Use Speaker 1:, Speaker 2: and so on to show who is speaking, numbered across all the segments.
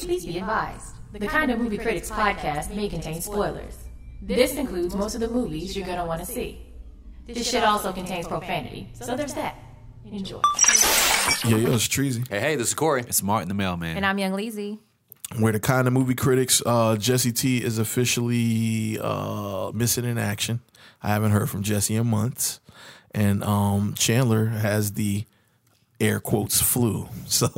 Speaker 1: Please be advised the Kind of Movie Critics podcast may contain spoilers. This includes most of the movies you're going to want to see. This shit also contains profanity, so there's that. Enjoy.
Speaker 2: Yeah, yo, it's Treasy.
Speaker 3: Hey, hey, this is Corey.
Speaker 4: It's Martin the Mailman.
Speaker 5: And I'm Young Leezy.
Speaker 2: We're the kind of movie critics. Uh, Jesse T is officially uh, missing in action. I haven't heard from Jesse in months, and um, Chandler has the air quotes flu. So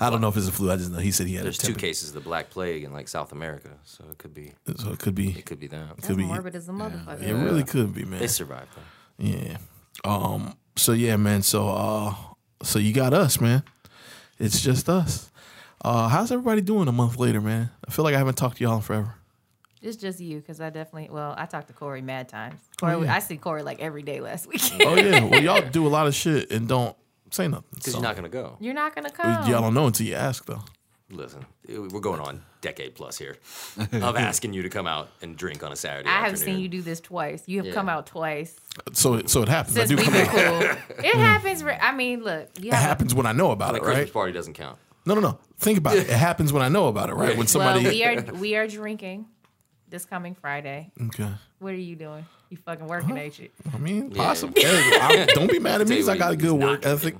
Speaker 2: I don't know if it's a flu. I just know he said he had
Speaker 3: There's
Speaker 2: a
Speaker 3: two
Speaker 2: temper-
Speaker 3: cases of the Black Plague in like South America, so it could be
Speaker 2: So it could be.
Speaker 3: it could be that.
Speaker 2: Could be.
Speaker 5: Morbid as a motherfucker.
Speaker 2: It really could be, man.
Speaker 3: They survived though.
Speaker 2: Yeah. Um. So yeah, man. So uh. So you got us, man. It's just us. Uh, how's everybody doing a month later, man? I feel like I haven't talked to y'all in forever.
Speaker 5: It's just you, because I definitely, well, I talked to Corey mad times. Corey, I see Corey like every day last week.
Speaker 2: Oh yeah. Well, y'all do a lot of shit and don't say nothing.
Speaker 3: Because
Speaker 2: So.
Speaker 3: you're not gonna go.
Speaker 5: You're not going to come.
Speaker 2: Y'all don't know until you ask, though.
Speaker 3: Listen, it- we're going on decade plus here of asking you to come out and drink on a Saturday.
Speaker 5: I have
Speaker 3: afternoon.
Speaker 5: seen you do this twice. You have come out twice
Speaker 2: So it- so it happens. I
Speaker 5: since
Speaker 2: do
Speaker 5: we've
Speaker 2: come
Speaker 5: been
Speaker 2: out. Mm.
Speaker 5: cool. It happens. re- I mean, look, you
Speaker 2: It
Speaker 5: have a-
Speaker 2: happens when I know about
Speaker 3: The
Speaker 2: it,
Speaker 3: Christmas
Speaker 2: right?
Speaker 3: party doesn't count.
Speaker 2: No, no, no. Think about it. It happens when I know about it, right? When somebody.
Speaker 5: Well, we are we are drinking this coming Friday.
Speaker 2: okay.
Speaker 5: What are you doing? You fucking working, ain't you?
Speaker 2: I mean, possible. Hey, I- don't be mad at me. 'cause I got a good work ethic.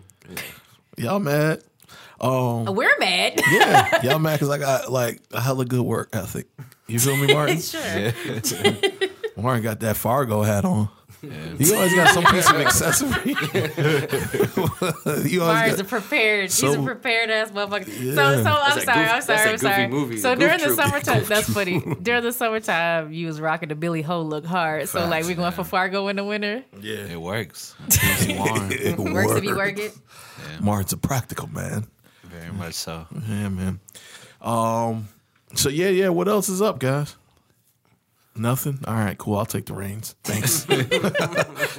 Speaker 2: Y'all mad? Um,
Speaker 5: We're mad.
Speaker 2: Yeah, y'all mad because I got like a hella good work ethic. You feel me, Martin?
Speaker 5: sure.
Speaker 2: Martin got that Fargo hat on. You always got some piece of accessory. you always
Speaker 5: Mars are
Speaker 2: got,
Speaker 5: prepared. He's
Speaker 2: So-
Speaker 5: a prepared ass motherfucker. So,
Speaker 2: Yeah.
Speaker 5: so I'm
Speaker 3: that
Speaker 5: sorry. I'm
Speaker 3: goof- that's
Speaker 5: sorry.
Speaker 3: that
Speaker 5: I'm
Speaker 3: goofy
Speaker 5: sorry.
Speaker 3: movie,
Speaker 5: so
Speaker 3: goof
Speaker 5: during
Speaker 3: troop.
Speaker 5: the summertime, that's funny. During the summertime, you was rocking the Billy Ho look hard. So like
Speaker 2: Facts,
Speaker 5: we going for Fargo in the winter.
Speaker 2: yeah.
Speaker 4: it works. Keeps you warm.
Speaker 2: It
Speaker 5: Works if you work it.
Speaker 2: Martin's a practical man.
Speaker 4: Very much so.
Speaker 2: Yeah, man. Um. So yeah, yeah. What else is up, guys? Nothing. All right, cool. I'll take the reins. Thanks.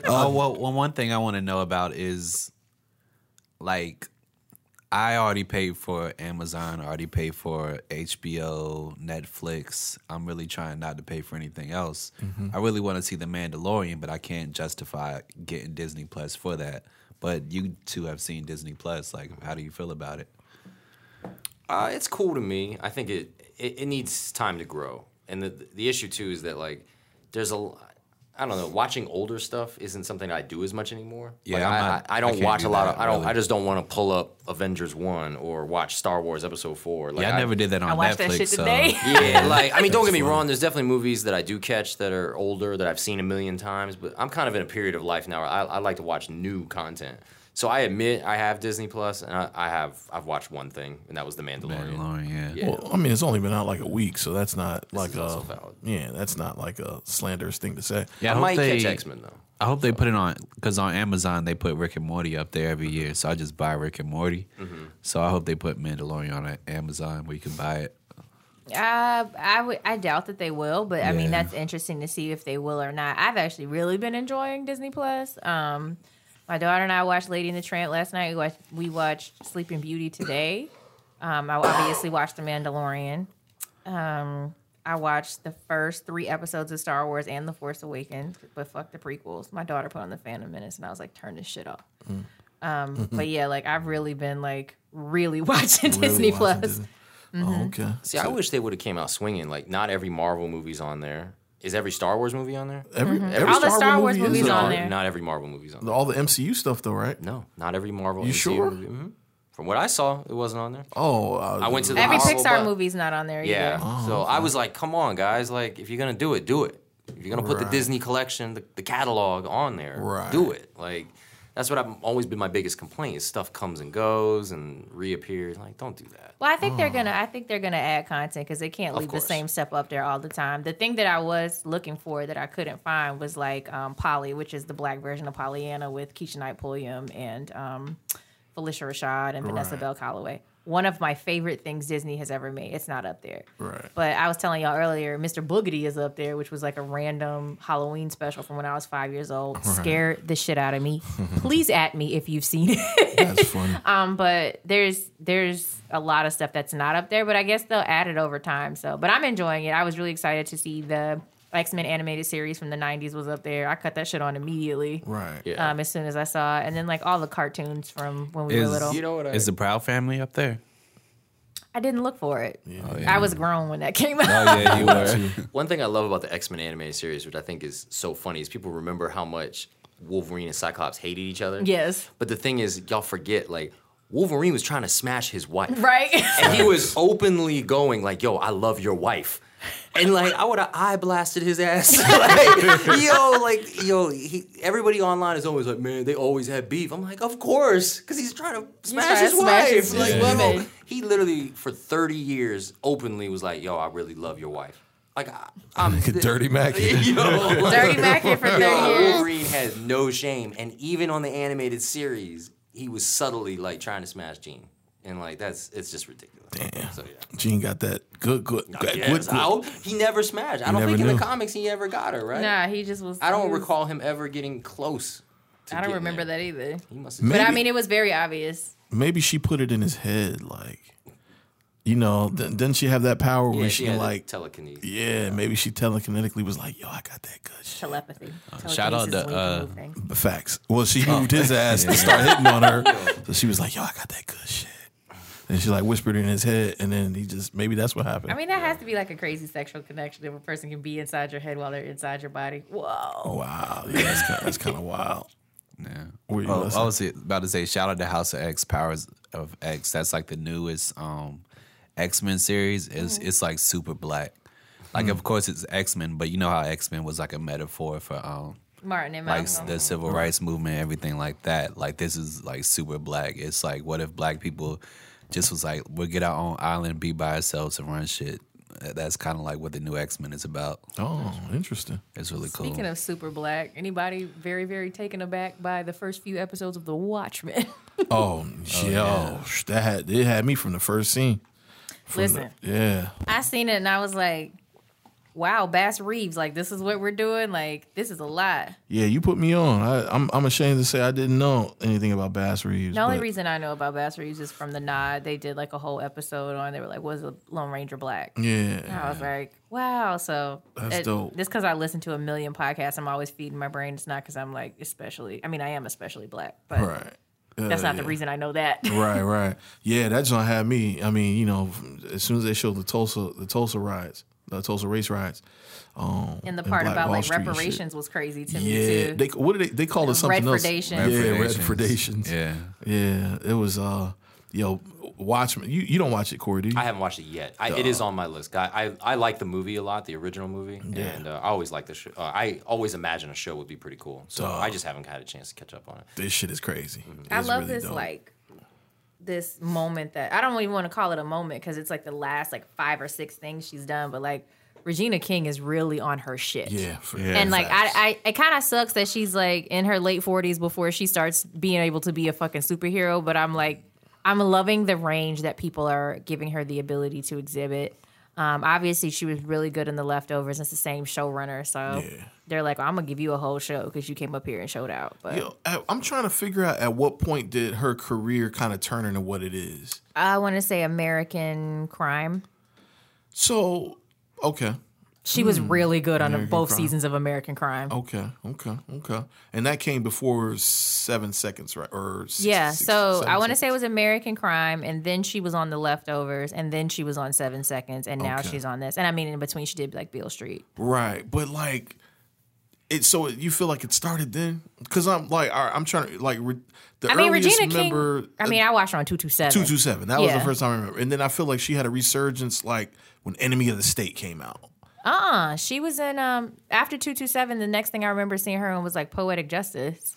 Speaker 4: oh well, well, one thing I want to know about is, like, I already paid for Amazon. I already paid for HBO, Netflix. I'm really trying not to pay for anything else. I really want to see The Mandalorian, but I can't justify getting Disney Plus for that. But you two have seen Disney Plus. Like, how do you feel about it?
Speaker 3: Uh, it's cool to me. I think it, it it needs time to grow. And the the issue too is that like there's a l- I don't know. Watching older stuff isn't something I do as much anymore.
Speaker 4: Yeah,
Speaker 3: Like,
Speaker 4: I'm
Speaker 3: I,
Speaker 4: not-
Speaker 3: I, I
Speaker 4: I
Speaker 3: don't
Speaker 4: can't
Speaker 3: watch
Speaker 4: do
Speaker 3: a lot
Speaker 4: that,
Speaker 3: of. I don't.
Speaker 4: really.
Speaker 3: I just don't want to pull up Avengers one or watch Star Wars Episode four. Like
Speaker 4: yeah, I never did that on
Speaker 5: I watched
Speaker 4: Netflix.
Speaker 5: that shit
Speaker 4: so-
Speaker 5: today.
Speaker 3: Yeah, like I mean, don't get me wrong. There's definitely movies that I do catch that are older that I've seen a million times. But I'm kind of in a period of life now where I, I like to watch new content. So I admit I have Disney Plus, and I, I have I've watched one thing, and that was The Mandalorian.
Speaker 4: Mandalorian, yeah.
Speaker 3: Yeah.
Speaker 2: well, I mean, it's only been out like a week, so that's not like
Speaker 3: is also
Speaker 2: a
Speaker 3: valid.
Speaker 2: yeah, that's not like a slanderous thing to say.
Speaker 4: Yeah,
Speaker 3: I
Speaker 4: hope
Speaker 3: might
Speaker 4: they-
Speaker 3: catch X Men though.
Speaker 4: I hope they put it on because on Amazon they put Rick and Morty up there every year, so I just buy Rick and Morty. So I hope they put Mandalorian on Amazon where you can buy it.
Speaker 5: Uh, I would. I doubt that they will, but I mean
Speaker 4: Yeah.
Speaker 5: that's interesting to see if they will or not. I've actually really been enjoying Disney Plus. Um, my daughter and I watched Lady and the Tramp last night. We watched, we watched Sleeping Beauty today. Um, I obviously watched The Mandalorian. Um, I watched the first three episodes of Star Wars and The Force Awakens, but fuck the prequels. My daughter put on The Phantom Menace, and I was like, turn this shit off. Um, but yeah, like I've really been like really watching Disney
Speaker 2: watching
Speaker 5: Plus. Mm-hmm.
Speaker 2: Disney. Oh, okay.
Speaker 3: See, I wish they would have came out swinging. Like, not every Marvel movie's on there. Is every Star Wars movie on there?
Speaker 2: Every, every
Speaker 5: All the Star Wars
Speaker 2: movie is
Speaker 5: movies
Speaker 3: no,
Speaker 5: on there.
Speaker 3: not every Marvel movie's on. there.
Speaker 2: All the MCU stuff, though, right?
Speaker 3: No, not every Marvel.
Speaker 2: You
Speaker 3: MCU
Speaker 2: sure?
Speaker 3: Movie. hmm From what I saw, it wasn't on there.
Speaker 2: Oh,
Speaker 3: I went to the
Speaker 5: Every
Speaker 3: hospital,
Speaker 5: Pixar
Speaker 3: but-
Speaker 5: movie's not on there
Speaker 3: Yeah.
Speaker 5: either.
Speaker 3: so I was like, come on, guys. Like, if you're going to do it, do it. If you're going to put
Speaker 2: Right.
Speaker 3: the Disney collection, the, the catalog on there,
Speaker 2: Right.
Speaker 3: do it. Like, that's what I've always been my biggest complaint is stuff comes and goes and reappears. Like, don't do that.
Speaker 5: Well, I think they're gonna. I think they're gonna add content because they can't
Speaker 3: Of
Speaker 5: leave the
Speaker 3: course.
Speaker 5: same stuff up there all the time. The thing that I was looking for that I couldn't find was like um, Polly, which is the black version of Pollyanna with Keisha Knight Pulliam and um, Felicia Rashad and Vanessa
Speaker 2: Right.
Speaker 5: Bell Calloway. One of my favorite things Disney has ever made. It's not up there.
Speaker 2: Right.
Speaker 5: But I was telling y'all earlier, Mr. Boogedy is up there, which was like a random Halloween special from when I was five years old. Scared the shit out of me. Please at me if you've seen it.
Speaker 2: That's funny.
Speaker 5: Um, but there's there's a lot of stuff that's not up there, but I guess they'll add it over time. So, but I'm enjoying it. I was really excited to see the X Men animated series from the '90s was up there. I cut that shit on immediately,
Speaker 2: right.
Speaker 3: Yeah.
Speaker 5: um, as soon as I saw it, and then like all the cartoons from when we were
Speaker 4: Is
Speaker 5: little.
Speaker 3: You know what I-
Speaker 4: is the Proud Family up there?
Speaker 5: I didn't look for it.
Speaker 4: Oh,
Speaker 5: I was grown when that came out.
Speaker 4: Oh yeah, you were.
Speaker 3: One thing I love about the X Men animated series, which I think is so funny, is people remember how much Wolverine and Cyclops hated each other.
Speaker 5: Yes.
Speaker 3: But the thing is, y'all forget like Wolverine was trying to smash his wife,
Speaker 5: Right?
Speaker 3: and he was openly going like, "Yo, I love your wife." And like I would have eye blasted his ass. like, yo, like yo, he, everybody online is always like, man, they always had beef. I'm like, of course, because he's trying to smash
Speaker 5: trying to
Speaker 3: his
Speaker 5: smash
Speaker 3: wife.
Speaker 5: his
Speaker 3: like,
Speaker 5: woman.
Speaker 3: bro, he literally for 30 years openly was like, yo, I really love your wife. Like, I, I'm
Speaker 2: Dirty Mac.
Speaker 3: Yo, like,
Speaker 5: Dirty Mackin for 30
Speaker 3: yo,
Speaker 5: years.
Speaker 3: Wolverine has no shame, and even on the animated series, he was subtly like trying to smash Jean, and like that's it's just ridiculous. So yeah.
Speaker 2: Gene got that good, good, good,
Speaker 3: Yes,
Speaker 2: good-
Speaker 3: I hope- he never smashed. I don't
Speaker 2: never
Speaker 3: think in
Speaker 2: knew.
Speaker 3: the comics he ever got her, right?
Speaker 5: Nah, he just was.
Speaker 3: I
Speaker 5: he
Speaker 3: don't
Speaker 5: was-
Speaker 3: recall him ever getting close. To
Speaker 5: I don't
Speaker 3: getting
Speaker 5: remember
Speaker 3: there.
Speaker 5: that either.
Speaker 3: He must
Speaker 5: But I
Speaker 2: Maybe-
Speaker 5: mean, it was very obvious.
Speaker 2: Maybe she put it in his head, like, you know, th- didn't she have that power where
Speaker 3: yeah,
Speaker 2: she
Speaker 3: she had
Speaker 2: can, like,
Speaker 3: telekinesis.
Speaker 2: yeah, maybe she telekinetically was like, yo, I got that good shit.
Speaker 5: Telepathy.
Speaker 4: shout out
Speaker 5: Telekinesis is when
Speaker 4: to,
Speaker 5: you can
Speaker 4: uh,
Speaker 5: move things.
Speaker 2: Facts. Well, she
Speaker 4: Oh.
Speaker 2: moved his ass to start hitting on her. So she was like, yo, I got that good shit. And she like whispered in his head, and then he just maybe that's what happened.
Speaker 5: I mean, that has to be like a crazy sexual connection if a person can be inside your head while they're inside your body. Whoa.
Speaker 2: Oh, wow, yeah, that's kind of, that's kind of wild.
Speaker 4: Yeah.
Speaker 2: Were you
Speaker 4: Oh,
Speaker 2: listening?
Speaker 4: I was about to say shout out to House of X, Powers of X. That's like the newest um, X Men series. It's it's like super black. Like of course it's X Men, but you know how X Men was like a metaphor for um,
Speaker 5: Martin and
Speaker 4: like
Speaker 5: Malcolm.
Speaker 4: the civil rights movement, everything like that. Like this is like super black. It's like what if black people just was like we'll get our own island, be by ourselves, and run shit. That's kind of like what the new X Men is about.
Speaker 2: Oh, interesting.
Speaker 4: It's really cool.
Speaker 5: Speaking of super black, anybody very, very taken aback by the first few episodes of The Watchmen?
Speaker 2: Oh, yo, sh- that had it had me from the first scene. From the-
Speaker 5: Listen,
Speaker 2: yeah,
Speaker 5: I seen it and I was like, wow, Bass Reeves, like, this is what we're doing. Like, this is a lot.
Speaker 2: yeah, you put me on. I, I'm I'm ashamed to say I didn't know anything about Bass Reeves.
Speaker 5: The only
Speaker 2: but-
Speaker 5: reason I know about Bass Reeves is from The Nod. They did like a whole episode on, they were like, was a Lone Ranger black?
Speaker 2: yeah,
Speaker 5: I was like, wow. So
Speaker 2: That's dope.
Speaker 5: Just because I listen to a million podcasts, I'm always feeding my brain. It's not because I'm like especially. I mean, I am especially black, but
Speaker 2: right. Uh,
Speaker 5: that's not
Speaker 2: yeah.
Speaker 5: the reason I know that.
Speaker 2: right, right. Yeah, that joint had me. I mean, you know, as soon as they showed the Tulsa, the Tulsa riods, the Tulsa race riods, um,
Speaker 5: And the part
Speaker 2: Black
Speaker 5: about
Speaker 2: Wall
Speaker 5: like
Speaker 2: Street and shit.
Speaker 5: reparations was crazy to me
Speaker 2: Yeah,
Speaker 5: too.
Speaker 2: they what did they they called it something else?
Speaker 5: Redfordations.
Speaker 2: Yeah, red
Speaker 4: Redfordations.
Speaker 2: predations.
Speaker 4: Yeah.
Speaker 2: yeah. It was uh, yo, Watchmen. You you don't watch it, Corey? Do you?
Speaker 3: I haven't watched it yet. I, it is on my list. I, I I like the movie a lot, the original movie, and uh, I always like the show. Uh, I always imagine a show would be pretty cool. So I just haven't had a chance to catch up on it.
Speaker 2: this shit is crazy.
Speaker 5: I
Speaker 2: It's
Speaker 5: love
Speaker 2: really
Speaker 5: this
Speaker 2: dope.
Speaker 5: like this moment that I don't even want to call it a moment because it's like the last like five or six things she's done, but like Regina King is really on her shit.
Speaker 2: yeah, for,
Speaker 5: and like I, I it kind of sucks that she's like in her late 40s before she starts being able to be a fucking superhero but i'm like i'm loving the range that people are giving her the ability to exhibit um, obviously she was really good in the leftovers it's the same showrunner so
Speaker 2: Yeah.
Speaker 5: they're like i'm gonna give you a whole show because you came up here and showed out but
Speaker 2: Yo, I- I'm trying to figure out at what point did her career kind of turn into what it is.
Speaker 5: i want to say american crime
Speaker 2: So, okay,
Speaker 5: she was really good on both seasons of american crime
Speaker 2: okay, okay, okay, and that came before seven seconds, right? Or six,
Speaker 5: Yeah,
Speaker 2: six-
Speaker 5: so
Speaker 2: seven
Speaker 5: I want to say it
Speaker 2: seconds.
Speaker 5: was American Crime, and then she was on The Leftovers, and then she was on Seven Seconds, and now
Speaker 2: Okay.
Speaker 5: she's on this. And I mean, in between, she did like Beale Street.
Speaker 2: right, but like. It, so you feel like it started then, because I'm like, all right, I'm trying to like. Re, the
Speaker 5: I mean,
Speaker 2: earliest
Speaker 5: Regina
Speaker 2: member, uh,
Speaker 5: King. I mean, I watched her on Two Two Seven.
Speaker 2: two two seven. That was
Speaker 5: Yeah.
Speaker 2: the first time I remember, and then I feel like she had a resurgence like when Enemy of the State came out.
Speaker 5: Uh, she was in um after Two Two Seven. The next thing I remember seeing her in was like Poetic Justice.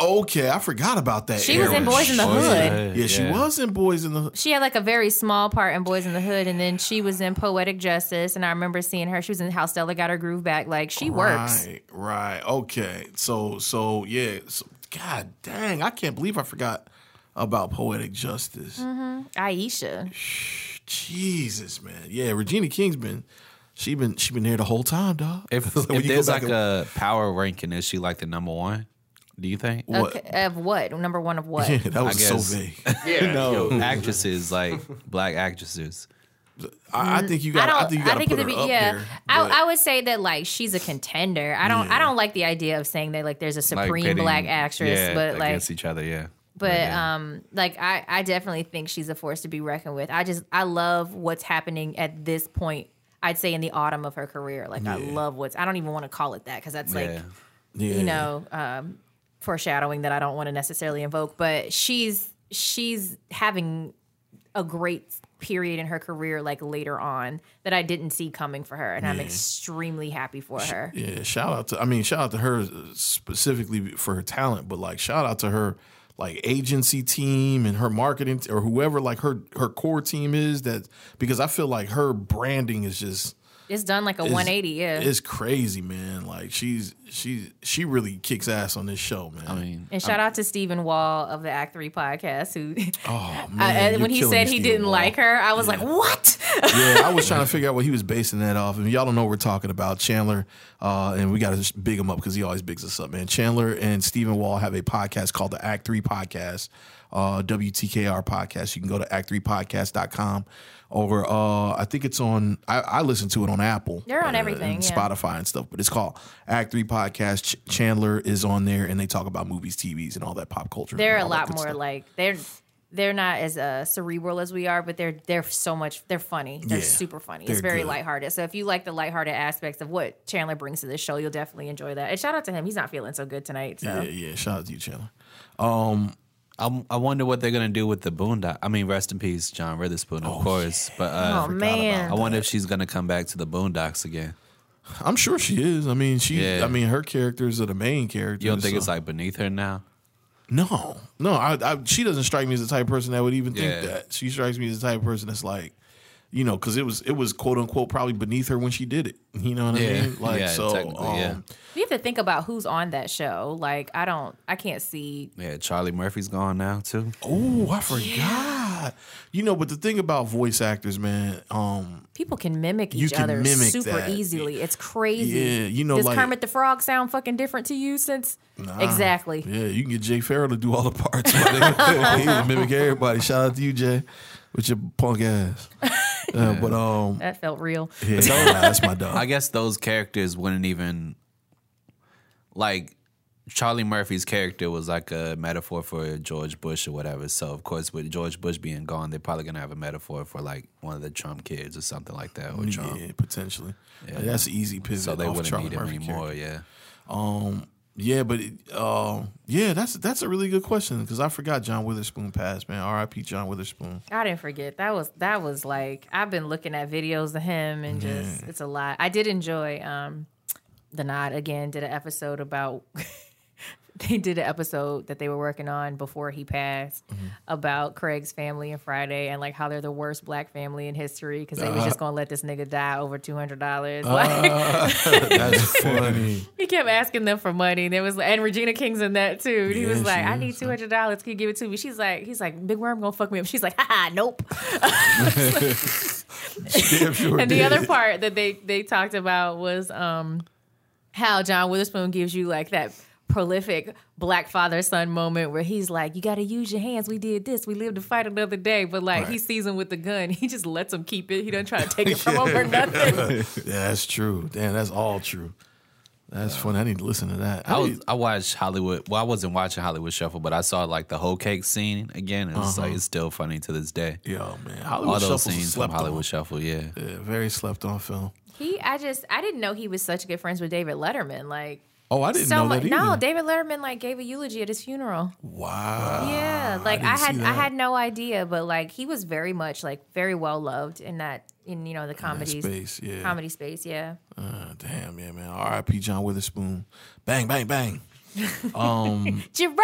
Speaker 2: Okay, I forgot about that.
Speaker 5: She was in
Speaker 2: era.
Speaker 5: Boys in the
Speaker 4: Boys in the
Speaker 5: Hood.
Speaker 4: Hood.
Speaker 2: Yeah, she
Speaker 4: Yeah.
Speaker 2: was in Boys in the.
Speaker 5: She had like a very small part in Boys in the Hood, and then she was in Poetic Justice. And I remember seeing her. She was in How Stella Got Her Groove Back. Like she works.
Speaker 2: Right, right. Okay. So, so yeah. So, God dang, I can't believe I forgot about poetic justice.
Speaker 5: Mm. Aisha.
Speaker 2: Jesus, man. Yeah, Regina King's been. She been she been here the whole time, dog.
Speaker 4: If,
Speaker 2: Like, when
Speaker 4: if
Speaker 2: you go
Speaker 4: there's
Speaker 2: back and-
Speaker 4: like a power ranking, is she like the number one? Do you think?
Speaker 2: what?
Speaker 5: Okay, of what? Number one of what?
Speaker 2: Yeah, that was so
Speaker 4: guess.
Speaker 2: vague.
Speaker 3: Yeah,
Speaker 4: No, actresses like black actresses.
Speaker 2: I, I
Speaker 5: Mm.
Speaker 2: think you got. I, think you got to put
Speaker 5: it'd
Speaker 2: her
Speaker 5: be-
Speaker 2: up
Speaker 5: yeah.
Speaker 2: there. but-
Speaker 5: I, I would say that like she's a contender. I don't.
Speaker 2: Yeah.
Speaker 5: I don't like the idea of saying that like there's a
Speaker 4: Like
Speaker 5: supreme
Speaker 4: pitting-
Speaker 5: black actress,
Speaker 4: yeah,
Speaker 5: but like
Speaker 4: against each other, yeah.
Speaker 5: But um, like I, I definitely think she's a force to be reckoned with. I just I love what's happening at this point. I'd say in the autumn of her career. Like I
Speaker 2: Yeah.
Speaker 5: love what's. I don't even want to call it that because that's like
Speaker 4: Yeah.
Speaker 2: Yeah.
Speaker 5: you know um, foreshadowing that I don't want to necessarily invoke. But she's she's having a great period in her career like later on that I didn't see coming for her, and I'm extremely happy for her.
Speaker 2: Yeah, shout out to I mean, shout out to her specifically for her talent, but like shout out to her like agency team and her marketing t- or whoever like her her core team is that because I feel like her branding is just
Speaker 5: It's done like a
Speaker 2: is-
Speaker 5: 180. Yeah.
Speaker 2: It's crazy, man. Like she's she she really kicks ass on this show, man.
Speaker 4: I mean,
Speaker 5: And shout out to Stephen Wall of the Act Three podcast, who
Speaker 2: oh man.
Speaker 5: I, uh,
Speaker 2: you're
Speaker 5: when he
Speaker 2: killing
Speaker 5: said
Speaker 2: me,
Speaker 5: he
Speaker 2: Stephen
Speaker 5: didn't
Speaker 2: Wall.
Speaker 5: like her, I was like, "What?"
Speaker 2: yeah, I was trying to figure out what he was basing that off. And y'all don't know what we're talking about. Chandler, uh, and we got to big him up because he always bigs us up, man. Chandler and Stephen Wall have a podcast called the Act 3 Podcast, uh, WTKR Podcast. You can go to act3podcast.com or uh, I think it's on, I, I listen to it on Apple.
Speaker 5: They're on
Speaker 2: uh,
Speaker 5: everything,
Speaker 2: and
Speaker 5: yeah.
Speaker 2: Spotify and stuff, but it's called Act 3 Podcast. Ch- Chandler is on there and they talk about movies, TVs, and all that pop culture.
Speaker 5: they're
Speaker 2: and
Speaker 5: a
Speaker 2: all that
Speaker 5: lot
Speaker 2: good
Speaker 5: more
Speaker 2: stuff.
Speaker 5: like they're they're not as uh, cerebral as we are, but they're they're so much they're funny. They're
Speaker 2: Yeah.
Speaker 5: super funny.
Speaker 2: They're
Speaker 5: it's very
Speaker 2: good.
Speaker 5: lighthearted. So if you like the lighthearted aspects of what Chandler brings to this show, you'll definitely enjoy that. And shout out to him. He's not feeling so good tonight. So
Speaker 2: Yeah, yeah. Shout out to you, Chandler.
Speaker 4: I'm, I wonder what they're gonna do with the Boondock. I mean, rest in peace, John Witherspoon,
Speaker 2: Oh,
Speaker 4: of course. But uh,
Speaker 5: oh man,
Speaker 4: I wonder if she's gonna come back to the Boondocks again.
Speaker 2: I'm sure she is. I mean, she.
Speaker 4: Yeah.
Speaker 2: I mean, her characters are the main characters.
Speaker 4: You don't think
Speaker 2: so-
Speaker 4: it's like beneath her now?
Speaker 2: no, no. I, I, she doesn't strike me as the type of person that would even think
Speaker 4: Yeah.
Speaker 2: that. She strikes me as the type of person that's like, you know, because it was it was quote unquote probably beneath her when she did it. You know what I
Speaker 4: Yeah.
Speaker 2: mean? Like
Speaker 4: Yeah,
Speaker 2: so.
Speaker 4: technically,
Speaker 2: Um,
Speaker 4: yeah.
Speaker 5: we have to think about who's on that show. Like I don't, I can't see.
Speaker 4: Yeah, Charlie Murphy's gone now too.
Speaker 2: Oh, I forgot. You know, but the thing about voice actors, man. Um,
Speaker 5: People can mimic
Speaker 2: You
Speaker 5: each
Speaker 2: can
Speaker 5: other
Speaker 2: mimic
Speaker 5: super
Speaker 2: that.
Speaker 5: easily. It's crazy.
Speaker 2: Yeah, you know,
Speaker 5: Does
Speaker 2: like-
Speaker 5: Kermit the Frog sound fucking different to you since? Exactly.
Speaker 2: yeah, you can get Jay Farrell to do all the parts. he would mimic everybody. Shout out to you, Jay, with your punk ass. Uh, But um,
Speaker 5: That felt real.
Speaker 2: yeah, that's my
Speaker 4: I
Speaker 2: dog.
Speaker 4: guess those characters wouldn't even like Charlie Murphy's character was like a metaphor for George Bush or whatever. So of course, with George Bush being gone, they're probably gonna have a metaphor for like one of the Trump kids or something like that, or Trump.
Speaker 2: Yeah, potentially. That's an easy pivot.
Speaker 4: So they
Speaker 2: off
Speaker 4: wouldn't
Speaker 2: Charlie
Speaker 4: need him
Speaker 2: Murphy
Speaker 4: anymore.
Speaker 2: character.
Speaker 4: Yeah.
Speaker 2: Yeah, but it, um, yeah, that's that's a really good question because I forgot John Witherspoon passed, man. R.I.P. John Witherspoon.
Speaker 5: I didn't forget. That was that was like I've been looking at videos of him and just it's a lot. I did enjoy um the nod again did an episode about they did an episode that they were working on before he passed
Speaker 2: Mm-hmm.
Speaker 5: about Craig's family and Friday and like how they're the worst black family in history because they was
Speaker 2: Uh-huh.
Speaker 5: just gonna let this nigga die over two hundred dollars. like
Speaker 2: That's funny.
Speaker 5: he kept asking them for money and it was and Regina King's in that too. And he
Speaker 2: Yeah,
Speaker 5: was like,
Speaker 2: she
Speaker 5: I
Speaker 2: is.
Speaker 5: need two hundred dollars, can you give it to me? She's like he's like, Big Worm gonna fuck me up. She's like, ha, nope.
Speaker 2: Damn sure
Speaker 5: and the other
Speaker 2: did.
Speaker 5: part that they they talked about was um how John Witherspoon gives you like that prolific black father son moment where he's like, "You got to use your hands. We did this. We lived to fight another day." But like he sees him with the gun, he just lets him keep it. He doesn't try to take it from him or nothing.
Speaker 2: Yeah, that's true. Damn, that's all true. That's funny. I need to listen to that.
Speaker 4: I
Speaker 2: I
Speaker 4: was I watched Hollywood. Well, I wasn't watching Hollywood Shuffle, but I saw like the whole cake scene again. It was like it's still funny to this day.
Speaker 2: yo, man, Uh-huh. Hollywood
Speaker 4: All those
Speaker 2: Shuffle's
Speaker 4: scenes from
Speaker 2: slept
Speaker 4: Hollywood
Speaker 2: on.
Speaker 4: Shuffle, yeah.
Speaker 2: Yeah, very slept on film.
Speaker 5: he, I just, I didn't know he was such good friends with David Letterman. Like.
Speaker 2: Oh, I didn't
Speaker 5: so
Speaker 2: know
Speaker 5: much.
Speaker 2: that either.
Speaker 5: No, David Letterman like gave a eulogy at his funeral.
Speaker 2: wow.
Speaker 5: Yeah, like
Speaker 2: didn't
Speaker 5: I,
Speaker 2: see
Speaker 5: had I
Speaker 2: that.
Speaker 5: had no idea, but like he was very much like very well loved in that in you know the
Speaker 2: That
Speaker 5: comedy
Speaker 2: space. Yeah.
Speaker 5: comedy space. Yeah,
Speaker 2: Uh, damn. Yeah, man. R.I.P. John Witherspoon. Bang, bang, bang.
Speaker 5: Gerard.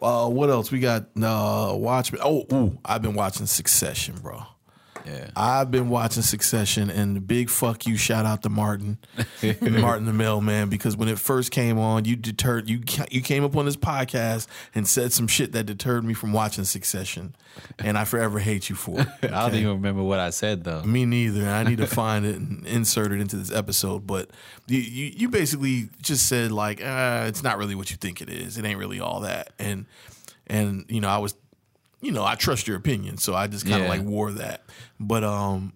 Speaker 2: Uh, what else? We got uh, Watchmen. Oh, ooh, I've been watching Succession, bro.
Speaker 4: Yeah.
Speaker 2: I've been watching Succession, and the big fuck you shout out to Martin, Martin the Mailman, because when it first came on, you deterred you ca- you came up on this podcast and said some shit that deterred me from watching Succession, and I forever hate you for it.
Speaker 4: I don't even remember what I said though.
Speaker 2: Me neither. I need to find it and insert it into this episode. But you, you, you basically just said like, uh, it's not really what you think it is. It ain't really all that. And and you know, I was, you know, I trust your opinion, so I just kind of
Speaker 4: Yeah.
Speaker 2: like wore that. But um,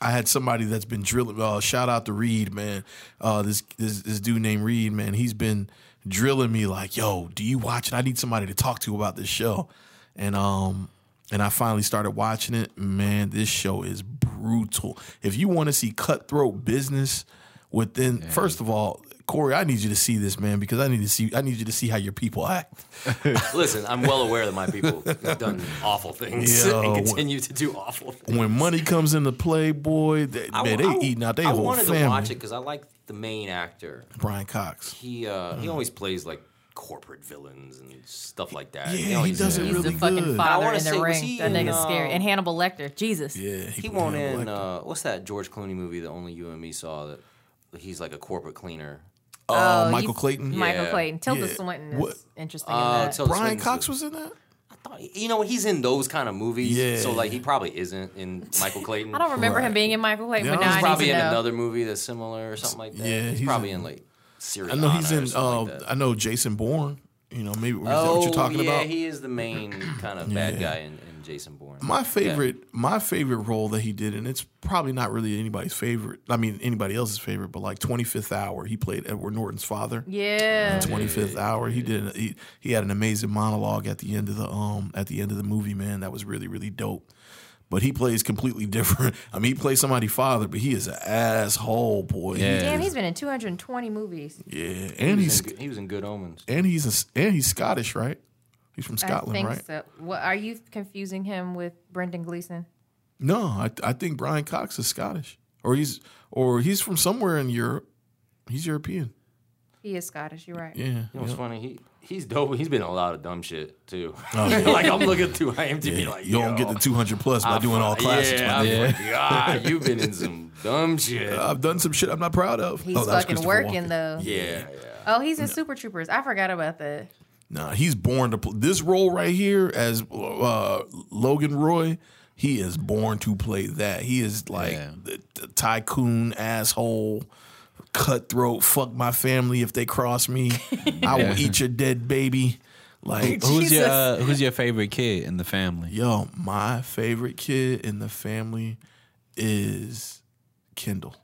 Speaker 2: I had somebody that's been drilling. Uh, shout out to Reed, man. Uh, this this this dude named Reed, man. He's been drilling me like, "Yo, do you watch it? I need somebody to talk to about this show." And um and I finally started watching it. Man, this show is brutal. If you want to see cutthroat business within first of all, Corey, I need you to see this, man, because I need to see I need you to see how your people act.
Speaker 3: Listen, I'm well aware that my people have done awful things
Speaker 2: Yo,
Speaker 3: and
Speaker 2: what-
Speaker 3: continue to do awful things.
Speaker 2: When money comes into play, boy, they, man, they
Speaker 3: I-
Speaker 2: eating out their
Speaker 3: I
Speaker 2: whole
Speaker 3: wanted
Speaker 2: family.
Speaker 3: to watch it because I like the main actor.
Speaker 2: Brian Cox.
Speaker 3: He uh, he always plays like corporate villains and stuff like that.
Speaker 2: Yeah, he
Speaker 3: always-
Speaker 2: does it
Speaker 5: He's
Speaker 2: really
Speaker 5: the fucking
Speaker 2: good.
Speaker 3: I
Speaker 5: father
Speaker 3: wanna
Speaker 5: in
Speaker 3: say,
Speaker 5: the
Speaker 3: was
Speaker 5: ring.
Speaker 3: he
Speaker 5: That
Speaker 3: in,
Speaker 5: nigga's
Speaker 3: uh,
Speaker 5: scary. And Hannibal Lecter, Jesus.
Speaker 2: Yeah,
Speaker 3: He
Speaker 2: put
Speaker 3: won
Speaker 2: him
Speaker 3: in
Speaker 2: like-
Speaker 3: uh, what's that George Clooney movie that only you and me saw that he's like a corporate cleaner.
Speaker 2: uh,
Speaker 5: Oh,
Speaker 2: Michael
Speaker 5: you-
Speaker 2: Clayton.
Speaker 5: Michael
Speaker 3: Yeah.
Speaker 5: Clayton. Tilda
Speaker 2: Yeah.
Speaker 5: Swinton is
Speaker 2: What-
Speaker 5: interesting
Speaker 3: Uh,
Speaker 5: in that.
Speaker 3: Tilda
Speaker 2: Brian
Speaker 3: Swinton's
Speaker 2: Cox
Speaker 3: the-
Speaker 2: was in that.
Speaker 3: I thought- You know he's in those kind of movies.
Speaker 2: Yeah.
Speaker 3: So like he probably isn't in Michael Clayton.
Speaker 5: I don't remember him
Speaker 2: Right.
Speaker 5: being in Michael Clayton,
Speaker 2: Yeah,
Speaker 5: but
Speaker 2: I
Speaker 5: now
Speaker 2: was
Speaker 5: I
Speaker 3: He's
Speaker 5: need
Speaker 3: probably
Speaker 5: to
Speaker 3: in
Speaker 5: know.
Speaker 3: another movie that's similar or something like that.
Speaker 2: Yeah,
Speaker 3: he's,
Speaker 2: he's
Speaker 3: probably
Speaker 2: in-
Speaker 3: in, like Syria.
Speaker 2: I know he's in. Uh,
Speaker 3: Oh, like that.
Speaker 2: I know Jason Bourne. You know, maybe is that
Speaker 3: oh
Speaker 2: what you're talking
Speaker 3: yeah,
Speaker 2: about?
Speaker 3: he is the main kind of bad guy in, in Jason Bourne.
Speaker 2: my
Speaker 3: Yeah.
Speaker 2: favorite, my favorite role that he did, and it's probably not really anybody's favorite. I mean, anybody else's favorite, but like 25th Hour, he played Edward Norton's father.
Speaker 5: Yeah.
Speaker 2: 25th hour he did he, he had an amazing monologue at the end of the um at the end of the movie man that was really really dope but he plays completely different i mean he plays somebody's father but he is an asshole boy
Speaker 4: Yeah.
Speaker 5: Damn, he's been in 220 movies.
Speaker 2: yeah and
Speaker 3: He was,
Speaker 2: he's
Speaker 3: in, Good- he was in Good Omens.
Speaker 2: and he's a s and he's scottish right he's from
Speaker 5: I
Speaker 2: scotland
Speaker 5: think
Speaker 2: right
Speaker 5: so. What, are you confusing him with Brendan Gleeson?
Speaker 2: no I, I think brian cox is scottish or he's or he's from somewhere in europe he's european
Speaker 5: He is Scottish. You're right.
Speaker 2: yeah
Speaker 3: You know what's funny? He he's dope. He's been in a lot of dumb shit too. like I'm looking through IMDb, like
Speaker 2: Oh, you don't
Speaker 3: yo,
Speaker 2: get the 200 plus by doing all classics
Speaker 3: Yeah,
Speaker 2: my
Speaker 3: I'm
Speaker 2: nigga.
Speaker 3: like, God, you've been in some dumb shit.
Speaker 2: i've done some shit i'm not proud of
Speaker 5: He's
Speaker 2: Oh, that was
Speaker 5: fucking
Speaker 2: Christopher
Speaker 5: working
Speaker 2: Walken.
Speaker 5: though.
Speaker 3: Yeah, yeah.
Speaker 5: Oh, he's in Super Troopers. I forgot about that.
Speaker 2: Nah, he's born to play this role right here as uh, Logan Roy. He is born to play that. He is like
Speaker 4: Yeah.
Speaker 2: the, the tycoon asshole, cutthroat. Fuck my family if they cross me. I will eat your dead baby. Like
Speaker 4: Who's your
Speaker 5: Jesus.
Speaker 4: uh, Who's your favorite kid in the family?
Speaker 2: yo, my favorite kid in the family is Kendall.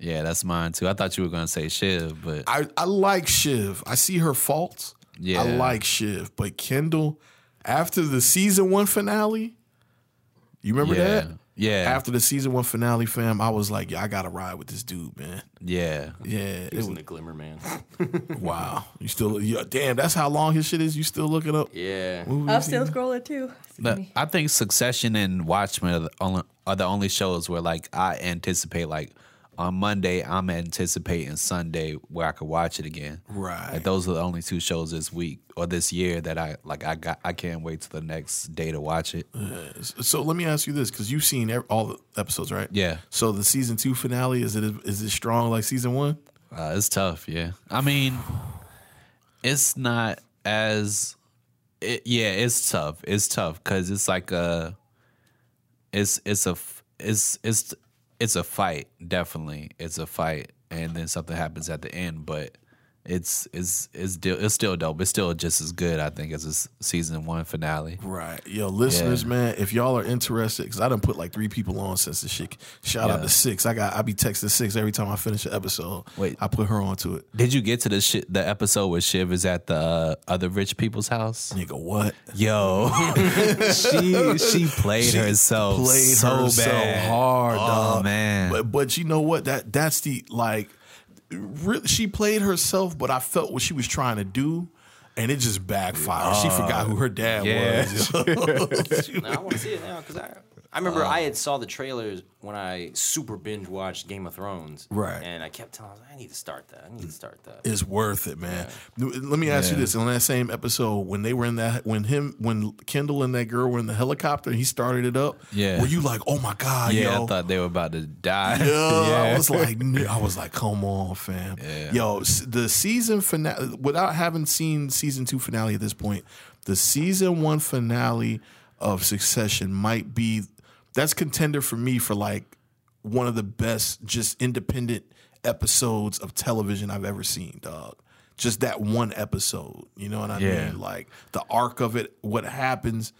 Speaker 4: Yeah, that's mine too. I thought you were gonna say Shiv, but
Speaker 2: I, I like Shiv. I see her faults.
Speaker 4: Yeah.
Speaker 2: I like Shiv. But Kendall, after the season one finale, you remember
Speaker 4: yeah,
Speaker 2: that?
Speaker 4: yeah,
Speaker 2: After the season one finale, fam, I was like, yeah, I gotta ride with this dude, man.
Speaker 4: yeah.
Speaker 2: Yeah.
Speaker 3: He
Speaker 2: It
Speaker 3: was
Speaker 2: was,
Speaker 3: in the Glimmer Man.
Speaker 2: wow. You still yeah, damn, that's how long his shit is. You still looking up.
Speaker 3: Yeah.
Speaker 5: I'm still scrolling too.
Speaker 4: But I think Succession and Watchmen are the, only, are the only shows where like I anticipate like on Monday I'm anticipating Sunday where I could watch it again.
Speaker 2: Right.
Speaker 4: Like those are the only two shows this week or this year that I like. I got I can't wait till the next day to watch it.
Speaker 2: So let me ask you this, because you've seen ev- all the episodes, right?
Speaker 4: Yeah.
Speaker 2: So the season two finale, is it is it strong like season one?
Speaker 4: Uh, it's tough. Yeah. I mean, it's not as. It, yeah, it's tough. It's tough because it's like a. It's it's a f- it's it's it's a fight. Definitely, it's a fight, and then something happens at the end, but. It's it's it's still it's still dope. It's still just as good, I think, as this season one finale.
Speaker 2: Right. Yo, listeners, man, if y'all are interested, because I done put like three people on since the shit. Shout out
Speaker 4: Yeah.
Speaker 2: to Six. I got I be texting Six every time I finish an episode.
Speaker 4: Wait.
Speaker 2: I put her onto it.
Speaker 4: Did you get to the shit the episode where Shiv is at the uh, other rich people's house?
Speaker 2: Nigga, what?
Speaker 4: Yo, she she played
Speaker 2: She
Speaker 4: herself
Speaker 2: played
Speaker 4: so
Speaker 2: her so
Speaker 4: bad,
Speaker 2: hard,
Speaker 4: Oh
Speaker 2: dog.
Speaker 4: man,
Speaker 2: But but you know what? That that's the like re- she played herself, but I felt what she was trying to do. And it just backfired. she forgot who her dad
Speaker 4: Uh, yeah.
Speaker 2: was. She-
Speaker 3: Now, I want to see it now because I, I remember I had saw the trailers when I super binge watched Game of Thrones.
Speaker 2: Right.
Speaker 3: And I kept telling myself, I need to start that. I need to start that.
Speaker 2: It's worth it, man. Let me ask you
Speaker 4: Yeah.
Speaker 2: this: on that same episode, when they were in that, when him, when Kendall and that girl were in the helicopter, and he started it up.
Speaker 4: Yeah.
Speaker 2: were you like, oh my god,
Speaker 4: yeah,
Speaker 2: yo?
Speaker 4: I thought they were about to die.
Speaker 2: Yo, I was like, n- I was like, come on, fam. Yo, s- the season finale, without having seen season two finale at this point, the season one finale of Succession might be that's contender for me for like one of the best just independent episodes of television I've ever seen, dog. Just that one episode, you know what I
Speaker 4: Yeah.
Speaker 2: mean? Like the arc of it, what happens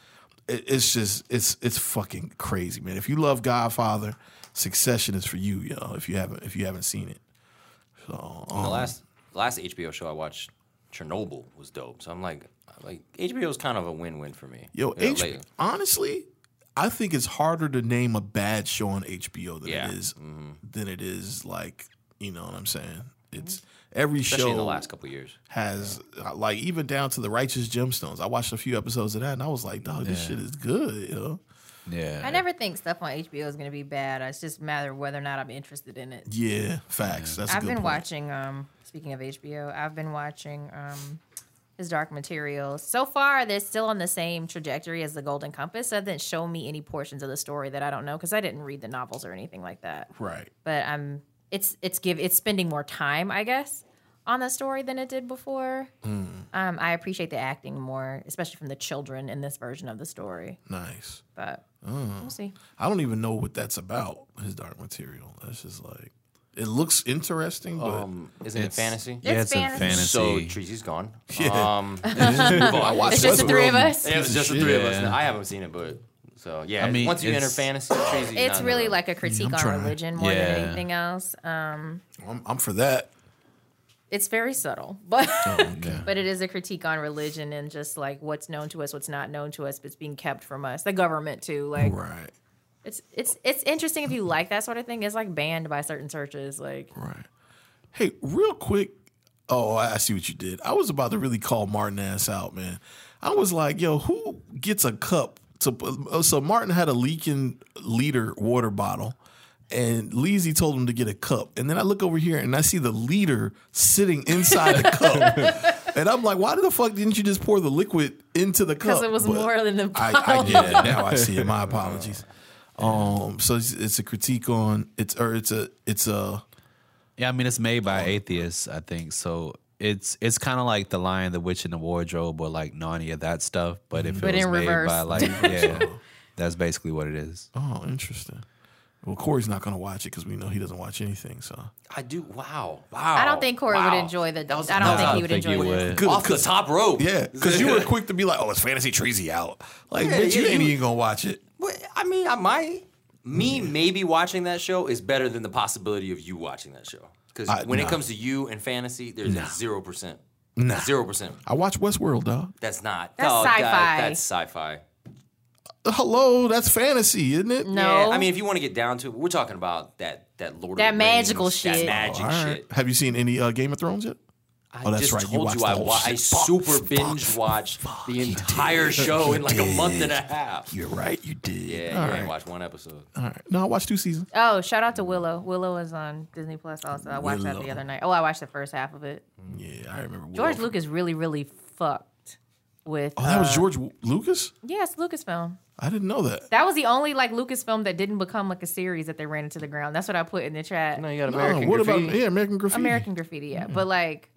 Speaker 2: it- it's just it's it's fucking crazy, man. If you love Godfather, Succession is for you, yo. If you haven't if you haven't seen it, so um,
Speaker 3: The last last HBO show I watched Chernobyl was dope. So I'm like, like HBO is kind of a win-win for me.
Speaker 2: Yo,
Speaker 3: Yeah,
Speaker 2: H-
Speaker 3: like-
Speaker 2: honestly, I think it's harder to name a bad show on HBO than
Speaker 3: Yeah. Mm-hmm.
Speaker 2: it is- than it is like you know what I'm saying. It's every
Speaker 3: especially
Speaker 2: show
Speaker 3: in the last couple of years.
Speaker 2: has uh, like even down to the Righteous Gemstones. I watched a few episodes of that and I was like, dog, this shit is good. You know?
Speaker 4: Yeah.
Speaker 5: I never think stuff on HBO is going to be bad. It's just a matter of whether or not I'm interested in it.
Speaker 2: Yeah, facts. That's a
Speaker 5: I've
Speaker 2: good
Speaker 5: been
Speaker 2: point.
Speaker 5: watching. Um, speaking of HBO, I've been watching um, his Dark Materials. So far, they're still on the same trajectory as the Golden Compass. So it didn't show me any portions of the story that I don't know because I didn't read the novels or anything like that.
Speaker 2: Right.
Speaker 5: But um, it's it's give it's spending more time, I guess, on the story than it did before.
Speaker 2: Hmm.
Speaker 5: Um, I appreciate the acting more, especially from the children in this version of the story.
Speaker 2: Nice.
Speaker 5: But
Speaker 2: Hmm.
Speaker 5: we'll see.
Speaker 2: I don't even know what that's about. His dark material. That's just like it looks interesting, but
Speaker 3: Um, isn't it
Speaker 4: It's-
Speaker 3: fantasy?
Speaker 4: Yeah,
Speaker 5: It's
Speaker 4: it's, a
Speaker 5: fantasy.
Speaker 4: fantasy.
Speaker 3: So Treasy's gone. Um,
Speaker 2: I watched
Speaker 5: It's just the three of
Speaker 2: Westworld.
Speaker 5: us.
Speaker 3: it was just the
Speaker 2: Shit.
Speaker 3: three of us.
Speaker 4: Yeah.
Speaker 3: Now, I haven't seen it, but so yeah.
Speaker 4: I mean,
Speaker 3: once you enter
Speaker 4: it's-
Speaker 3: fantasy, Treasy's not
Speaker 5: It's
Speaker 3: in the
Speaker 5: really
Speaker 3: room.
Speaker 5: like a critique on
Speaker 2: trying.
Speaker 5: religion more
Speaker 4: Yeah.
Speaker 5: than anything else. Um,
Speaker 2: I'm, I'm for that.
Speaker 5: it's very subtle, but
Speaker 2: Oh,
Speaker 4: Yeah.
Speaker 5: but it is a critique on religion and just like what's known to us, what's not known to us, but it's being kept from us. The government too, like
Speaker 2: Right.
Speaker 5: it's it's it's interesting if you like that sort of thing. It's like banned by certain churches, like
Speaker 2: Right. Hey, real quick. Oh, I I see what you did. I was about to really call Martin ass out, man. I was like, yo, who gets a cup to? oh, So Martin had a leaking liter water bottle, and Leezy told him to get a cup. And then I look over here and I see the liter sitting inside the cup, and I'm like, why the fuck didn't you just pour the liquid into the cup?
Speaker 5: because it was
Speaker 2: But-
Speaker 5: more than the
Speaker 2: I, I get it now. I see it. My apologies. Um, so it's, it's a critique on it's or it's a it's a
Speaker 4: Yeah, I mean it's made by atheists, I think. So it's it's kind of like The Lion, The Witch, and the Wardrobe, or like Narnia, that stuff. But if
Speaker 5: Mm-hmm. But
Speaker 4: it was
Speaker 5: in
Speaker 4: made by
Speaker 5: reverse.
Speaker 4: like yeah, that's basically what it is.
Speaker 2: oh interesting. Well, Corey's not gonna watch it because we know he doesn't watch anything. So
Speaker 3: I do. Wow. Wow.
Speaker 2: Oh,
Speaker 5: I don't think Corey would enjoy the.
Speaker 3: That was-
Speaker 5: I don't
Speaker 3: no,
Speaker 5: think
Speaker 3: I
Speaker 5: he would
Speaker 4: think he
Speaker 5: enjoy this.
Speaker 4: would.
Speaker 2: Good,
Speaker 3: off the
Speaker 2: 'cause-
Speaker 3: top rope.
Speaker 2: yeah, because you were quick to be like, oh, it's fantasy treasy out. Like,
Speaker 3: Yeah,
Speaker 2: bitch, you
Speaker 3: yeah,
Speaker 2: ain't
Speaker 3: you-
Speaker 2: even gonna watch it.
Speaker 3: Well, I mean, I might. Me maybe watching that show is better than the possibility of you watching that show.
Speaker 2: I-
Speaker 3: Because when
Speaker 2: nah.
Speaker 3: it comes to you and fantasy, there's a zero percent.
Speaker 2: Nah.
Speaker 3: Zero percent.
Speaker 2: I watch Westworld, dog.
Speaker 3: That's not.
Speaker 5: That's
Speaker 3: that-
Speaker 5: sci-fi.
Speaker 3: that's sci-fi.
Speaker 2: Uh, Hello, that's fantasy, isn't it?
Speaker 5: No,
Speaker 3: I mean, if you want to get down to, it, we're talking about that that Lord.
Speaker 5: Oh. That
Speaker 3: of the
Speaker 5: magical
Speaker 3: Rings,
Speaker 5: shit.
Speaker 3: That magic
Speaker 2: All right.
Speaker 3: shit.
Speaker 2: Have you seen any uh, Game of Thrones yet?
Speaker 3: I
Speaker 2: Oh, that's
Speaker 3: just
Speaker 2: right. You
Speaker 3: told
Speaker 2: watched
Speaker 3: you,
Speaker 2: the
Speaker 3: I,
Speaker 2: whole
Speaker 3: wa- I
Speaker 2: shit. Fuck,
Speaker 3: super
Speaker 2: fuck,
Speaker 3: binge watched the entire show in like a month and a half.
Speaker 2: You're right, you did.
Speaker 3: Yeah,
Speaker 2: All
Speaker 3: you
Speaker 2: right.
Speaker 3: ain't watched one episode.
Speaker 2: All right. No, I watched two seasons.
Speaker 5: oh, shout out to Willow. Willow is on Disney Plus. Also, I watched that the
Speaker 2: Willow.
Speaker 5: other night. Oh, I watched the first half of it.
Speaker 2: Yeah, I remember.
Speaker 5: George
Speaker 2: Willow.
Speaker 5: Lucas really, really fucked with.
Speaker 2: Oh, that was
Speaker 5: uh,
Speaker 2: George W- Lucas.
Speaker 5: Yes, Lucasfilm.
Speaker 2: I didn't know that.
Speaker 5: That was the only like Lucasfilm that didn't become like a series that they ran into the ground. That's what I put in the chat.
Speaker 3: you got
Speaker 2: Oh, what about yeah, American Graffiti?
Speaker 5: American Graffiti, yeah, but like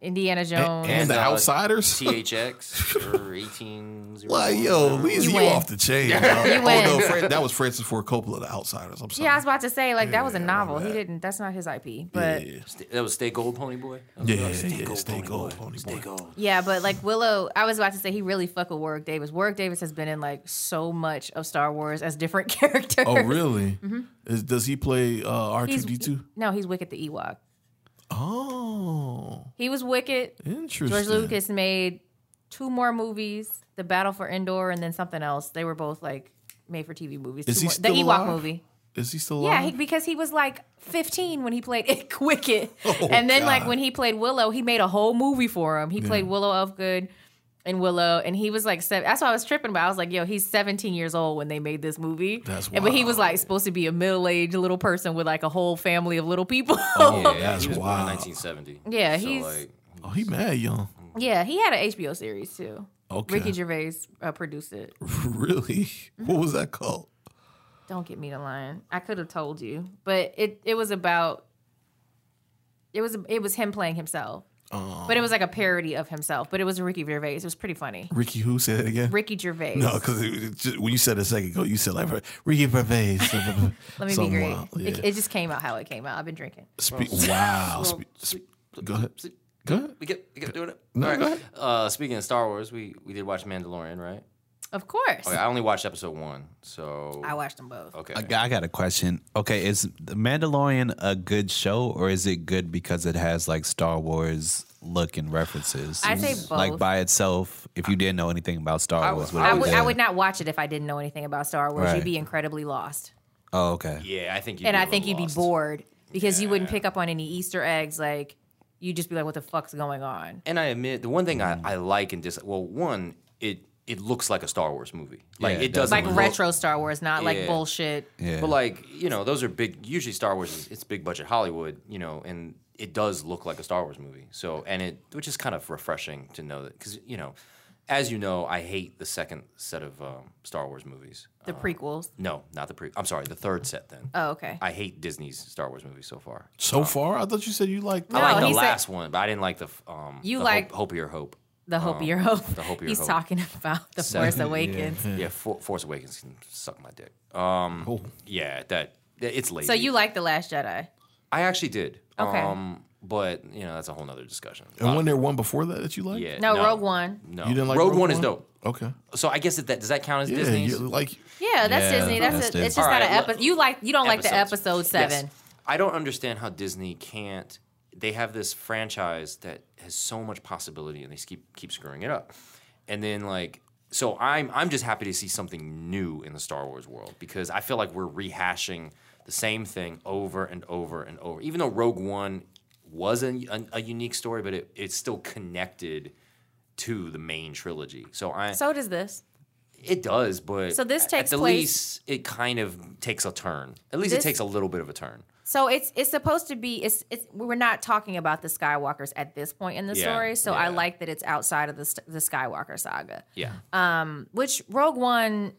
Speaker 5: Indiana
Speaker 2: Mm-hmm. A-
Speaker 5: Jones.
Speaker 2: and, the
Speaker 3: uh,
Speaker 2: Outsiders.
Speaker 3: THX or 18.
Speaker 2: like yo, Lee's
Speaker 5: You
Speaker 2: you,
Speaker 5: win.
Speaker 2: off the chain. dog.
Speaker 5: win.
Speaker 2: Oh no, Fran- that was Francis Ford Coppola, The Outsiders. I'm sorry.
Speaker 5: yeah, I was about to say like that was a
Speaker 2: Yeah, I remember
Speaker 5: novel. He
Speaker 2: that.
Speaker 5: didn't. That's not his IP. But yeah,
Speaker 3: St- That was Stay Gold Pony Boy?
Speaker 2: Yeah,
Speaker 3: Oh,
Speaker 2: yeah,
Speaker 3: Stay
Speaker 2: yeah,
Speaker 3: Gold
Speaker 2: Stay
Speaker 3: Pony
Speaker 2: Gold
Speaker 3: Boy.
Speaker 2: Pony
Speaker 3: Stay
Speaker 2: Boy.
Speaker 3: Gold.
Speaker 5: but like Willow, I was about to say he really fuck with Warwick Davis. Warwick Davis has been in like so much of Star Wars as different characters.
Speaker 2: Oh really? Is, does he play uh, R2D2?
Speaker 5: No, Mm-hmm. he's Wicket the Ewok.
Speaker 2: Oh,
Speaker 5: He was Wicket.
Speaker 2: interesting.
Speaker 5: George Lucas made two more movies: The Battle for Endor and then something else. They were both like made for TV movies.
Speaker 2: Is
Speaker 5: Two
Speaker 2: he
Speaker 5: more-
Speaker 2: still
Speaker 5: the Ewok
Speaker 2: alive? Oh.
Speaker 5: movie.
Speaker 2: Is he still
Speaker 5: Yeah,
Speaker 2: alive?
Speaker 5: he, because he was like 15 when he played Wicked, and then like
Speaker 2: Oh, God.
Speaker 5: when he played Willow, he made a whole movie for him. He played Willow of Good and Willow, and he was like seven. That's what I was tripping about. I was like, yo, he's 17 years old when they made this movie.
Speaker 2: That's
Speaker 5: And- but he was
Speaker 2: wild.
Speaker 5: like supposed to be a middle aged little person with like a whole family of little people.
Speaker 3: Yeah,
Speaker 2: That's
Speaker 3: he was born
Speaker 2: wild.
Speaker 3: in 1970.
Speaker 5: Yeah,
Speaker 3: so
Speaker 5: he's-
Speaker 3: like,
Speaker 2: oh, he mad young.
Speaker 5: yeah, he had an HBO series too.
Speaker 2: Okay.
Speaker 5: Ricky Mm-hmm. Gervais uh, produced it.
Speaker 2: really? What was that called?
Speaker 5: Don't get me to lying. I could have told you, but it it was about it was it was him playing himself. But it was like a parody of himself. But it was Ricky Gervais. It was pretty funny.
Speaker 2: Ricky who said it again?
Speaker 5: Ricky Gervais.
Speaker 2: No, because when you said it a second ago, you said like Ricky Gervais.
Speaker 5: Let me be great. It, it just came out how it came out. I've been drinking.
Speaker 2: Spe- wow. Spe- sp- go ahead. Go ahead.
Speaker 3: we kept, we kept doing it.
Speaker 2: No,
Speaker 3: All right.
Speaker 2: go ahead.
Speaker 3: Uh, speaking of Star Wars, we, we did watch Mandalorian, right?
Speaker 5: Of course.
Speaker 3: Okay, I only watched episode one, so
Speaker 5: I watched them both.
Speaker 3: okay.
Speaker 4: I got, I got a question. Okay, is The Mandalorian a good show or is it good because it has like Star Wars look and references?
Speaker 5: I say both.
Speaker 4: Like by itself, if you didn't know anything about Star
Speaker 3: I
Speaker 4: Wars,
Speaker 3: would-
Speaker 4: it
Speaker 5: I
Speaker 4: be
Speaker 5: would, I
Speaker 4: good?
Speaker 5: would not watch it if I didn't know anything about Star Wars.
Speaker 4: Oh, Right.
Speaker 5: You'd be incredibly lost.
Speaker 4: Oh, okay.
Speaker 3: Yeah, I think you
Speaker 5: and I think you'd be bored because you wouldn't pick up on any Easter eggs. Like, you'd just be like, what the fuck's going on?
Speaker 3: And I admit the one thing I, I like and dislike. Well, one, it it looks like a Star Wars movie. Like
Speaker 4: Yeah, it
Speaker 3: it
Speaker 4: does.
Speaker 3: doesn't
Speaker 5: Like
Speaker 3: look-
Speaker 5: retro Star Wars, not like
Speaker 3: Yeah.
Speaker 5: bullshit.
Speaker 4: Yeah.
Speaker 3: But like you know, those are big. Usually, Star Wars is it's big budget Hollywood. You know, and it does look like a Star Wars movie. So and it which is kind of refreshing to know that because you know, as you know, I hate the second set of um, Star Wars movies.
Speaker 5: The prequels.
Speaker 3: No, not the pre. I'm sorry, the third set. Then
Speaker 5: Oh, okay.
Speaker 3: I hate Disney's Star Wars movies so far.
Speaker 2: So far, I thought you said you liked.
Speaker 5: No,
Speaker 3: I like the
Speaker 5: he said-
Speaker 3: last one, but I didn't like the f- um.
Speaker 5: You
Speaker 3: the
Speaker 5: like-
Speaker 3: Hope, Hope Your Hope.
Speaker 5: The Hope Your Hope.
Speaker 3: um, The Hope Your
Speaker 5: He's
Speaker 3: Hope.
Speaker 5: talking about The
Speaker 3: Seven,
Speaker 5: Force Awakens.
Speaker 3: Yeah, For, Force Awakens can suck my dick. Um,
Speaker 2: Oh.
Speaker 3: yeah, that that- it's late.
Speaker 5: So you like The Last Jedi?
Speaker 3: I actually did.
Speaker 5: Okay.
Speaker 3: Um, but you know that's a whole nother discussion.
Speaker 2: And when there one before that that you liked?
Speaker 3: yeah,
Speaker 5: No, Rogue One.
Speaker 3: No,
Speaker 2: You didn't like
Speaker 3: Rogue, One, is dope.
Speaker 2: Okay.
Speaker 3: So I guess that, that does that count as
Speaker 2: Yeah,
Speaker 3: Disney's?
Speaker 2: you- like
Speaker 5: Yeah, that's
Speaker 4: Yeah,
Speaker 5: Disney. That's,
Speaker 4: that's
Speaker 5: a,
Speaker 4: Disney.
Speaker 5: it's just
Speaker 3: All
Speaker 5: not
Speaker 3: right,
Speaker 5: an episode.
Speaker 3: let-
Speaker 5: You like you don't like the episode
Speaker 3: Episodes.
Speaker 5: seven.
Speaker 3: Yes. I don't understand how Disney can't. They have this franchise that has so much possibility, and they just keep keep screwing it up. And then like, so I'm I'm just happy to see something new in the Star Wars world because I feel like we're rehashing the same thing over and over and over. Even though Rogue One was a, a, a unique story, but it, it's still connected to the main trilogy. So I
Speaker 5: So does this.
Speaker 3: it does, but
Speaker 5: So this takes
Speaker 3: at the
Speaker 5: place-
Speaker 3: least it kind of takes a turn. At least
Speaker 5: This-
Speaker 3: it takes a little bit of a turn.
Speaker 5: So it's it's supposed to be it's it's we're not talking about the Skywalkers at this point in the
Speaker 3: Yeah,
Speaker 5: story. So I
Speaker 3: yeah.
Speaker 5: like that it's outside of the st- the Skywalker saga.
Speaker 3: Yeah.
Speaker 5: which Rogue One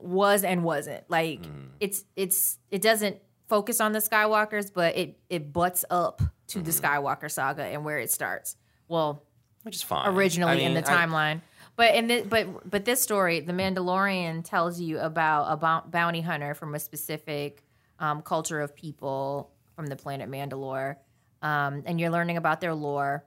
Speaker 5: was and wasn't. Like
Speaker 3: Mm-hmm.
Speaker 5: it's it's it doesn't focus on the Skywalkers, but it it butts up to the
Speaker 3: Mm-hmm.
Speaker 5: Skywalker saga and where it starts. Well,
Speaker 3: which is fine.
Speaker 5: originally
Speaker 3: I mean,
Speaker 5: in the
Speaker 3: I-
Speaker 5: timeline. but in this, but but this story, The Mandalorian tells you about a bou- bounty hunter from a specific um, culture of people from the planet Mandalore, um, and you're learning about their lore.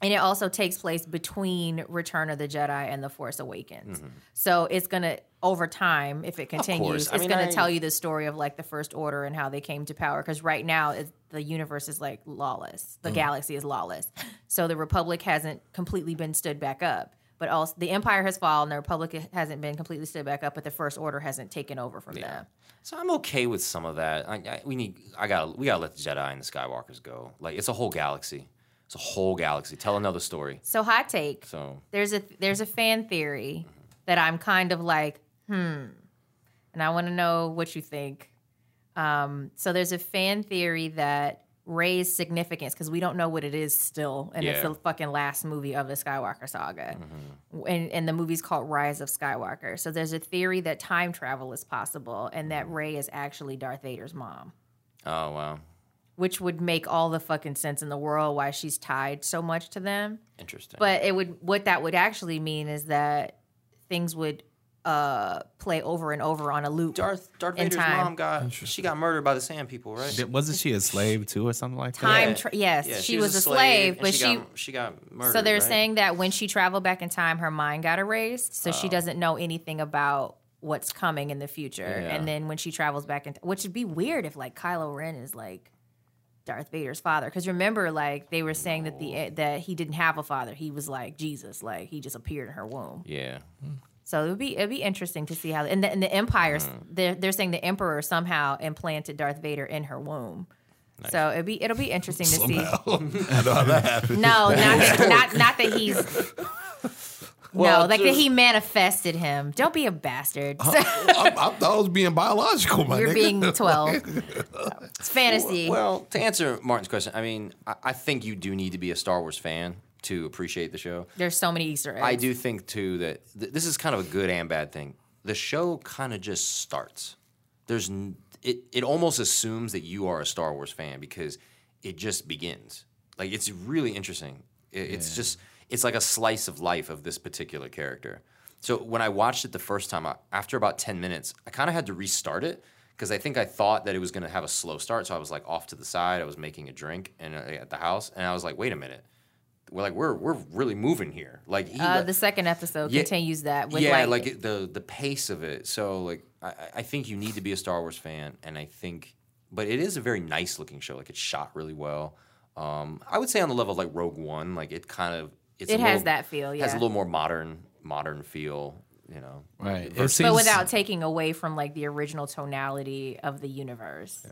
Speaker 5: And it also takes place between Return of the Jedi and The Force Awakens.
Speaker 3: Mm-hmm.
Speaker 5: So it's gonna over time, if it continues,
Speaker 3: I
Speaker 5: it's
Speaker 3: mean,
Speaker 5: gonna
Speaker 3: I-
Speaker 5: tell you the story of like the First Order and how they came to power. Because right now, it's, the universe is like lawless,
Speaker 3: Mm-hmm.
Speaker 5: the galaxy is lawless. So the Republic hasn't completely been stood back up, but also the Empire has fallen. The Republic hasn't been completely stood back up, but the First Order hasn't taken over from them.
Speaker 3: so I'm okay with some of that. I, I, we need. I got. We gotta let the Jedi and the Skywalkers go. Like it's a whole galaxy. It's a whole galaxy. Tell another story.
Speaker 5: So hot take.
Speaker 3: So
Speaker 5: there's a there's a fan theory that I'm kind of like, hmm, and I want to know what you think. Um, so there's a fan theory that Ray's significance because we don't know what it is still, and it's
Speaker 3: Yeah.
Speaker 5: the fucking last movie of the Skywalker saga, and and the movie's called Rise of Skywalker. So there's a theory that time travel is possible, and that Ray is actually Darth Vader's mom
Speaker 3: oh wow,
Speaker 5: which would make all the fucking sense in the world why she's tied so much to them.
Speaker 3: interesting.
Speaker 5: But it would what that would actually mean is that things would uh play over and over on a loop.
Speaker 3: Darth Darth
Speaker 5: in
Speaker 3: Vader's
Speaker 5: time.
Speaker 3: mom got she got murdered by the Sand People, right?
Speaker 4: Th- Wasn't she a slave too or something like
Speaker 5: Time
Speaker 4: that?
Speaker 5: tra- yes,
Speaker 3: Yeah,
Speaker 5: she, was, a slave,
Speaker 3: and
Speaker 5: but she,
Speaker 3: got, she got murdered.
Speaker 5: so they're
Speaker 3: right?
Speaker 5: saying that when she traveled back in time her mind got erased, so
Speaker 3: Oh.
Speaker 5: she doesn't know anything about what's coming in the future.
Speaker 3: Yeah.
Speaker 5: And then when she travels back in which would be weird if like Kylo Ren is like Darth Vader's father. Because remember, like they were saying that
Speaker 3: Oh.
Speaker 5: the that he didn't have a father. He was like Jesus, like he just appeared in her womb.
Speaker 3: Yeah.
Speaker 5: So it would be it'd be interesting to see how and the, and the empires
Speaker 3: Mm.
Speaker 5: they're they're saying the emperor somehow implanted Darth Vader in her womb. So it'd be it'll be interesting to see. No, not that, not not that he's. no,
Speaker 3: Well,
Speaker 5: like that
Speaker 3: just-
Speaker 5: he manifested him. Don't be a bastard.
Speaker 2: I, I thought I was being biological, my
Speaker 5: You're
Speaker 2: nigga.
Speaker 5: being twelve. It's fantasy.
Speaker 3: Well, to answer Martin's question, I mean, I, I think you do need to be a Star Wars fan to appreciate the show.
Speaker 5: There's so many Easter eggs.
Speaker 3: I do think too that th- this is kind of a good and bad thing. The show kind of just starts. There's n- it. It almost assumes that you are a Star Wars fan because it just begins. Like it's really interesting. I- It's just it's like a slice of life of this particular character. So when I watched it the first time, I, after about ten minutes, I kind of had to restart it because I think I thought that it was going to have a slow start. So I was like off to the side. I was making a drink and uh, at the house, and I was like, wait a minute we're like we're we're really moving here. Like he,
Speaker 5: Uh,
Speaker 3: like-
Speaker 5: the second episode
Speaker 3: Yeah.
Speaker 5: continues that with
Speaker 3: yeah,
Speaker 5: like,
Speaker 3: like, it- the the pace of it. So like I, I- I think you need to be a Star Wars fan, and I think, but it is a very nice looking show. Like it's shot really well. Um, I would say on the level of like Rogue One, like it kind of it's a
Speaker 5: It has
Speaker 3: little-
Speaker 5: that feel,
Speaker 3: has a
Speaker 5: yeah.
Speaker 3: little more modern modern feel. You know,
Speaker 4: Right. It
Speaker 3: Versus-
Speaker 5: but without taking away from like the original tonality of the universe.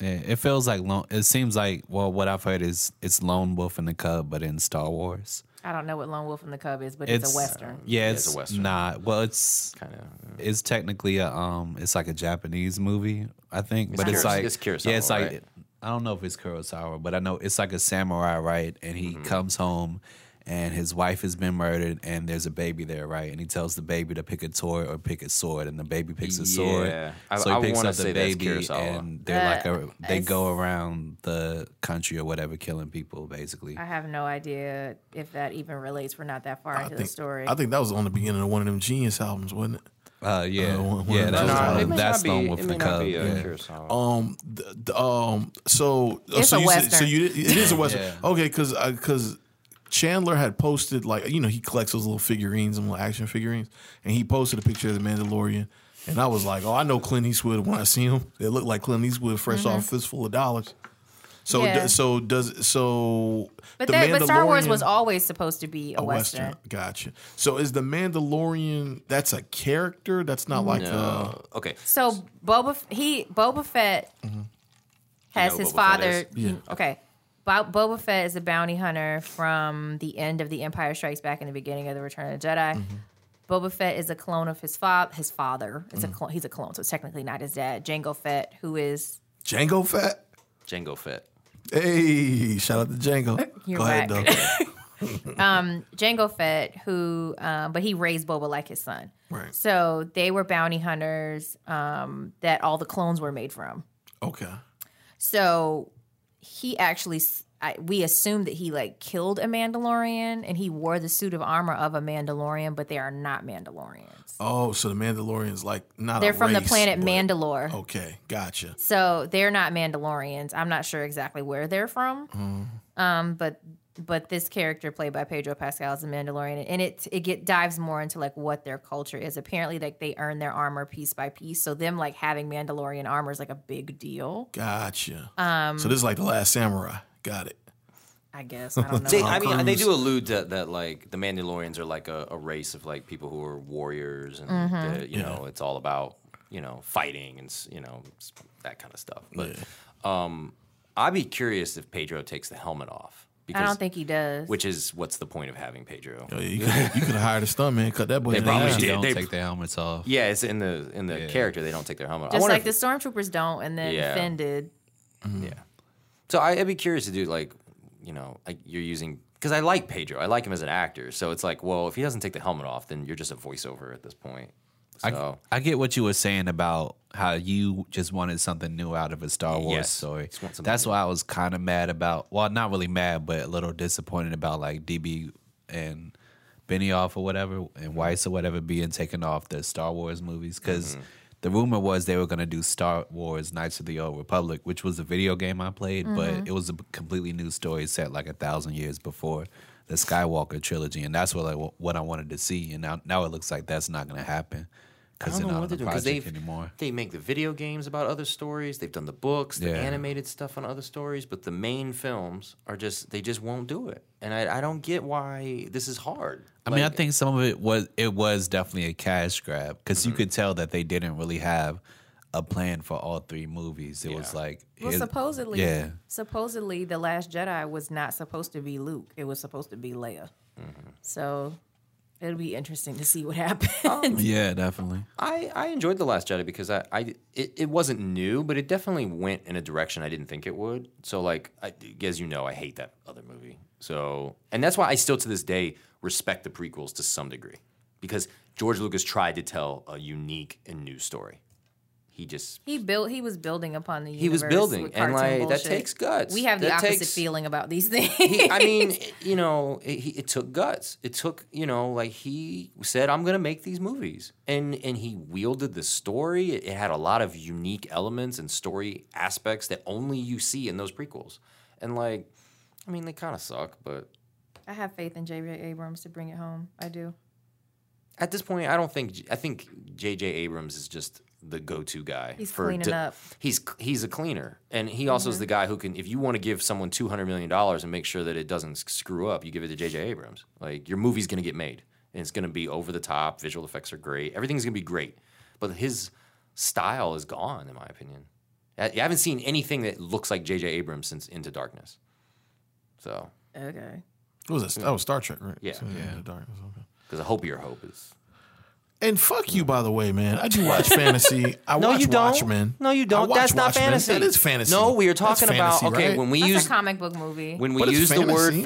Speaker 4: Yeah, it feels like lone. It seems like well, what I've heard is it's Lone Wolf and the Cub, but in Star Wars.
Speaker 5: I don't know what Lone Wolf and the Cub is, but it's, a western.
Speaker 4: Yeah,
Speaker 3: it's
Speaker 4: it's,
Speaker 3: a western.
Speaker 4: Not well. It's
Speaker 3: kind of.
Speaker 4: it's technically a um. It's like a Japanese movie, I think. but
Speaker 3: Kuros-
Speaker 4: it's like
Speaker 3: it's Kurosawa,
Speaker 4: Yeah, it's like
Speaker 3: right?
Speaker 4: I don't know if it's Kurosawa, but I know it's like a samurai, right? And he
Speaker 3: Mm-hmm.
Speaker 4: comes home, and his wife has been murdered, and there's a baby there, right? And he tells the baby to pick a toy or pick a sword, and the baby picks a sword.
Speaker 3: Yeah. I-
Speaker 4: so he
Speaker 3: I
Speaker 4: picks
Speaker 3: wanna
Speaker 4: up the
Speaker 3: say that's
Speaker 4: baby,
Speaker 3: Kurosawa.
Speaker 4: and they're like
Speaker 5: Uh,
Speaker 4: a, they
Speaker 5: it's-
Speaker 4: go around the country or whatever, killing people, basically.
Speaker 5: I have no idea if that even relates. We're not that far into the
Speaker 2: think,
Speaker 5: story.
Speaker 2: I think that was on the beginning of one of them Genius albums, wasn't it?
Speaker 4: Uh, yeah,
Speaker 2: Uh, one- one
Speaker 4: yeah,
Speaker 2: of
Speaker 4: that
Speaker 2: those- No,
Speaker 4: was,
Speaker 2: it
Speaker 4: um, that's Lone Wolf and the Cub. yeah.
Speaker 2: Um, the, the, um, so
Speaker 5: It's
Speaker 2: so
Speaker 5: a
Speaker 2: you said, so
Speaker 5: Western.
Speaker 2: you did- it is a western.
Speaker 4: Yeah.
Speaker 2: Okay, because because Chandler had posted like you know he collects those little figurines and little action figurines, and he posted a picture of the Mandalorian, and I was like, oh, I know Clint Eastwood when I see him. It looked like Clint Eastwood fresh off a fistful of dollars. So
Speaker 5: Mm-hmm. Yeah.
Speaker 2: do- so does so.
Speaker 5: but,
Speaker 2: the
Speaker 5: that, but Star Wars
Speaker 2: Mandalorian-
Speaker 5: was always supposed to be a,
Speaker 2: a
Speaker 5: western.
Speaker 2: Gotcha. So is the Mandalorian? That's a character. That's not like uh, a.
Speaker 3: Okay.
Speaker 5: So Boba F- he Boba Fett has
Speaker 3: know
Speaker 5: his
Speaker 3: Boba Fett
Speaker 5: father.
Speaker 3: is.
Speaker 2: Mm-hmm. Yeah.
Speaker 5: Okay. Bo- Boba Fett is a bounty hunter from the end of The Empire Strikes Back and the beginning of The Return of the Jedi.
Speaker 2: Mm-hmm.
Speaker 5: Boba Fett is a clone of his father. His father is
Speaker 2: Mm-hmm.
Speaker 5: a clone. He's a clone, so it's technically not his dad. Jango Fett, who is
Speaker 2: Django Fat.
Speaker 3: Django Fett.
Speaker 2: Hey, shout out to Django.
Speaker 5: You're
Speaker 2: Go ahead,
Speaker 5: back.
Speaker 2: though.
Speaker 5: Jango um, Fett, who um, but he raised Boba like his son.
Speaker 2: Right.
Speaker 5: So they were bounty hunters um, that all the clones were made from.
Speaker 2: Okay.
Speaker 5: So he actually, s I we assume that he like killed a Mandalorian and he wore the suit of armor of a Mandalorian, but they are not Mandalorians.
Speaker 2: Oh, so the Mandalorian's like not. a
Speaker 5: They're from the
Speaker 2: race,
Speaker 5: planet
Speaker 2: but-
Speaker 5: Mandalore.
Speaker 2: Okay, gotcha.
Speaker 5: So they're not Mandalorians. I'm not sure exactly where they're from. Um, but but this character played by Pedro Pascal is a Mandalorian, and it it get dives more into like what their culture is. Apparently, like they earn their armor piece by piece. So them like having Mandalorian armor is like a big deal.
Speaker 2: Gotcha. Um, so this is like the Last Samurai. Got it.
Speaker 5: I guess I don't know.
Speaker 3: They, I mean, they do allude to that like the Mandalorians are like a, a race of like people who are warriors, and
Speaker 5: Mm-hmm.
Speaker 3: that, you know, it's all about you know fighting and s- you know s- that kind of stuff. But um, I'd be curious if Pedro takes the helmet off because
Speaker 5: I don't think he does.
Speaker 3: which is what's the point of having Pedro?
Speaker 2: Oh, yeah, You could, you could have hired a stuntman, cut that boy. in
Speaker 3: probably
Speaker 2: half.
Speaker 4: They
Speaker 3: did.
Speaker 4: don't
Speaker 3: They-
Speaker 4: take their helmets off.
Speaker 3: Yeah, it's in the in the character they don't take their helmet. off. I
Speaker 5: Just
Speaker 3: wonder
Speaker 5: like
Speaker 3: if-
Speaker 5: the stormtroopers don't, and then
Speaker 3: Yeah.
Speaker 5: Finn did.
Speaker 3: Yeah. So I, I'd be curious to do like, you know, like you're using because I like Pedro. I like him as an actor. So it's like, well, if he doesn't take the helmet off, then you're just a voiceover at this point. So
Speaker 4: I get what you were saying about how you just wanted something new out of a Star Wars
Speaker 3: Yes.
Speaker 4: story.
Speaker 3: Just want something
Speaker 4: That's why I was kind of mad about. Well, not really mad, but a little disappointed about like DB and Benioff or whatever
Speaker 3: Mm-hmm.
Speaker 4: and Weiss or whatever being taken off the Star Wars movies because
Speaker 3: Mm-hmm.
Speaker 4: the rumor was they were going to do Star Wars Knights of the Old Republic, which was a video game I played, but it was a completely new story set like a thousand years before. The Skywalker trilogy, and that's what I, what I wanted to see, and now, now it looks like that's not going to happen
Speaker 3: I
Speaker 4: because
Speaker 3: don't
Speaker 4: they're
Speaker 3: know
Speaker 4: not
Speaker 3: what to
Speaker 4: on the
Speaker 3: do because
Speaker 4: project
Speaker 3: they
Speaker 4: anymore.
Speaker 3: they make the video games about other stories. They've done the books, the
Speaker 4: Yeah.
Speaker 3: animated stuff on other stories, but the main films are just they just won't do it. And I, I don't get why this is hard.
Speaker 4: I mean, I
Speaker 3: Like,
Speaker 4: think some of it was it was definitely a cash grab because you could tell that they didn't really have a plan for all three movies. It was like,
Speaker 5: Well,
Speaker 4: it-
Speaker 5: supposedly,
Speaker 4: yeah.
Speaker 5: supposedly the Last Jedi was not supposed to be Luke. It was supposed to be Leia.
Speaker 3: Mm-hmm.
Speaker 5: So it'll be interesting to see what happens.
Speaker 4: Oh. yeah, definitely.
Speaker 3: I, I enjoyed The Last Jedi because I, I it, it wasn't new, but it definitely went in a direction I didn't think it would. So like I, as you know, I hate that other movie. So and that's why I still to this day respect the prequels to some degree because George Lucas tried to tell a unique and new story. He just
Speaker 5: he built. He was building upon the. Universe
Speaker 3: He was building,
Speaker 5: with
Speaker 3: and,
Speaker 5: cartoon
Speaker 3: like, that
Speaker 5: bullshit.
Speaker 3: takes guts.
Speaker 5: We have the
Speaker 3: That
Speaker 5: opposite
Speaker 3: takes-
Speaker 5: feeling about these things.
Speaker 3: he, I mean, it- you know, it, he, it took guts. It took, you know, like he said, "I'm going to make these movies," and and he wielded the story. It, it had a lot of unique elements and story aspects that only you see in those prequels, and like, I mean, they kind of suck, but
Speaker 5: I have faith in J.J. Abrams to bring it home. I do.
Speaker 3: At this point, I don't think I think J.J. Abrams is just the go-to guy.
Speaker 5: He's cleaning up. Mm-hmm.
Speaker 3: He's he's a cleaner, and he also is the guy who can. If you want to give someone two hundred million dollars and make sure that it doesn't s- screw up, you give it to J.J. Abrams. Like your movie's gonna get made, and it's gonna be over the top. Visual effects are great. Everything's gonna be great, but his style is gone, in my opinion. I, I haven't seen anything that looks like J.J. Abrams since Into Darkness. So
Speaker 5: Okay.
Speaker 2: What was that? That was Star Trek, right?
Speaker 3: Yeah.
Speaker 2: So, yeah. the darkness, okay.
Speaker 3: Because I hope your hope is.
Speaker 2: And fuck you, by the way, man. I do watch fantasy. I
Speaker 3: No,
Speaker 2: watch
Speaker 3: you don't.
Speaker 2: Watchmen.
Speaker 3: No, you
Speaker 2: I
Speaker 3: don't.
Speaker 2: watch
Speaker 3: That's not
Speaker 2: Watchmen.
Speaker 3: fantasy.
Speaker 2: That is fantasy.
Speaker 3: No, we are
Speaker 2: That's
Speaker 3: talking about
Speaker 2: fantasy,
Speaker 3: okay.
Speaker 2: right?
Speaker 3: When we
Speaker 5: That's
Speaker 3: use
Speaker 5: a comic book movie.
Speaker 3: when we
Speaker 2: But it's
Speaker 3: use the word
Speaker 2: fantasy.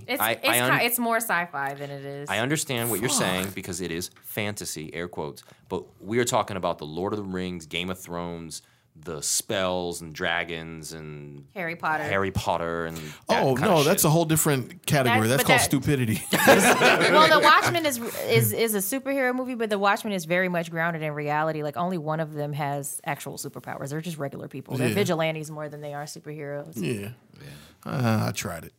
Speaker 3: fantasy,
Speaker 5: it's
Speaker 3: I
Speaker 5: it's,
Speaker 3: I, un-
Speaker 5: ki- it's more sci-fi than it is.
Speaker 3: I understand what you're saying because it is fantasy, air quotes. But we are talking about the Lord of the Rings, Game of Thrones, the spells and dragons and
Speaker 5: Harry Potter.
Speaker 3: Harry Potter and that
Speaker 2: Oh
Speaker 3: kind
Speaker 2: no,
Speaker 3: of
Speaker 2: that's a
Speaker 3: shit.
Speaker 2: whole different category.
Speaker 5: That's-
Speaker 2: That's,
Speaker 5: but
Speaker 2: called
Speaker 5: that-
Speaker 2: stupidity.
Speaker 5: well, The Watchmen is is is a superhero movie, but The Watchmen is very much grounded in reality. Like only one of them has actual superpowers. They're just regular people. They're
Speaker 2: Yeah.
Speaker 5: vigilantes more than they are superheroes.
Speaker 2: yeah. Uh, I tried it.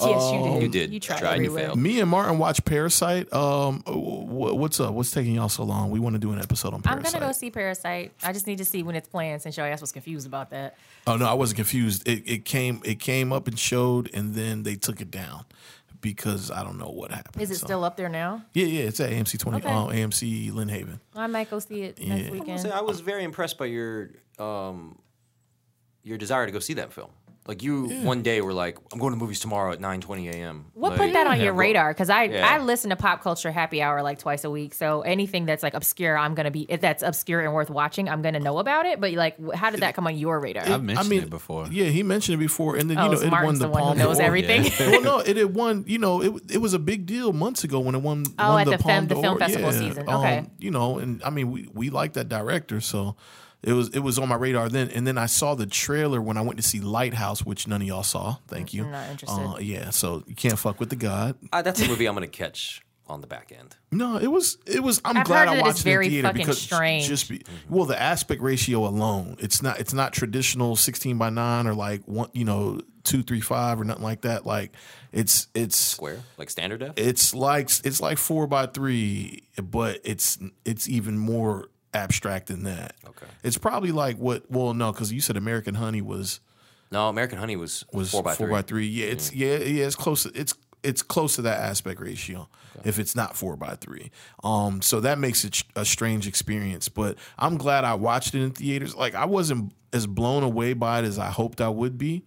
Speaker 5: Yes,
Speaker 2: Oh.
Speaker 5: you did.
Speaker 3: you did
Speaker 5: You tried
Speaker 3: try and you
Speaker 5: everywhere.
Speaker 3: failed.
Speaker 2: Me and Martin watch Parasite. Um, wh- what's up? What's taking y'all so long? We want to do an episode on
Speaker 5: I'm
Speaker 2: Parasite.
Speaker 5: gonna go see Parasite. I just need to see when it's playing since your ass was confused about that.
Speaker 2: Oh no, I wasn't confused. It it came it came up and showed, and then they took it down because I don't know what happened.
Speaker 5: Is it
Speaker 2: So-
Speaker 5: still up there now?
Speaker 2: Yeah, yeah. It's at AMC twenty.
Speaker 5: Okay.
Speaker 2: Um, AMC Lynn Haven.
Speaker 5: I might go see it next
Speaker 2: Yeah.
Speaker 5: weekend.
Speaker 3: I was very impressed by your um, your desire to go see that film. Like you, one day were like, "I'm going to movies tomorrow at 9:20 a.m."
Speaker 5: What put that on your radar? Because I
Speaker 3: Yeah.
Speaker 5: I listen to pop culture happy hour like twice a week. So anything that's like obscure, I'm gonna be if that's obscure and worth watching, I'm gonna know about it. But like, wh- how did that come on your radar?
Speaker 4: I've mentioned it before.
Speaker 2: Yeah, he mentioned it before, and then
Speaker 5: oh,
Speaker 2: you know
Speaker 5: so
Speaker 2: it won
Speaker 5: Martin's
Speaker 2: the,
Speaker 5: the, one
Speaker 2: Palm
Speaker 5: who knows
Speaker 2: d'Or.
Speaker 5: everything.
Speaker 2: well, no, it had won. You know, it it was a big deal months ago when it won.
Speaker 5: Oh,
Speaker 2: won
Speaker 5: at
Speaker 2: the,
Speaker 5: the fem-
Speaker 2: Palme
Speaker 5: the film
Speaker 2: d'Or.
Speaker 5: festival
Speaker 2: Yeah, um,
Speaker 5: season. Okay.
Speaker 2: you know, and I mean, we we like that director, so it was it was on my radar then. And then I saw the trailer when I went to see Lighthouse, which none of y'all saw. Thank you.
Speaker 5: Mm, not interested.
Speaker 2: Uh, yeah, so you can't fuck with the god.
Speaker 3: Uh, that's a movie I'm going to catch on the back end.
Speaker 2: No, it was it was. I'm
Speaker 5: I've
Speaker 2: glad
Speaker 5: heard that
Speaker 2: I
Speaker 5: it's
Speaker 2: watched it
Speaker 5: very
Speaker 2: in theater
Speaker 5: fucking
Speaker 2: because
Speaker 5: strange.
Speaker 2: just be, well, the aspect ratio alone, it's not it's not traditional sixteen by nine or like one, you know, two three five or nothing like that. Like it's it's
Speaker 3: Square, like standard def.
Speaker 2: it's like it's like four by three, but it's it's even more abstract than that. Okay, it's probably like what? Well, no, because you said American Honey was
Speaker 3: No, American Honey was,
Speaker 2: was
Speaker 3: four by three. Mm.
Speaker 2: Yeah, it's yeah yeah it's close. To, it's it's close to that aspect ratio. If it's not four by three, um, so that makes it sh- a strange experience. But I'm glad I watched it in theaters. Like I wasn't as blown away by it as I hoped I would be.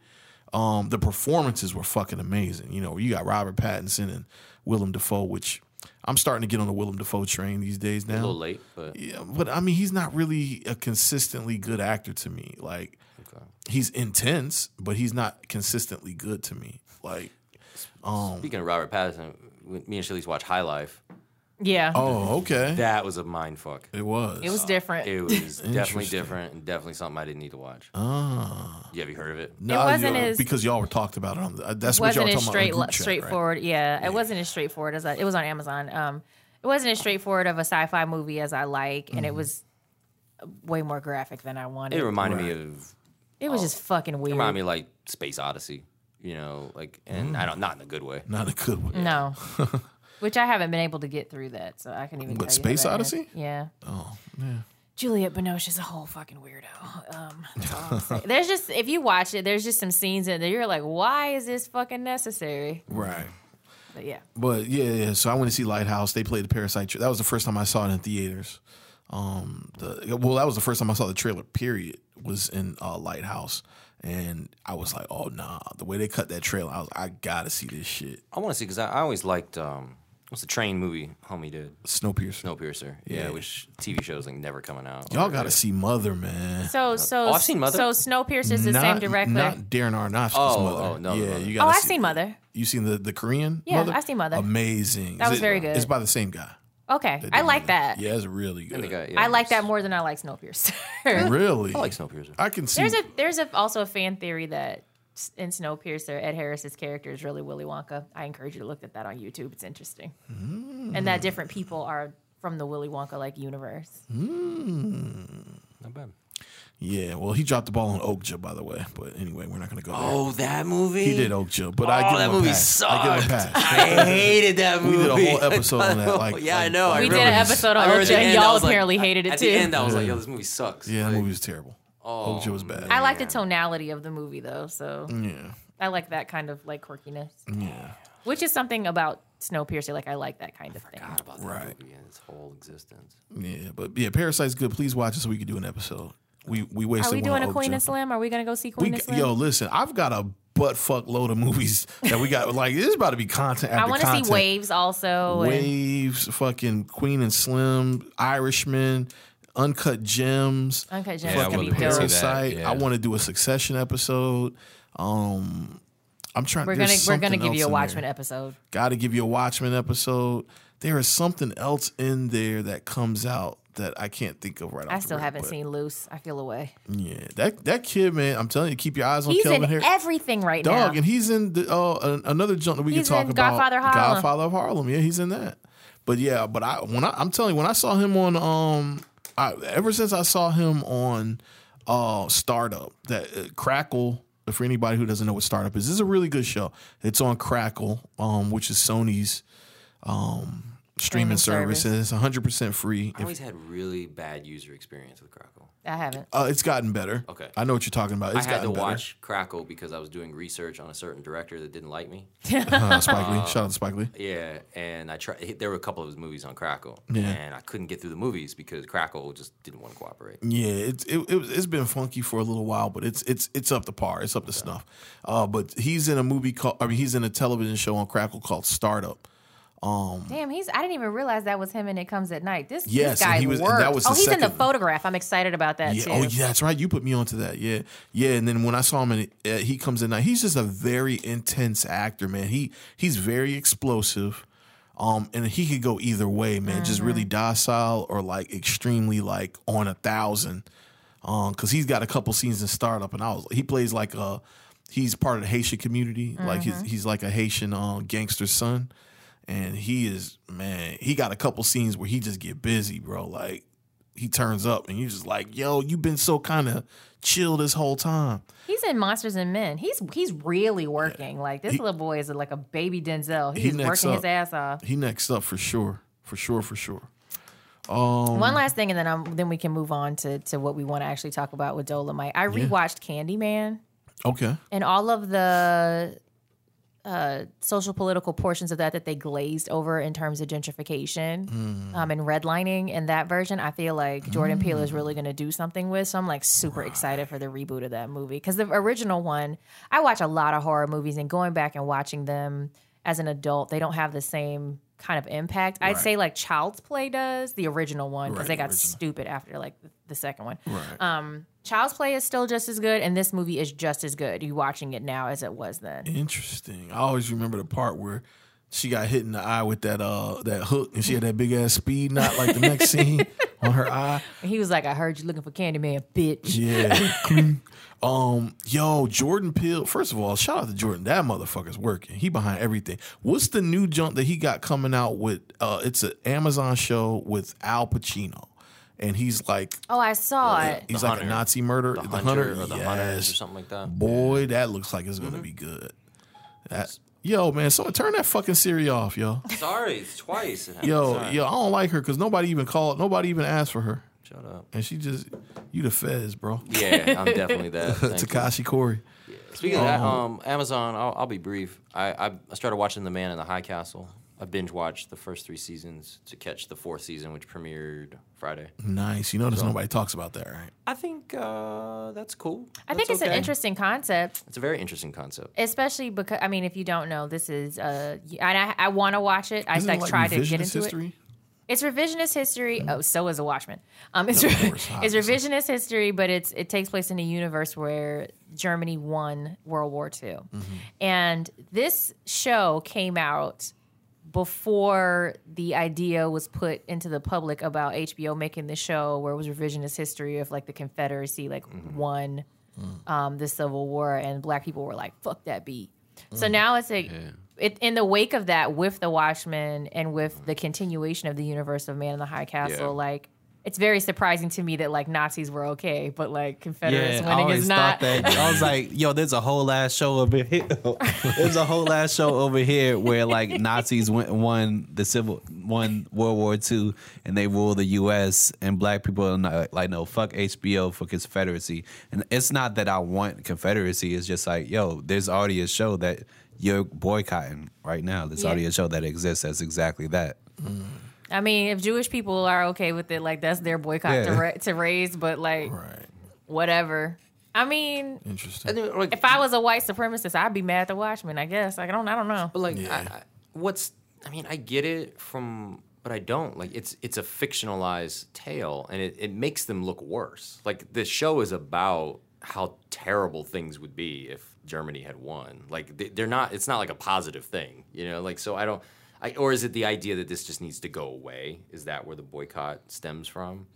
Speaker 2: Um, the performances were fucking amazing. You know, you got Robert Pattinson and Willem Dafoe, which I'm starting to get on the Willem Dafoe train these days now.
Speaker 3: a little late, but
Speaker 2: Yeah, but I mean, he's not really a consistently good actor to me. Like, he's intense, but he's not consistently good to me. Like,
Speaker 3: speaking of Robert Pattinson, when me and Shelley's watch High Life.
Speaker 5: yeah,
Speaker 2: oh, okay,
Speaker 3: That was a mind fuck.
Speaker 2: it was.
Speaker 5: it was different.
Speaker 3: It was definitely different and definitely something I didn't need to watch.
Speaker 2: Ah.
Speaker 3: yeah, have you heard of it?
Speaker 2: No,
Speaker 5: it wasn't
Speaker 2: you-
Speaker 5: as-
Speaker 2: because y'all were talked about it. On the, uh, that's what y'all
Speaker 5: wasn't
Speaker 2: were
Speaker 5: as
Speaker 2: talking
Speaker 5: straight
Speaker 2: about. on the group chat, right?
Speaker 5: straightforward. Yeah, it wasn't as straightforward as I, it was on Amazon. Um, it wasn't as straightforward of a sci-fi movie as I like, and
Speaker 2: Mm-hmm.
Speaker 5: it was way more graphic than I wanted.
Speaker 3: It
Speaker 5: It,
Speaker 3: reminded me of
Speaker 5: was
Speaker 2: oh,
Speaker 5: just fucking weird.
Speaker 3: reminded me of, like Space Odyssey, you know, like and I don't not in a good way.
Speaker 2: Not a good one.
Speaker 5: No. Which I haven't been able to get through that, so I can even. tell you
Speaker 2: What,
Speaker 5: how
Speaker 2: Space
Speaker 5: that
Speaker 2: Odyssey?
Speaker 5: ends. Yeah. Oh yeah. Juliette Binoche is a whole fucking weirdo. Um, that's all I'm saying. there's just if you watch it, there's just some scenes in there you're like, why is this fucking necessary?
Speaker 2: Right.
Speaker 5: But yeah,
Speaker 2: But yeah, yeah. So I went to see Lighthouse. They played the Parasite. Tra- that was the first time I saw it in theaters. Um, the, well, that was the first time I saw the trailer. Period was in uh, Lighthouse, and I was like, oh nah, the way they cut that trailer, I was, I gotta see this shit.
Speaker 3: I want to see because I, I always liked um, what's the train movie homie did
Speaker 2: Snowpiercer.
Speaker 3: Snowpiercer. Yeah, which TV shows like never coming out.
Speaker 2: Y'all gotta see Mother, man.
Speaker 5: So so
Speaker 3: Oh, I've seen Mother.
Speaker 5: So Snowpiercer is the same director.
Speaker 2: Not Darren Aronofsky's
Speaker 3: Oh,
Speaker 2: mother.
Speaker 3: oh, no, no,
Speaker 2: yeah,
Speaker 3: no, no.
Speaker 2: you
Speaker 5: oh,
Speaker 2: gotta
Speaker 5: I've
Speaker 2: see-
Speaker 5: seen Mother.
Speaker 2: You seen the the Korean?
Speaker 5: Yeah,
Speaker 2: mother?
Speaker 5: I've seen Mother.
Speaker 2: Amazing.
Speaker 5: That
Speaker 2: Is
Speaker 5: was
Speaker 2: it-
Speaker 5: very good.
Speaker 2: It's by the same guy.
Speaker 5: Okay, I like that.
Speaker 2: Yeah, it's really
Speaker 3: I
Speaker 2: good.
Speaker 3: think I- yeah,
Speaker 5: I like that more than I like Snowpiercer.
Speaker 2: Really,
Speaker 3: I like Snowpiercer.
Speaker 2: I can see.
Speaker 5: There's a there's a, also a fan theory that s- in Snowpiercer, Ed Harris's character is really Willy Wonka. I encourage you to look at that on YouTube. It's interesting, and that different people are from the Willy Wonka like universe.
Speaker 3: Not bad.
Speaker 2: Yeah, well, he dropped the ball on Oakja, by the way. But anyway, we're not gonna go there.
Speaker 3: Oh, that movie.
Speaker 2: he did Oakja, but I
Speaker 3: Oh,
Speaker 2: give
Speaker 3: that
Speaker 2: him a
Speaker 3: movie
Speaker 2: pass.
Speaker 3: sucked.
Speaker 2: I give him a pass.
Speaker 3: I hated that
Speaker 2: We
Speaker 3: movie.
Speaker 2: did a whole episode on that, like-
Speaker 3: yeah, I
Speaker 2: like-
Speaker 3: know. I
Speaker 5: We did
Speaker 3: remember
Speaker 5: an
Speaker 3: this.
Speaker 5: episode on
Speaker 3: I remember
Speaker 5: Oakja,
Speaker 3: the
Speaker 5: and
Speaker 3: end, I
Speaker 5: y'all
Speaker 3: was like-
Speaker 5: apparently hated it
Speaker 3: at
Speaker 5: too.
Speaker 3: the end, I was like, "Yo, this movie sucks."
Speaker 2: Yeah, that
Speaker 3: Like,
Speaker 2: movie was terrible.
Speaker 3: Oh,
Speaker 2: Oakja was bad.
Speaker 5: I like the tonality of the movie though, so
Speaker 2: yeah,
Speaker 5: I like that kind of like quirkiness,
Speaker 2: yeah,
Speaker 5: which is something about Snowpiercer. Like I like that kind of thing.
Speaker 3: God about that
Speaker 2: Right.
Speaker 3: movie and its whole existence.
Speaker 2: yeah. But yeah, Parasite's good. Please watch it so we can do an episode. We we
Speaker 5: Are
Speaker 2: wasted.
Speaker 5: we
Speaker 2: one
Speaker 5: doing
Speaker 2: on
Speaker 5: a Queen
Speaker 2: Oakja.
Speaker 5: and Slim? Are we gonna go see
Speaker 2: We,
Speaker 5: Queen and Slim?
Speaker 2: yo, listen, I've got a butt fuck load of movies that we got. like this is about to be content. After
Speaker 5: I want to
Speaker 2: content.
Speaker 5: see Waves also. and
Speaker 2: Waves, fucking Queen and Slim, Irishman, Uncut Gems,
Speaker 5: Uncut Gems
Speaker 4: Yeah, I
Speaker 5: is gonna
Speaker 2: fucking
Speaker 5: be
Speaker 4: would love to
Speaker 5: dope.
Speaker 4: see that.
Speaker 2: Parasite.
Speaker 4: yeah.
Speaker 2: I want to do a Succession episode. Um, I'm trying.
Speaker 5: We're
Speaker 2: there's
Speaker 5: gonna we're gonna
Speaker 2: something
Speaker 5: give you
Speaker 2: else
Speaker 5: a
Speaker 2: in
Speaker 5: Watchmen
Speaker 2: There.
Speaker 5: episode.
Speaker 2: Got to give you a Watchmen episode. There is something else in there that comes out that I can't think of right off.
Speaker 5: I
Speaker 2: the
Speaker 5: still
Speaker 2: rip,
Speaker 5: haven't
Speaker 2: but
Speaker 5: seen Loose. I feel away.
Speaker 2: Yeah, that that kid, man. I'm telling you, keep your eyes on
Speaker 5: He's
Speaker 2: Kelvin
Speaker 5: in
Speaker 2: here.
Speaker 5: everything right
Speaker 2: Dog,
Speaker 5: now.
Speaker 2: and he's in the, uh, an- another junk that we
Speaker 5: He's
Speaker 2: could talk
Speaker 5: in
Speaker 2: about.
Speaker 5: Godfather Harlem.
Speaker 2: Godfather of Harlem. Yeah, he's in that. But yeah, but I when I, I'm telling you, when I saw him on um, I, ever since I saw him on uh Startup that uh, Crackle. For anybody who doesn't know what Startup is, this is a really good show. It's on Crackle, um, which is Sony's um
Speaker 5: Streaming
Speaker 2: streaming
Speaker 5: service.
Speaker 2: service, and it's 100 percent free.
Speaker 3: I always had really bad user experience with Crackle.
Speaker 5: I haven't.
Speaker 2: Uh, it's gotten better.
Speaker 3: Oh, Okay.
Speaker 2: I know what you're talking about. It's
Speaker 3: I had to
Speaker 2: gotten better.
Speaker 3: watch Crackle because I was doing research on a certain director that didn't like me.
Speaker 2: Uh, Spike Lee. Shout out to Spike Lee.
Speaker 3: Yeah, and I tried. There were a couple of his movies on Crackle,
Speaker 2: Yeah.
Speaker 3: and I couldn't get through the movies because Crackle just didn't want to cooperate.
Speaker 2: Yeah, it's it, it was, it's been funky for a little while, but it's it's it's up to par. It's up to snuff. Uh, but he's in a movie called I mean he's in a television show on Crackle called Startup.
Speaker 5: Damn, he's. I didn't even realize that was him. And it comes at night. This, this
Speaker 2: Yes, and
Speaker 5: guy
Speaker 2: he was- and
Speaker 5: worked.
Speaker 2: that was
Speaker 5: oh,
Speaker 2: the
Speaker 5: he's in the
Speaker 2: second-
Speaker 5: photograph. I'm excited about that
Speaker 2: Yeah,
Speaker 5: too.
Speaker 2: oh yeah, that's right. You put me onto that. Yeah, yeah. And then when I saw him, in, uh, he comes in. Now he's just a very intense actor, man. He he's very explosive, um, and he could go either way, man. Just
Speaker 5: Mm-hmm.
Speaker 2: really docile or like extremely like on a thousand, um, because he's got a couple scenes in Startup, and I was he plays like a he's part of the Haitian community, like he's
Speaker 5: Mm-hmm.
Speaker 2: he's like a Haitian uh, gangster son. And he is man. He got a couple scenes where he just get busy, bro. Like he turns up and you just like, yo, you've been so kind of chill this whole time.
Speaker 5: He's in Monsters and Men. He's he's really working. Like this
Speaker 2: He-
Speaker 5: little boy is like a baby Denzel.
Speaker 2: he
Speaker 5: He's
Speaker 2: necks
Speaker 5: working his
Speaker 2: up.
Speaker 5: ass off.
Speaker 2: He next up for sure, for sure, for sure. Um, Mm.
Speaker 5: One last thing, and then I'm, then we can move on to to what we want to actually talk about with Dolomite. I rewatched Candyman
Speaker 2: Okay,
Speaker 5: and all of the uh, social political portions of that that they glazed over in terms of gentrification
Speaker 2: Hmm.
Speaker 5: um, and redlining in that version. I feel like Jordan Peele is really going to do something with. So I'm like super excited for the reboot of that movie because the original one. I watch a lot of horror movies and going back and watching them as an adult, they don't have the same kind of impact. I'd say like Child's Play does the original one because they
Speaker 2: Right,
Speaker 5: got
Speaker 2: original.
Speaker 5: stupid after like the, the second one. Um, Child's Play is still just as good, and this movie is just as good. You watching it now as it was then.
Speaker 2: interesting. I always remember the part where she got hit in the eye with that uh that hook, and she had that big ass speed knot like the next scene on her eye.
Speaker 5: And he was like, "I heard you looking for Candyman, bitch."
Speaker 2: Yeah. Cling. um, yo, Jordan Peele. First of all, shout out to Jordan. That motherfucker's working. He behind everything. What's the new junk that he got coming out with? Uh, it's an Amazon show with Al Pacino, and he's like
Speaker 5: Oh, I saw it.
Speaker 2: he's
Speaker 3: The
Speaker 2: like
Speaker 3: Hunter.
Speaker 2: a Nazi murderer, the,
Speaker 3: The,
Speaker 2: hunter,
Speaker 3: Hunter, or the
Speaker 2: yes.
Speaker 3: Hunters or something Mm-hmm. like that.
Speaker 2: Boy, that looks like it's gonna be good. That, yo, man, so turn that fucking Siri off, yo.
Speaker 3: Sorry, it's twice. It happened.
Speaker 2: Yo,
Speaker 3: Sorry.
Speaker 2: yo, I don't like her because nobody even called, nobody even asked for her,
Speaker 3: Shut up.
Speaker 2: and she just, you the Fez, bro.
Speaker 3: Yeah, I'm definitely that. Thank you.
Speaker 2: Takashi Corey.
Speaker 3: Speaking of that, um, Amazon, I'll, I'll be brief. I, I, I started watching The Man in the High Castle. I binge watched the first three seasons to catch the fourth season, which premiered Friday.
Speaker 2: Nice. You notice nobody talks about that, right?
Speaker 3: I think uh, that's cool.
Speaker 5: I think it's
Speaker 3: That's
Speaker 5: an
Speaker 3: okay.
Speaker 5: interesting concept,
Speaker 3: It's a very interesting concept.
Speaker 5: especially because I mean, if you don't know, this is uh, y- and I, I want to watch it. I
Speaker 2: Isn't it
Speaker 5: like, try to
Speaker 2: revisionist
Speaker 5: get into it.
Speaker 2: history?
Speaker 5: It's revisionist history. Oh, so is a Watchman. Um, it's,
Speaker 2: Mm-hmm. course,
Speaker 5: it's
Speaker 2: obviously.
Speaker 5: revisionist history, but it's it takes place in a universe where Germany won World War II,
Speaker 2: Mm-hmm.
Speaker 5: and this show came out before the idea was put into the public about HBO making the show where it was revisionist history of like the Confederacy like
Speaker 2: Mm-hmm.
Speaker 5: won um, the Civil War and black people were like fuck that beat.
Speaker 4: Mm.
Speaker 5: So now it's a it, in the wake of that with the Watchmen and with the continuation of the universe of Man in the High Castle
Speaker 3: Yeah.
Speaker 5: like it's very surprising to me that like Nazis were okay, but like Confederates
Speaker 4: Yeah, I
Speaker 5: winning
Speaker 4: always
Speaker 5: is not.
Speaker 4: thought that. I was like, yo, there's a whole ass show over here. there's a whole ass show over here where like Nazis went, won the civil, won World War II, and they ruled the U.S. and black people are not, like, no, fuck HBO for Confederacy. And it's not that I want Confederacy. It's just like, yo, there's already a show that you're boycotting right now. There's
Speaker 5: Yeah.
Speaker 4: already a show that exists that's exactly that.
Speaker 5: I mean, if Jewish people are okay with it, like that's their boycott to,
Speaker 4: Yeah.
Speaker 5: ra- to raise, but like
Speaker 2: Right.
Speaker 5: whatever. I mean,
Speaker 2: Interesting.
Speaker 3: And then, like,
Speaker 5: if I was a white supremacist, I'd be mad at the Watchmen. I guess. Like, I don't. I don't know.
Speaker 3: But like,
Speaker 2: Yeah.
Speaker 3: I, I, what's? I mean, I get it from, but I don't. Like, it's it's a fictionalized tale, and it, it makes them look worse. Like, the show is about how terrible things would be if Germany had won. Like, they, they're not. It's not like a positive thing, you know. Like, so I don't. I, or is it the idea that this just needs to go away? Is that where the boycott stems from?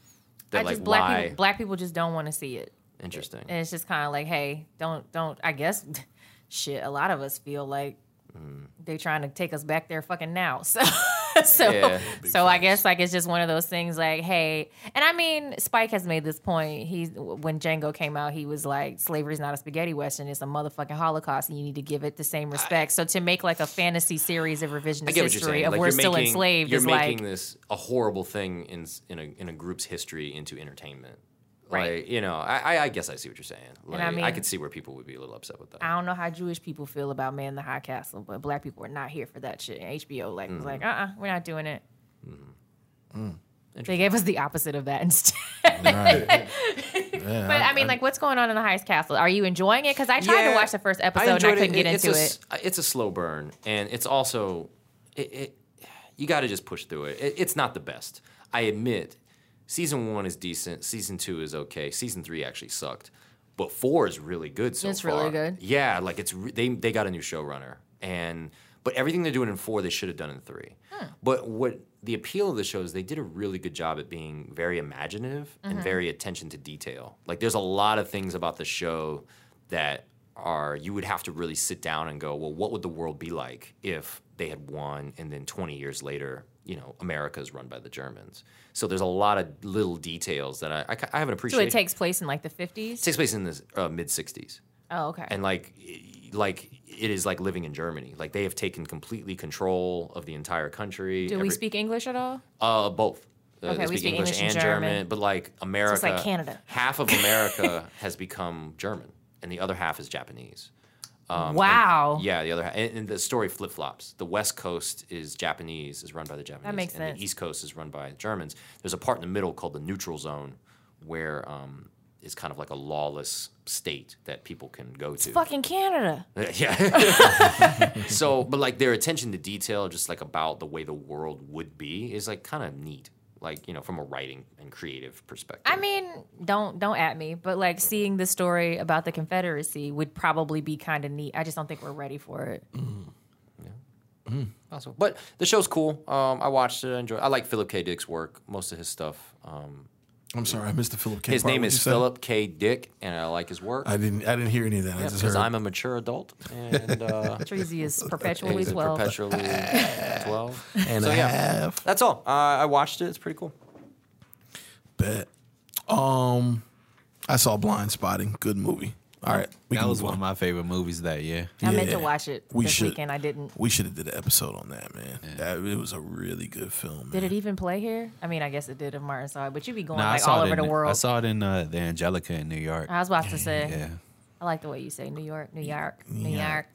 Speaker 3: That
Speaker 5: I
Speaker 3: like
Speaker 5: just black
Speaker 3: why?
Speaker 5: people, black people just don't want to see it.
Speaker 3: Interesting.
Speaker 5: and it's just kind of like, hey, don't, don't. I guess, shit. A lot of us feel like they trying to take us back there, fucking now. So, so,
Speaker 3: Yeah.
Speaker 5: so I guess like it's just one of those things. Like, hey, and I mean, Spike has made this point. He's when Django came out, he was like, slavery's not a spaghetti western; it's a motherfucking Holocaust, and you need to give it the same respect. so to make like a fantasy series of revisionist
Speaker 3: I get what you're
Speaker 5: history
Speaker 3: saying.
Speaker 5: of
Speaker 3: Like,
Speaker 5: we're
Speaker 3: you're
Speaker 5: still
Speaker 3: making,
Speaker 5: enslaved
Speaker 3: You're
Speaker 5: is
Speaker 3: making
Speaker 5: like,
Speaker 3: this a horrible thing in s- in a in a group's history into entertainment.
Speaker 5: Right.
Speaker 3: Like, you know, I, I I guess I see what you're saying. Like,
Speaker 5: I
Speaker 3: I,
Speaker 5: mean-
Speaker 3: could see where people would be a little upset with that.
Speaker 5: I don't know how Jewish people feel about Man in the High Castle, but black people are not here for that shit. And HBO like was like, uh,
Speaker 3: Mm-hmm.
Speaker 5: uh-uh, uh, we are not doing it. They gave us the opposite of that instead.
Speaker 2: Right. Yeah,
Speaker 5: But I mean, like, what's going on in the Heist Castle? Are you enjoying it? Because I tried to watch the first episode and I couldn't get
Speaker 3: it's
Speaker 5: into
Speaker 3: a,
Speaker 5: it.
Speaker 3: s- It's a slow burn, and it's also it. it you got to just push through it. it. It's not the best. I admit, season one is decent. Season two is okay. Season three actually sucked, but four is really good so
Speaker 5: It's
Speaker 3: far.
Speaker 5: really good.
Speaker 3: Yeah, like it's re- they they got a new showrunner, and but everything they're doing in four they should have done in three.
Speaker 5: Hmm.
Speaker 3: But what the appeal of the show is they did a really good job at being very imaginative
Speaker 5: Mm-hmm.
Speaker 3: and very attention to detail. Like there's a lot of things about the show that are you would have to really sit down and go, well, what would the world be like if they had won and then 20 years later, you know, America is run by the Germans. So there's a lot of little details that I, I, ca- I have an
Speaker 5: So
Speaker 3: appreciation.
Speaker 5: it takes place in like the
Speaker 3: it
Speaker 5: fifties.
Speaker 3: takes place in the uh, mid 60s
Speaker 5: Oh, okay.
Speaker 3: and like i- like it is like living in Germany. Like they have taken completely control of the entire country.
Speaker 5: Do we
Speaker 3: Every-
Speaker 5: speak English at all?
Speaker 3: Uh, both. Uh,
Speaker 5: Okay,
Speaker 3: they
Speaker 5: we speak English and German.
Speaker 3: but like America,
Speaker 5: like Canada.
Speaker 3: Half of America has become German, and the other half is Japanese. Um, and-
Speaker 5: wow.
Speaker 3: yeah, the other half, and, and the story flip flops. The West Coast is Japanese, is run by the Japanese.
Speaker 5: makes
Speaker 3: and
Speaker 5: sense.
Speaker 3: The East Coast is run by Germans. There's a part in the middle called the neutral zone, where um, it's kind of like a lawless state that people can go to.
Speaker 5: Fucking Canada.
Speaker 3: Yeah. so, but like their attention to detail, just like about the way the world would be, is like kind of neat. Like you know, from a writing and creative perspective.
Speaker 5: I mean, don't don't at me, but like seeing the story about the Confederacy would probably be kind of neat. I just don't think we're ready for it.
Speaker 3: also, but the show's cool. Um, I watched it. I enjoyed. I like Philip K. Dick's work. Most of his stuff. Um,
Speaker 2: I'm sorry, I missed the Philip K.
Speaker 3: his
Speaker 2: part.
Speaker 3: name
Speaker 2: What'd you
Speaker 3: is
Speaker 2: say?
Speaker 3: Philip K. Dick, and I like his work
Speaker 2: I didn't. I didn't hear any of that. I just
Speaker 3: because
Speaker 2: heard.
Speaker 3: I'm a mature adult and uh,
Speaker 5: Treasy is perpetually
Speaker 3: he's
Speaker 5: twelve.
Speaker 3: perpetually twelve.
Speaker 2: and
Speaker 3: so
Speaker 2: a
Speaker 3: yeah.
Speaker 2: half.
Speaker 3: That's all. Uh, I watched it. It's pretty cool.
Speaker 2: Bet. Um, I saw Blind Spotting. Good movie. All right, we
Speaker 4: That
Speaker 2: can
Speaker 4: was
Speaker 2: move
Speaker 4: one of
Speaker 2: on.
Speaker 4: my favorite movies that year.
Speaker 5: I meant to
Speaker 2: Yeah.
Speaker 5: watch it
Speaker 2: We
Speaker 5: this
Speaker 2: should-
Speaker 5: weekend. I didn't.
Speaker 2: We should have did an episode on that, man. That it was a really good film.
Speaker 5: Did it
Speaker 2: man.
Speaker 5: even play here? I mean, I guess it did if Martin saw it, but you'd be going
Speaker 4: Nah, I
Speaker 5: like
Speaker 4: saw
Speaker 5: all
Speaker 4: it
Speaker 5: over
Speaker 4: in-
Speaker 5: the world. Ah,
Speaker 4: I
Speaker 5: I,
Speaker 4: saw it in uh, the Angelica in New York.
Speaker 5: was about to say,
Speaker 4: yeah.
Speaker 5: I like the way you say New York, New York, New York.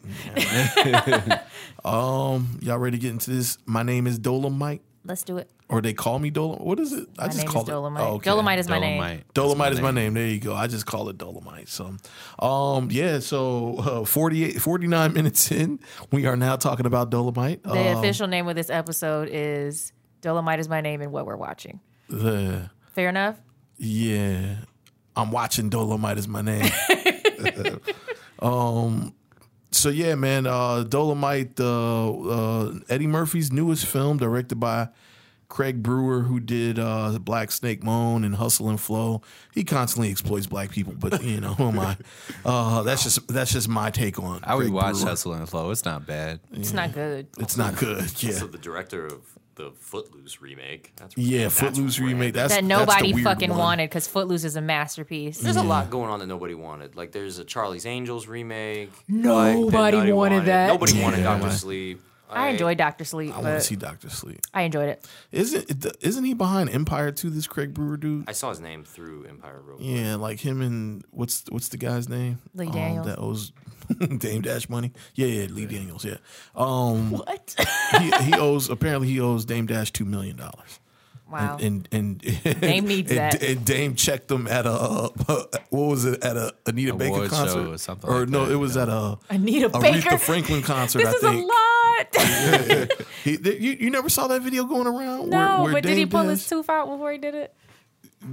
Speaker 2: Um, y'all ready to get into this? My name is Dolomite,
Speaker 5: Let's do it.
Speaker 2: or they call me Dolomite. What is it? I
Speaker 5: My
Speaker 2: just
Speaker 5: name
Speaker 2: call
Speaker 5: is Dolomite.
Speaker 2: it oh, okay.
Speaker 5: Dolomite is my name.
Speaker 4: Dolomite.
Speaker 2: Dolomite is my name. There you go. I just call it Dolomite. So, um, yeah. So, uh, 48, 49 minutes in, we are now talking about Dolomite.
Speaker 5: The
Speaker 2: Uh,
Speaker 5: official name of this episode is Dolomite is my name and what we're watching.
Speaker 2: the-
Speaker 5: Fair enough.
Speaker 2: yeah, I'm watching Dolomite is my name. um, so yeah, man. Uh, Dolomite, uh, uh, Eddie Murphy's newest film, directed by Craig Brewer, who did uh, Black Snake Moan and Hustle and Flow. He constantly exploits black people, but you know, who am I? Uh, that's just that's just my take on.
Speaker 4: I
Speaker 2: Craig
Speaker 4: rewatched
Speaker 2: Brewer.
Speaker 4: Hustle and Flow. It's not bad.
Speaker 5: It's not good.
Speaker 2: It's not good. Yeah.
Speaker 3: So the director of the Footloose remake. That's
Speaker 2: Yeah,
Speaker 3: that's
Speaker 2: Footloose
Speaker 3: random.
Speaker 2: remake. That's
Speaker 5: that
Speaker 2: that's the
Speaker 5: nobody
Speaker 2: weird
Speaker 5: fucking
Speaker 2: one.
Speaker 5: wanted because Footloose is a masterpiece.
Speaker 3: There's a lot going on that nobody wanted. Like there's a Charlie's Angels remake. like, that
Speaker 5: Nobody wanted that.
Speaker 3: Nobody
Speaker 2: Yeah.
Speaker 3: wanted Doctor
Speaker 2: Yeah.
Speaker 3: Sleep.
Speaker 5: I enjoyed Doctor Sleep,
Speaker 2: I want to
Speaker 5: but
Speaker 2: see Doctor Sleep.
Speaker 5: I enjoyed it.
Speaker 2: Isn't it- isn't he behind Empire too? This Craig Brewer dude.
Speaker 3: I saw his name through Empire Road.
Speaker 2: Yeah, like him and what's what's the guy's name?
Speaker 5: Lee
Speaker 2: Um,
Speaker 5: Daniels.
Speaker 2: that owes Dame Dash money. Yeah, yeah, Lee Daniels. Yeah. Um,
Speaker 5: What?
Speaker 2: he, he owes apparently he owes Dame Dash two million dollars.
Speaker 5: Wow.
Speaker 2: And and, and
Speaker 5: Dame needs
Speaker 2: and,
Speaker 5: that.
Speaker 2: And Dame checked him at a what was it at a Anita Baker
Speaker 4: Award show
Speaker 2: concert
Speaker 4: or something like
Speaker 2: no,
Speaker 4: that,
Speaker 2: it was at a
Speaker 5: Anita
Speaker 2: Aretha
Speaker 5: Baker.
Speaker 2: Franklin concert.
Speaker 5: this
Speaker 2: I
Speaker 5: is
Speaker 2: think.
Speaker 5: a lot.
Speaker 2: He, th- you, you never saw that video going around?
Speaker 5: no, but did he
Speaker 2: Dame
Speaker 5: pull
Speaker 2: Dash-
Speaker 5: his tooth out before he did it?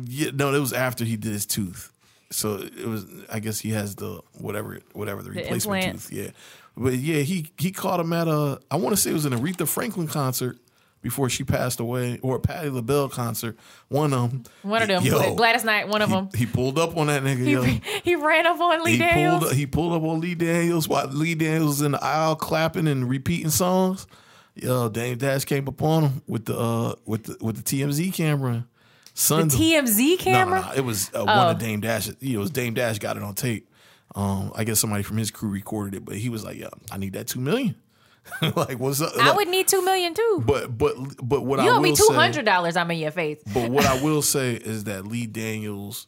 Speaker 2: Yeah, no, it was after he did his tooth. So it was. I guess he has the whatever, whatever the, replacement
Speaker 5: implant.
Speaker 2: tooth. Yeah, but yeah, he he caught him at a. I want to say it was an Aretha Franklin concert before she passed away, or a Patti LaBelle concert. One of them.
Speaker 5: One of them.
Speaker 2: Yo,
Speaker 5: Gladys Knight, one of
Speaker 2: he,
Speaker 5: them.
Speaker 2: He pulled up on that nigga.
Speaker 5: He,
Speaker 2: yo.
Speaker 5: he ran up on Lee
Speaker 2: He
Speaker 5: Daniels.
Speaker 2: pulled. He pulled up on Lee Daniels while Lee Daniels was in the aisle clapping and repeating songs. Yo, Dame Dash came up on him with the uh, with the with the TMZ camera.
Speaker 5: the
Speaker 2: Sons
Speaker 5: TMZ camera. Oh.
Speaker 2: no, no, it was uh, one of Dame Dash. You know, it was Dame Dash got it on tape. Um, I guess somebody from his crew recorded it, but he was like, "Yeah, I need that two million. like, what's up?
Speaker 5: I
Speaker 2: Like,
Speaker 5: would need two million too.
Speaker 2: But but but what
Speaker 5: You
Speaker 2: I
Speaker 5: owe
Speaker 2: will
Speaker 5: me
Speaker 2: say-
Speaker 5: two hundred dollars. I'm in your face.
Speaker 2: but what I will say is that Lee Daniels,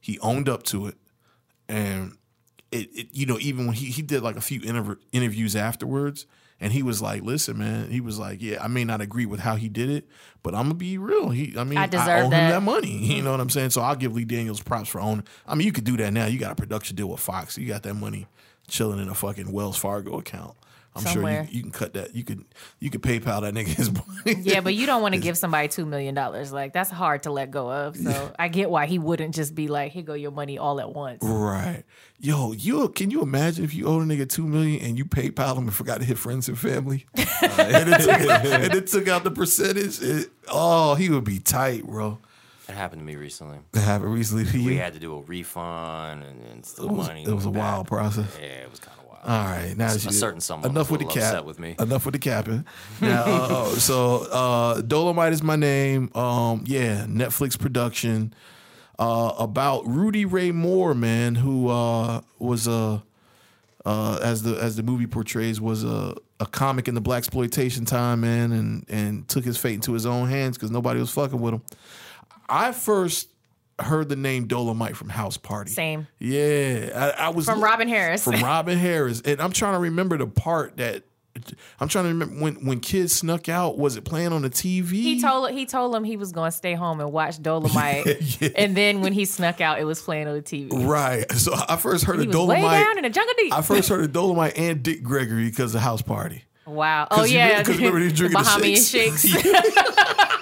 Speaker 2: he owned up to it, and it, it you know even when he he did like a few interv- interviews afterwards, and he was like, "Listen, man," he was like, "Yeah, I may not agree with how he did it, but I'm gonna be real. He, I mean,
Speaker 5: I
Speaker 2: I,
Speaker 5: deserve
Speaker 2: owe
Speaker 5: that. Mm-hmm.
Speaker 2: him that money. You know what I'm saying? So I'll give Lee Daniels props for owning. I mean, you could do that now. You got a production deal with Fox. You got that money chilling in a fucking Wells Fargo account." I'm
Speaker 5: Somewhere.
Speaker 2: sure you, you can cut that. You could you could PayPal that nigga his money.
Speaker 5: Yeah, but you don't want to give somebody two million dollars. Like that's hard to let go of. So I get why he wouldn't just be like, "Here go your money all at once."
Speaker 2: Right. Yo, you can you imagine if you owe a nigga two million and you PayPal him and forgot to hit friends and family? and, it took, and it took out the percentage. It- oh, he would be tight, bro.
Speaker 3: That happened to me recently.
Speaker 2: That happened recently to you.
Speaker 3: We had to do a refund and, and still
Speaker 2: it was,
Speaker 3: money.
Speaker 2: it was a
Speaker 3: back.
Speaker 2: wild process.
Speaker 3: Yeah, it was kind of wild.
Speaker 2: All right, now that you-
Speaker 3: certain someone
Speaker 2: Enough
Speaker 3: was
Speaker 2: with
Speaker 3: a
Speaker 2: the
Speaker 3: little
Speaker 2: cap.
Speaker 3: upset with me.
Speaker 2: Enough with the capping. Now, uh, oh, so uh, Dolomite is my name. Um, yeah, Netflix production uh, about Rudy Ray Moore, man, who uh, was a uh, as the as the movie portrays was a a comic in the black exploitation time, man, and and took his fate into his own hands because nobody was fucking with him. I first heard the name Dolomite from House Party.
Speaker 5: Same.
Speaker 2: Yeah, I, I was
Speaker 5: From Robin Harris.
Speaker 2: From Robin Harris, and I'm trying to remember the part that I'm trying to remember when when kids snuck out. Was it playing on the TV?
Speaker 5: He told he told him he was going to stay home and watch Dolomite, and then when he snuck out, it was playing on the TV.
Speaker 2: right. So I first heard
Speaker 5: He
Speaker 2: of
Speaker 5: was way
Speaker 2: Dolomite.
Speaker 5: down in the jungle deep.
Speaker 2: I first heard of Dolomite and Dick Gregory because of House Party.
Speaker 5: wow. Oh
Speaker 2: 'Cause you
Speaker 5: yeah,
Speaker 2: did- 'cause remember he was drinking the
Speaker 5: Bahamian
Speaker 2: shakes.
Speaker 5: shakes.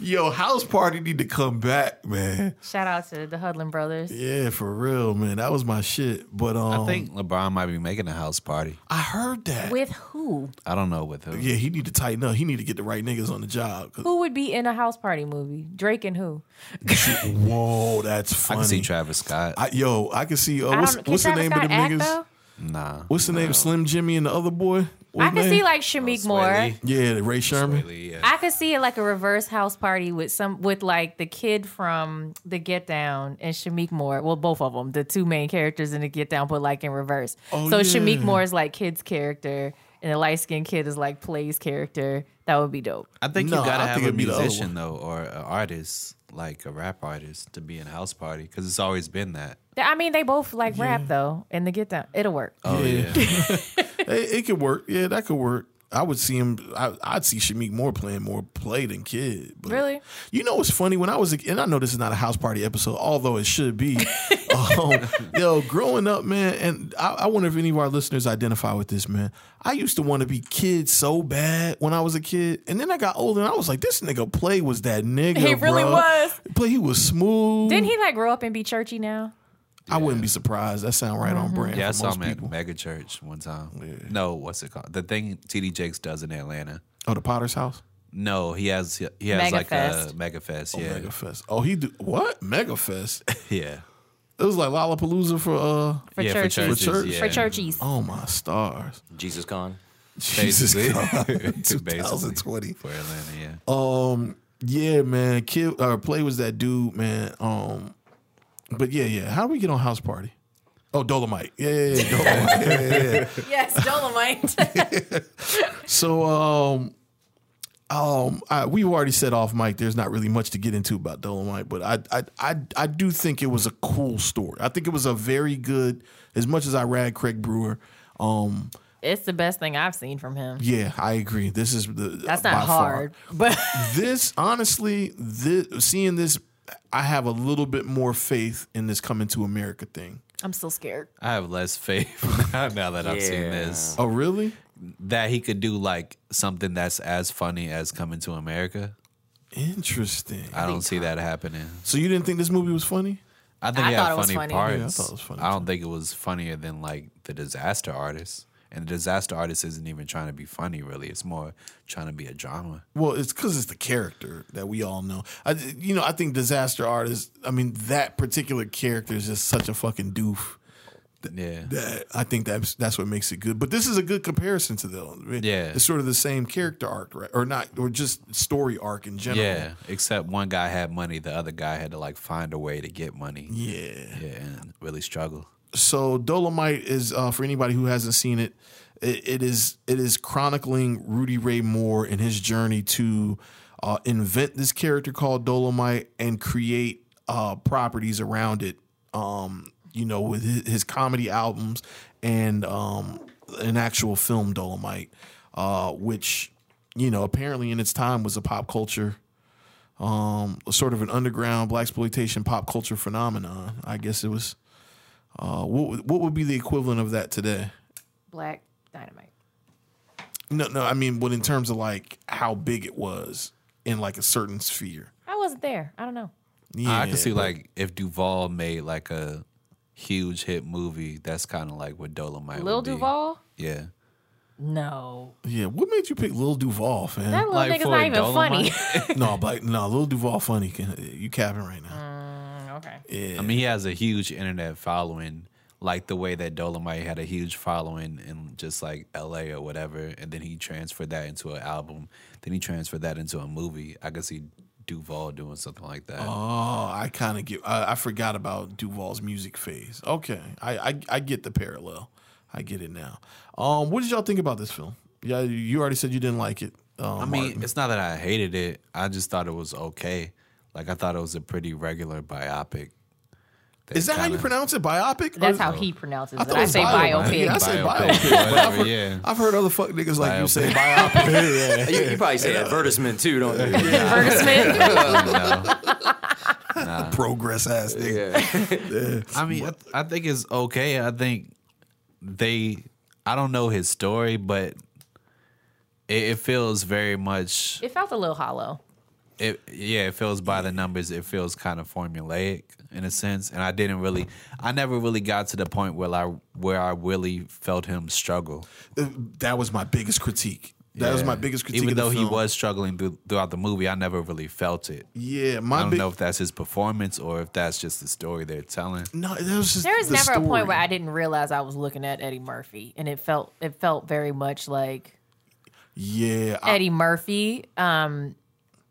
Speaker 2: Yo, House Party need to come back, man.
Speaker 5: Shout out to the Hudlin brothers.
Speaker 2: Yeah, for real, man. That was my shit. But um,
Speaker 4: I think LeBron might be making a house party.
Speaker 2: I heard that.
Speaker 5: With who?
Speaker 4: I don't know with who.
Speaker 2: yeah, he need to tighten up. He need to get the right niggas on the job. 'cause-
Speaker 5: Who would be in a house party movie? Drake and who?
Speaker 2: Whoa, that's
Speaker 4: I
Speaker 2: funny.
Speaker 4: can see Travis Scott.
Speaker 2: I- yo, I can see. Uh,
Speaker 5: I
Speaker 2: what's
Speaker 5: don't. Can
Speaker 2: what's the
Speaker 5: Travis
Speaker 2: name
Speaker 5: Scott
Speaker 2: of them
Speaker 5: act
Speaker 2: niggas?
Speaker 5: though?
Speaker 4: nah.
Speaker 2: What's the name? Slim Jimmy and the other boy. What
Speaker 5: I
Speaker 2: his
Speaker 5: could
Speaker 2: name?
Speaker 5: see like Shamik
Speaker 4: Sway
Speaker 5: Moore.
Speaker 4: Lee.
Speaker 2: Yeah, the Ray Sherman.
Speaker 4: Really, yeah.
Speaker 5: I could see it like a reverse house party with some with like the kid from The Get Down and Shamik Moore. Well, both of them, the two main characters in The Get Down, but like in reverse.
Speaker 2: Oh,
Speaker 5: so
Speaker 2: yeah.
Speaker 5: Shamik Moore is like kid's character, and the light skinned kid is like Play's character. That would be dope.
Speaker 4: I think
Speaker 2: No,
Speaker 4: you gotta
Speaker 2: I
Speaker 4: have
Speaker 2: think
Speaker 4: a
Speaker 2: it'd be the other
Speaker 4: musician though, or an artist, like a rap artist, to be in a house party because it's always been that.
Speaker 5: Th- I mean, they both like rap though, in The Get Down, it'll work.
Speaker 4: Oh yeah,
Speaker 2: It, it could work. Yeah, that could work. I would see him. I, I'd see Shamik Moore playing more play than kid. But
Speaker 5: Really?
Speaker 2: You know what's funny? When I was, a, and I know this is not a house party episode, although it should be. um, yo, growing up, man, and I, I wonder if any of our listeners identify with this, man. I used to want to be kid so bad when I was a kid, and then I got older, and I was like, this nigga play was that nigga.
Speaker 5: He really
Speaker 2: bro.
Speaker 5: was.
Speaker 2: Play, he was smooth.
Speaker 5: Didn't he like grow up and be churchy now?
Speaker 2: I wouldn't be surprised. That sound right
Speaker 5: Mm-hmm.
Speaker 2: on brand.
Speaker 4: yeah. I
Speaker 2: for
Speaker 4: saw
Speaker 2: most
Speaker 4: him at
Speaker 2: people.
Speaker 4: Mega Church one time. No, what's it called? The thing TD Jakes does in Atlanta.
Speaker 2: Oh, the Potter's house.
Speaker 4: No, he has he has like a
Speaker 5: Megafest.
Speaker 4: Mega Fest.
Speaker 2: Oh,
Speaker 4: Yeah,
Speaker 2: Megafest. Oh, he do what? Megafest.
Speaker 4: yeah,
Speaker 2: It was like Lollapalooza for uh
Speaker 5: For
Speaker 4: yeah.
Speaker 5: churches.
Speaker 2: For church?
Speaker 4: yeah.
Speaker 5: For churchies.
Speaker 2: oh my stars.
Speaker 3: Jesus Con.
Speaker 2: Jesus
Speaker 4: basically.
Speaker 2: Christ.
Speaker 4: Basically.
Speaker 2: 2020.
Speaker 4: for Atlanta. Yeah,
Speaker 2: Um, yeah, man. Kid or play was that dude, man. Um, but yeah, yeah. How do we get on house party? Oh, Dolomite. Yeah, yeah, yeah. Dolomite. Yeah, yeah, yeah.
Speaker 5: Yes, Dolomite.
Speaker 2: So, um, um, I, we've already said off mic. There's not really much to get into about Dolomite, but I, I, I, I do think it was a cool story. I think it was a very good. As much as I rag Craig Brewer, um,
Speaker 5: it's the best thing I've seen from him.
Speaker 2: yeah, I agree. This is the
Speaker 5: That's
Speaker 2: by
Speaker 5: not
Speaker 2: far.
Speaker 5: hard, but
Speaker 2: this honestly, this, seeing this, I have a little bit more faith in this coming to America thing.
Speaker 5: I'm still scared.
Speaker 4: I have less faith now, now that I've seen this
Speaker 2: Oh, really?
Speaker 4: that he could do like something that's as funny as Coming to America.
Speaker 2: Interesting.
Speaker 4: I don't see that happening.
Speaker 2: So you didn't think this movie was funny?
Speaker 4: I think
Speaker 5: I
Speaker 4: it
Speaker 5: thought
Speaker 4: had
Speaker 5: it was
Speaker 4: funny,
Speaker 5: funny.
Speaker 4: parts.
Speaker 2: Yeah, I thought it was funny,
Speaker 4: I don't think it was funnier than like the Disaster Artist. And the Disaster Artist isn't even trying to be funny, really. It's more trying to be a drama.
Speaker 2: Well, it's because it's the character that we all know. I, you know, I think disaster artist. I mean, that particular character is just such a fucking doof.
Speaker 4: Yeah.
Speaker 2: That I think that's that's what makes it good. But this is a good comparison to them.
Speaker 4: Yeah.
Speaker 2: it's sort of the same character arc, right? Or not, or just story arc in general.
Speaker 4: Yeah, except one guy had money, the other guy had to like find a way to get money.
Speaker 2: yeah.
Speaker 4: Yeah, and really struggle.
Speaker 2: so Dolomite is uh, for anybody who hasn't seen it, it. It is it is chronicling Rudy Ray Moore and his journey to uh, invent this character called Dolomite and create uh, properties around it. Um, you know, with his, his comedy albums and um, an actual film Dolomite, uh, which you know apparently in its time was a pop culture um, sort of an underground black exploitation pop culture phenomenon. I guess it was. Uh, what would- what would be the equivalent of that today?
Speaker 5: Black Dynamite.
Speaker 2: No, no. I mean, but in terms of like how big it was in like a certain sphere.
Speaker 5: I wasn't there. I don't know.
Speaker 2: Yeah,
Speaker 4: I can see
Speaker 2: but-
Speaker 4: like if Duvall made like a huge hit movie, that's kind of like what Dolomite
Speaker 5: Lil
Speaker 4: would be.
Speaker 5: Duval?
Speaker 4: Yeah.
Speaker 5: No,
Speaker 2: yeah. What made you pick Lil Duval,
Speaker 5: that
Speaker 2: fam?
Speaker 5: little
Speaker 4: Like
Speaker 5: nigga's
Speaker 4: for
Speaker 5: not even
Speaker 4: Dolomite?
Speaker 5: funny.
Speaker 2: no, but no, Lil Duval funny. Can, you capping right
Speaker 5: Mm.
Speaker 2: now?
Speaker 5: okay.
Speaker 4: I mean, he has a huge internet following, like the way that Dolomite had a huge following in just like LA or whatever. And then he transferred that into an album. Then he transferred that into a movie. I could see Duval doing something like that.
Speaker 2: Oh, I kind of get. I, I forgot about Duval's music phase. Okay, I, I I get the parallel. I get it now. Um, what did y'all think about this film? Yeah, you already said you didn't like it. Um,
Speaker 4: I mean, it's not that I hated it. I just thought it was okay. Like I thought it was a pretty regular biopic.
Speaker 2: is that how you
Speaker 4: kinda-
Speaker 2: pronounce it? Biopic? Or-
Speaker 5: That's how he pronounces it.
Speaker 2: thought
Speaker 5: I
Speaker 2: was
Speaker 5: say
Speaker 2: bio,
Speaker 5: biopic.
Speaker 2: Yeah, I say
Speaker 4: Biopic,
Speaker 2: biopic. but I've,
Speaker 4: whatever,
Speaker 2: heard,
Speaker 4: yeah.
Speaker 2: I've heard other fuck niggas like you say
Speaker 4: Biopic.
Speaker 2: biopic. yeah.
Speaker 3: You, you probably say advertisement too, don't you?
Speaker 5: Advertisement.
Speaker 2: Progress ass nigga.
Speaker 4: I mean, I, th- I think it's okay. I think they. I don't know his story, but it, it feels very much.
Speaker 5: it felt a little hollow.
Speaker 4: It yeah, it feels by the numbers. It feels kind of formulaic in a sense, and I didn't really. I never really got to the point where I where I really felt him struggle.
Speaker 2: That was my biggest critique. That was
Speaker 4: Yeah.
Speaker 2: my biggest critique.
Speaker 4: Even
Speaker 2: of the
Speaker 4: though he
Speaker 2: film.
Speaker 4: was struggling through, throughout the movie, I never really felt it.
Speaker 2: yeah,
Speaker 4: I
Speaker 2: my
Speaker 4: don't
Speaker 2: big.
Speaker 4: know if that's his performance or if that's just the story they're telling.
Speaker 2: No, that was just
Speaker 5: There was
Speaker 2: the
Speaker 5: never a
Speaker 2: story.
Speaker 5: point where I didn't realize I was looking at Eddie Murphy, and it felt it felt very much like
Speaker 2: Yeah, I,
Speaker 5: Eddie Murphy. Um,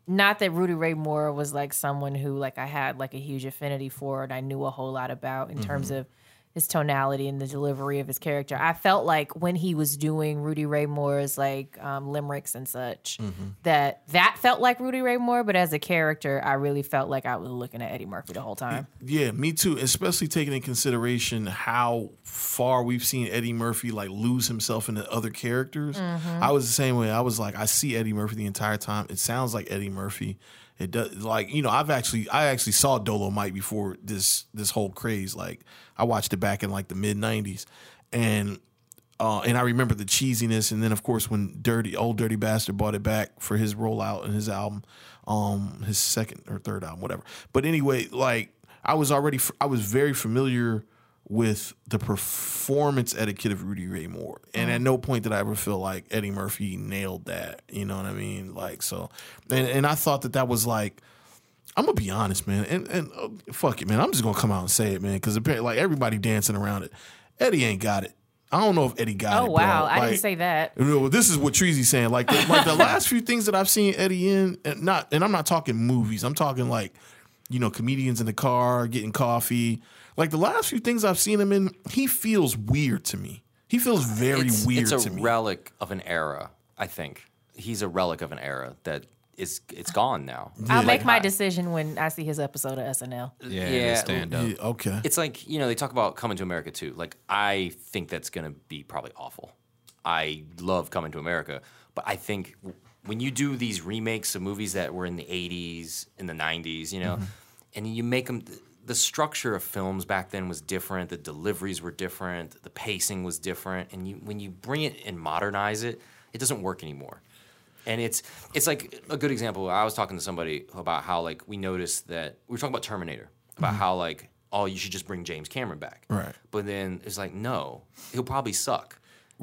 Speaker 5: not that Rudy Ray Moore was like someone who like I had like a huge affinity for and I knew a whole lot about in terms
Speaker 2: Mm-hmm.
Speaker 5: of his tonality and the delivery of his character. I felt like when he was doing Rudy Ray Moore's like um, limericks and such,
Speaker 2: Mm-hmm.
Speaker 5: that that felt like Rudy Ray Moore. But as a character, I really felt like I was looking at Eddie Murphy the whole time.
Speaker 2: yeah, me too. Especially taking in consideration how far we've seen Eddie Murphy like lose himself into other characters.
Speaker 5: Mm-hmm.
Speaker 2: I was the same way. I was like, I see Eddie Murphy the entire time. It sounds like Eddie Murphy. It does like you know. I've actually I actually saw Dolomite before this this whole craze. Like I watched it back in like the mid '90s, and uh, and I remember the cheesiness, and then of course when Dirty Old Dirty Bastard bought it back for his rollout and his album, um, his second or third album, whatever. But anyway, like I was already, f- I was very familiar with the performance etiquette of Rudy Ray Moore, and at no point did I ever feel like Eddie Murphy nailed that. You know what I mean? Like so, and and I thought that that was like. I'm gonna be honest, man, and and uh, fuck it, man. I'm just gonna come out and say it, man, because apparently, like everybody dancing around it, Eddie ain't got it. I don't know if Eddie got
Speaker 5: Oh
Speaker 2: it.
Speaker 5: wow,
Speaker 2: bro.
Speaker 5: I
Speaker 2: Like,
Speaker 5: didn't say that.
Speaker 2: you know, this is what Treasy's saying. Like, like the last few things that I've seen Eddie in, and not, and I'm not talking movies. I'm talking like, you know, comedians in the car getting coffee. Like the last few things I've seen him in, he feels weird to me. He feels very
Speaker 3: it's,
Speaker 2: weird
Speaker 3: it's a
Speaker 2: to me.
Speaker 3: relic of an era. I think he's a relic of an era that is it's gone now.
Speaker 5: I'll make my
Speaker 3: Like,
Speaker 5: decision when I see his episode of SNL.
Speaker 4: Yeah,
Speaker 3: Yeah.
Speaker 4: yeah stand up.
Speaker 2: Yeah, okay.
Speaker 3: It's like you know they talk about coming to America too. Like I think that's gonna be probably awful. I love coming to America, but I think w- when you do these remakes of movies that were in the '80s, in the '90s, you know, and you make them. The structure of films back then was different. The deliveries were different. The pacing was different. And you, when you bring it and modernize it, it doesn't work anymore. And it's it's like a good example. I was talking to somebody about how like we noticed that we were talking about Terminator about how like oh you should just bring James Cameron back.
Speaker 2: Mm-hmm. Right.
Speaker 3: But then it's like no, he'll probably suck.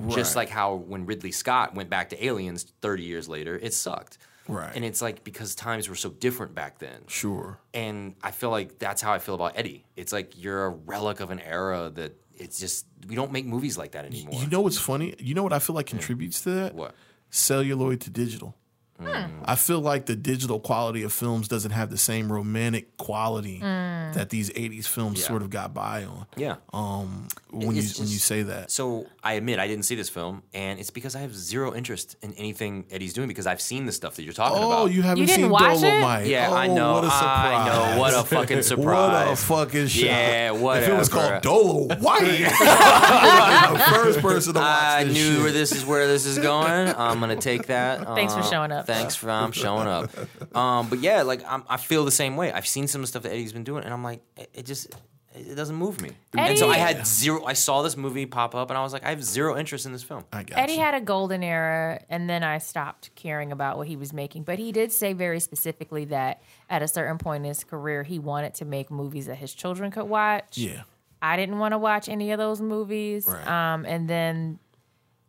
Speaker 3: Just
Speaker 2: Right.
Speaker 3: like how when Ridley Scott went back to Aliens 30 years later, it sucked.
Speaker 2: Right.
Speaker 3: And it's like because times were so different back then.
Speaker 2: Sure.
Speaker 3: And I feel like that's how I feel about Eddie. It's like you're a relic of an era that it's just we don't make movies like that anymore.
Speaker 2: You know what's funny? You know what I feel like contributes to that?
Speaker 3: What?
Speaker 2: Celluloid to digital.
Speaker 5: Hmm.
Speaker 2: I feel like the digital quality of films doesn't have the same romantic quality
Speaker 5: Hmm.
Speaker 2: that these 80s films
Speaker 3: Yeah.
Speaker 2: sort of got by on.
Speaker 3: yeah.
Speaker 2: Um, when you
Speaker 3: It's
Speaker 2: when you
Speaker 3: just-
Speaker 2: say that,
Speaker 3: So I admit I didn't see this film, and it's because I have zero interest in anything Eddie's doing because I've seen the stuff that you're talking
Speaker 2: oh,
Speaker 3: about.
Speaker 2: you haven't
Speaker 5: didn't
Speaker 2: seen
Speaker 5: watch it?
Speaker 2: Dolomite?
Speaker 3: yeah, I
Speaker 2: Oh,
Speaker 3: know.
Speaker 2: What a surprise!
Speaker 3: I know. What a fucking surprise!
Speaker 2: What a fucking shock!
Speaker 3: Yeah,
Speaker 2: If it was
Speaker 3: whatever.
Speaker 2: called Dolo White, I would've been the first person to watch
Speaker 3: I
Speaker 2: this
Speaker 3: knew
Speaker 2: shit.
Speaker 3: where this is where this is going. I'm gonna take that.
Speaker 5: Thanks for
Speaker 3: Uh,
Speaker 5: showing up.
Speaker 3: Thanks for um, showing up. Um, but yeah, like I'm, I feel the same way. I've seen some of the stuff that Eddie's been doing, and I'm like, it, it just it doesn't move me. And so I
Speaker 5: Eddie-
Speaker 3: had zero. I saw this movie pop up, and I was like, I have zero interest in this film.
Speaker 2: I got
Speaker 5: Eddie
Speaker 2: you.
Speaker 5: had a golden era, and then I stopped caring about what he was making. But he did say very specifically that at a certain point in his career, he wanted to make movies that his children could watch.
Speaker 2: yeah.
Speaker 5: I didn't want to watch any of those movies.
Speaker 2: Right.
Speaker 5: Um, and then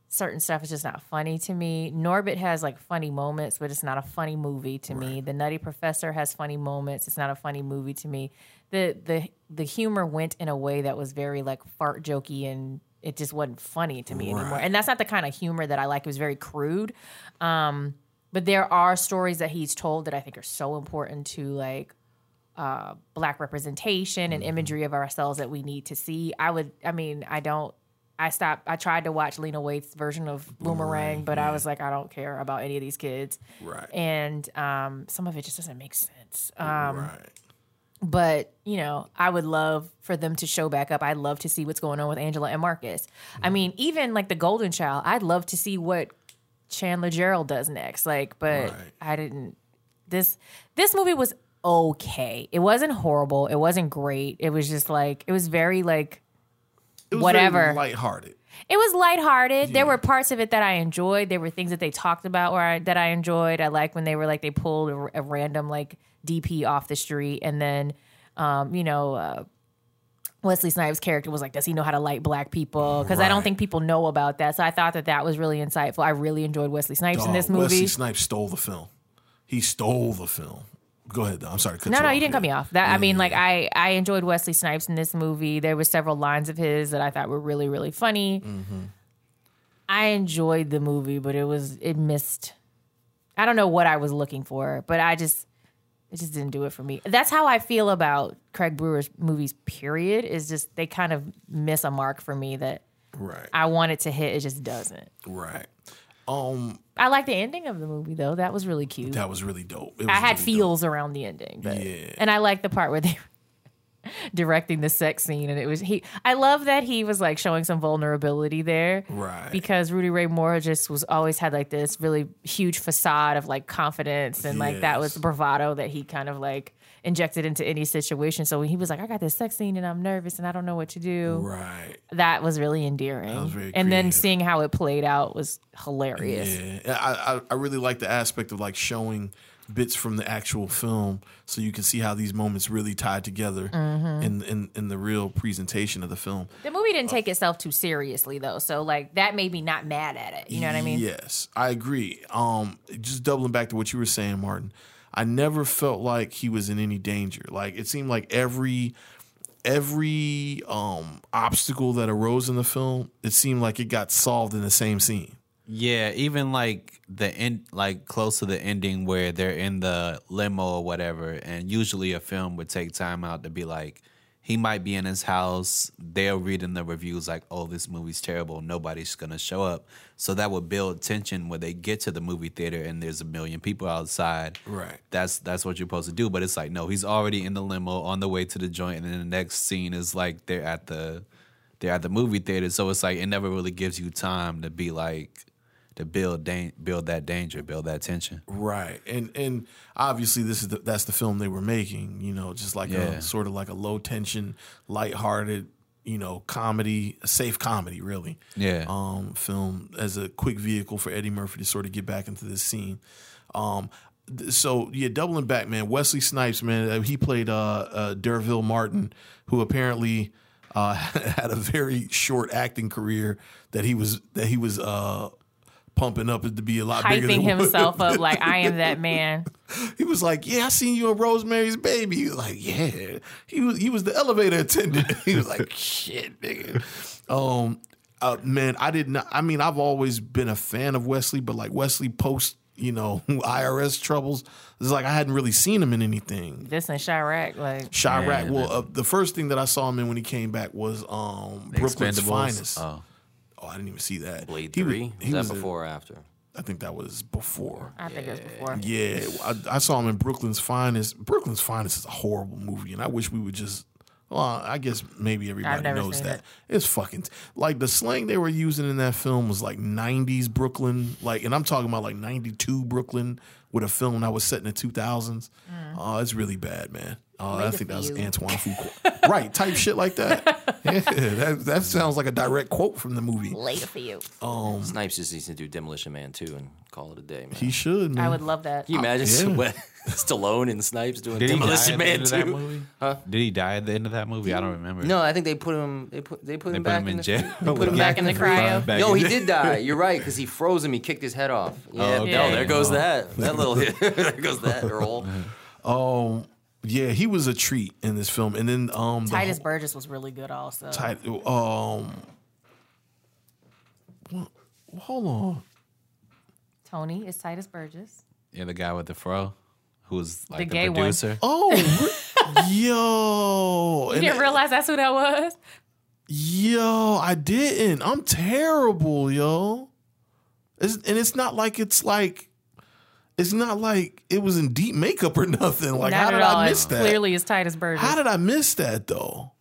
Speaker 5: certain stuff is just not funny to me. Norbit has like funny moments, but it's not a funny movie to me. The Nutty Professor has funny moments. It's not a funny movie to me. The the the humor went in a way that was very like fart jokey and it just wasn't funny to me anymore. And that's not the kind of humor that I like. It was very crude. Um, but there are stories that he's told that I think are so important to like uh, black representation and imagery of ourselves that we need to see. I would, I mean, I don't. I stopped. I tried to watch Lena Waite's version of Boomerang, but I was like, I don't care about any of these kids,
Speaker 2: Right.
Speaker 5: and um, some of it just doesn't make sense. Um,
Speaker 2: right.
Speaker 5: But you know, I would love for them to show back up. I'd love to see what's going on with Angela and Marcus. I mean, even like the Golden Child, I'd love to see what Chandler Gerald does next. Like, but
Speaker 2: Right.
Speaker 5: I didn't this this movie was okay. It wasn't horrible. It wasn't great. It was just like it was very like
Speaker 2: It was
Speaker 5: Whatever.
Speaker 2: Very lighthearted.
Speaker 5: it was lighthearted. There were parts of it that I enjoyed. There were things that they talked about where I, that I enjoyed. I like when they were like they pulled a, a random like DP off the street, and then um, you know uh, Wesley Snipes' character was like, does he know how to light black people? Because I don't
Speaker 2: Right.
Speaker 5: think people know about that. So I thought that that was really insightful. I really enjoyed Wesley Snipes in
Speaker 2: Dog,
Speaker 5: this movie.
Speaker 2: Wesley Snipes stole the film. He stole the film. Go ahead. though. I'm sorry. to cut
Speaker 5: No, no,
Speaker 2: off.
Speaker 5: you didn't
Speaker 2: Yeah.
Speaker 5: cut me off. That I mean, like I, I enjoyed Wesley Snipes in this movie. There were several lines of his that I thought were really, really funny. I enjoyed the movie, but it was it missed. I don't know what I was looking for, but I just it just didn't do it for me. That's how I feel about Craig Brewer's movies. Period is just they kind of miss a mark for me that
Speaker 2: Right.
Speaker 5: I wanted to hit. It just doesn't.
Speaker 2: Right. Um,
Speaker 5: I like the ending of the movie though. That was really cute.
Speaker 2: that was really dope. It was
Speaker 5: I had
Speaker 2: really dope.
Speaker 5: feels around the ending, but
Speaker 2: Yeah.
Speaker 5: and I like the part where they were directing the sex scene, and it was he. I love that he was like showing some vulnerability there,
Speaker 2: Right.
Speaker 5: Because Rudy Ray Moore just was always had like this really huge facade of like confidence, and like that was
Speaker 2: Yes.
Speaker 5: the bravado that he kind of like injected into any situation. So when he was like, "I got this sex scene, and I'm nervous, and I don't know what to do,"
Speaker 2: Right.
Speaker 5: that was really endearing.
Speaker 2: was very
Speaker 5: and then
Speaker 2: creative.
Speaker 5: seeing how it played out was hilarious.
Speaker 2: Yeah. I, I I really like the aspect of like showing bits from the actual film so you can see how these moments really tied together
Speaker 5: Mm-hmm.
Speaker 2: in, in in the real presentation of the film.
Speaker 5: The movie didn't take itself too seriously though, so like that made me not mad at it. You know what I mean?
Speaker 2: Yes, I agree. Um, just doubling back to what you were saying, Martin. I never felt like he was in any danger. Like it seemed like every every um, obstacle that arose in the film, it seemed like it got solved in the same scene.
Speaker 4: Yeah, even like the end, like close to the ending where they're in the limo or whatever, and usually a film would take time out to be like, he might be in his house. They're reading the reviews like, oh, this movie's terrible. Nobody's gonna show up. So that would build tension when they get to the movie theater and there's a million people outside.
Speaker 2: Right.
Speaker 4: That's that's what you're supposed to do. But it's like, no, he's already in the limo on the way to the joint, and then the next scene is like they're at the they're at the movie theater. So it's like it never really gives you time to be like to build dan- build that danger, build that tension.
Speaker 2: Right, and and obviously this is the, that's the film they were making. You know, just like
Speaker 4: Yeah.
Speaker 2: a sort of like a low tension, lighthearted, you know, comedy, a safe comedy, really.
Speaker 4: Yeah.
Speaker 2: Um, film as a quick vehicle for Eddie Murphy to sort of get back into this scene. Um, th- so yeah, doubling back, man. Wesley Snipes, man, uh, he played uh, uh Derville Martin, who apparently. Uh, had a very short acting career that he was that he was uh, pumping up to be a lot bigger than
Speaker 5: Hyping
Speaker 2: what-
Speaker 5: himself up like I am that man.
Speaker 2: he was like, "Yeah, I seen you in Rosemary's Baby." He was like, "Yeah." He was he was the elevator attendant. he was like, "Shit, nigga." Um, uh, man, I did not. I mean, I've always been a fan of Wesley, but like Wesley post, you know, IRS troubles, it's like I hadn't really seen him in anything.
Speaker 5: This in Chirac, like
Speaker 2: Chirac.
Speaker 4: Yeah,
Speaker 2: well, uh, the first thing that I saw him in when he came back was um Brooklyn's
Speaker 4: Expendables.
Speaker 2: Finest.
Speaker 4: Oh.
Speaker 2: oh, I didn't even see that.
Speaker 3: Blade
Speaker 2: He wa-
Speaker 3: three.
Speaker 2: he
Speaker 3: Is that
Speaker 2: was a-
Speaker 3: before or after?
Speaker 2: I think that was before.
Speaker 5: I think it was before.
Speaker 2: Yeah, I, I saw him in Brooklyn's Finest. Brooklyn's Finest is a horrible movie, and I wish we would just. Well, I guess maybe everybody
Speaker 5: never
Speaker 2: knows
Speaker 5: seen
Speaker 2: that. It's fucking like the slang they were using in that film was like '90s Brooklyn, like, and I'm talking about like '92 Brooklyn with a film that was set in the
Speaker 5: Mm.
Speaker 2: 2000s. Oh, it's really bad, man. Uh, I
Speaker 5: Rated
Speaker 2: think that
Speaker 5: for
Speaker 2: was
Speaker 5: you.
Speaker 2: Antoine Fuqua, right? Type shit like that. Yeah, that that sounds like a direct quote from the movie.
Speaker 5: Later for you.
Speaker 2: Um,
Speaker 3: Snipes just needs to do Demolition Man two and call it a day, man.
Speaker 2: He should. Man.
Speaker 5: I would love that. Uh,
Speaker 3: Can you imagine
Speaker 2: yeah.
Speaker 3: what Stallone and Snipes doing
Speaker 4: Did he die
Speaker 3: Demolition
Speaker 4: at the
Speaker 3: Man
Speaker 4: end of that
Speaker 3: two?
Speaker 4: movie? Did he die at the end of that movie? I don't remember.
Speaker 3: No, I think they put him. They put they put
Speaker 4: they
Speaker 3: him
Speaker 4: put
Speaker 3: back
Speaker 4: him
Speaker 3: in
Speaker 4: in
Speaker 3: the-
Speaker 4: jail.
Speaker 3: They put him back in the
Speaker 5: the cryo.
Speaker 4: Back
Speaker 3: no,
Speaker 4: in
Speaker 3: he
Speaker 4: the-
Speaker 3: did die. You're right, because he froze him. He kicked his head off. Yeah.
Speaker 4: Oh, okay.
Speaker 3: No, there
Speaker 5: Yeah.
Speaker 3: goes that. That little. there goes that roll.
Speaker 2: Um, yeah, he was a treat in this film, and then um, the
Speaker 5: Titus Burgess was really good also.
Speaker 2: Tight. Um. well, Hold on.
Speaker 5: Tony is Titus Burgess.
Speaker 4: Yeah, the guy with the fro, who was like the,
Speaker 5: gay one.
Speaker 4: producer.
Speaker 2: Oh, re- yo,
Speaker 5: You
Speaker 2: and-
Speaker 5: didn't realize that's who that was?
Speaker 2: yo, I didn't. I'm terrible, yo. It's, and it's not like it's like, it's not like it was in deep makeup or nothing. Like, how
Speaker 5: Not
Speaker 2: did
Speaker 5: at all.
Speaker 2: I
Speaker 5: It
Speaker 2: miss that?
Speaker 5: Clearly is Titus Burgess.
Speaker 2: How did I miss that though?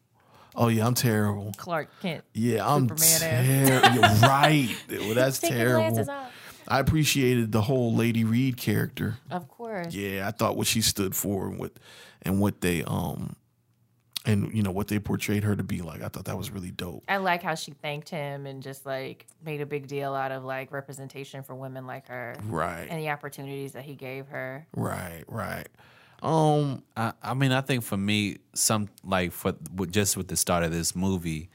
Speaker 2: Oh yeah, I'm terrible.
Speaker 5: Clark Kent.
Speaker 2: Yeah, I'm
Speaker 5: Superman
Speaker 2: terrible. right. Well, that's
Speaker 5: Take your
Speaker 2: terrible.
Speaker 5: glasses off.
Speaker 2: I appreciated the whole Lady Reed character.
Speaker 5: Of course.
Speaker 2: Yeah, I thought what she stood for and what and what they um and you know what they portrayed her to be like. I thought that was really dope.
Speaker 5: I like how she thanked him and just like made a big deal out of like representation for women like her
Speaker 2: Right.
Speaker 5: and the opportunities that he gave her.
Speaker 2: Right, right. Um
Speaker 4: I, I mean, I think for me, some like for with- just with the start of this movie,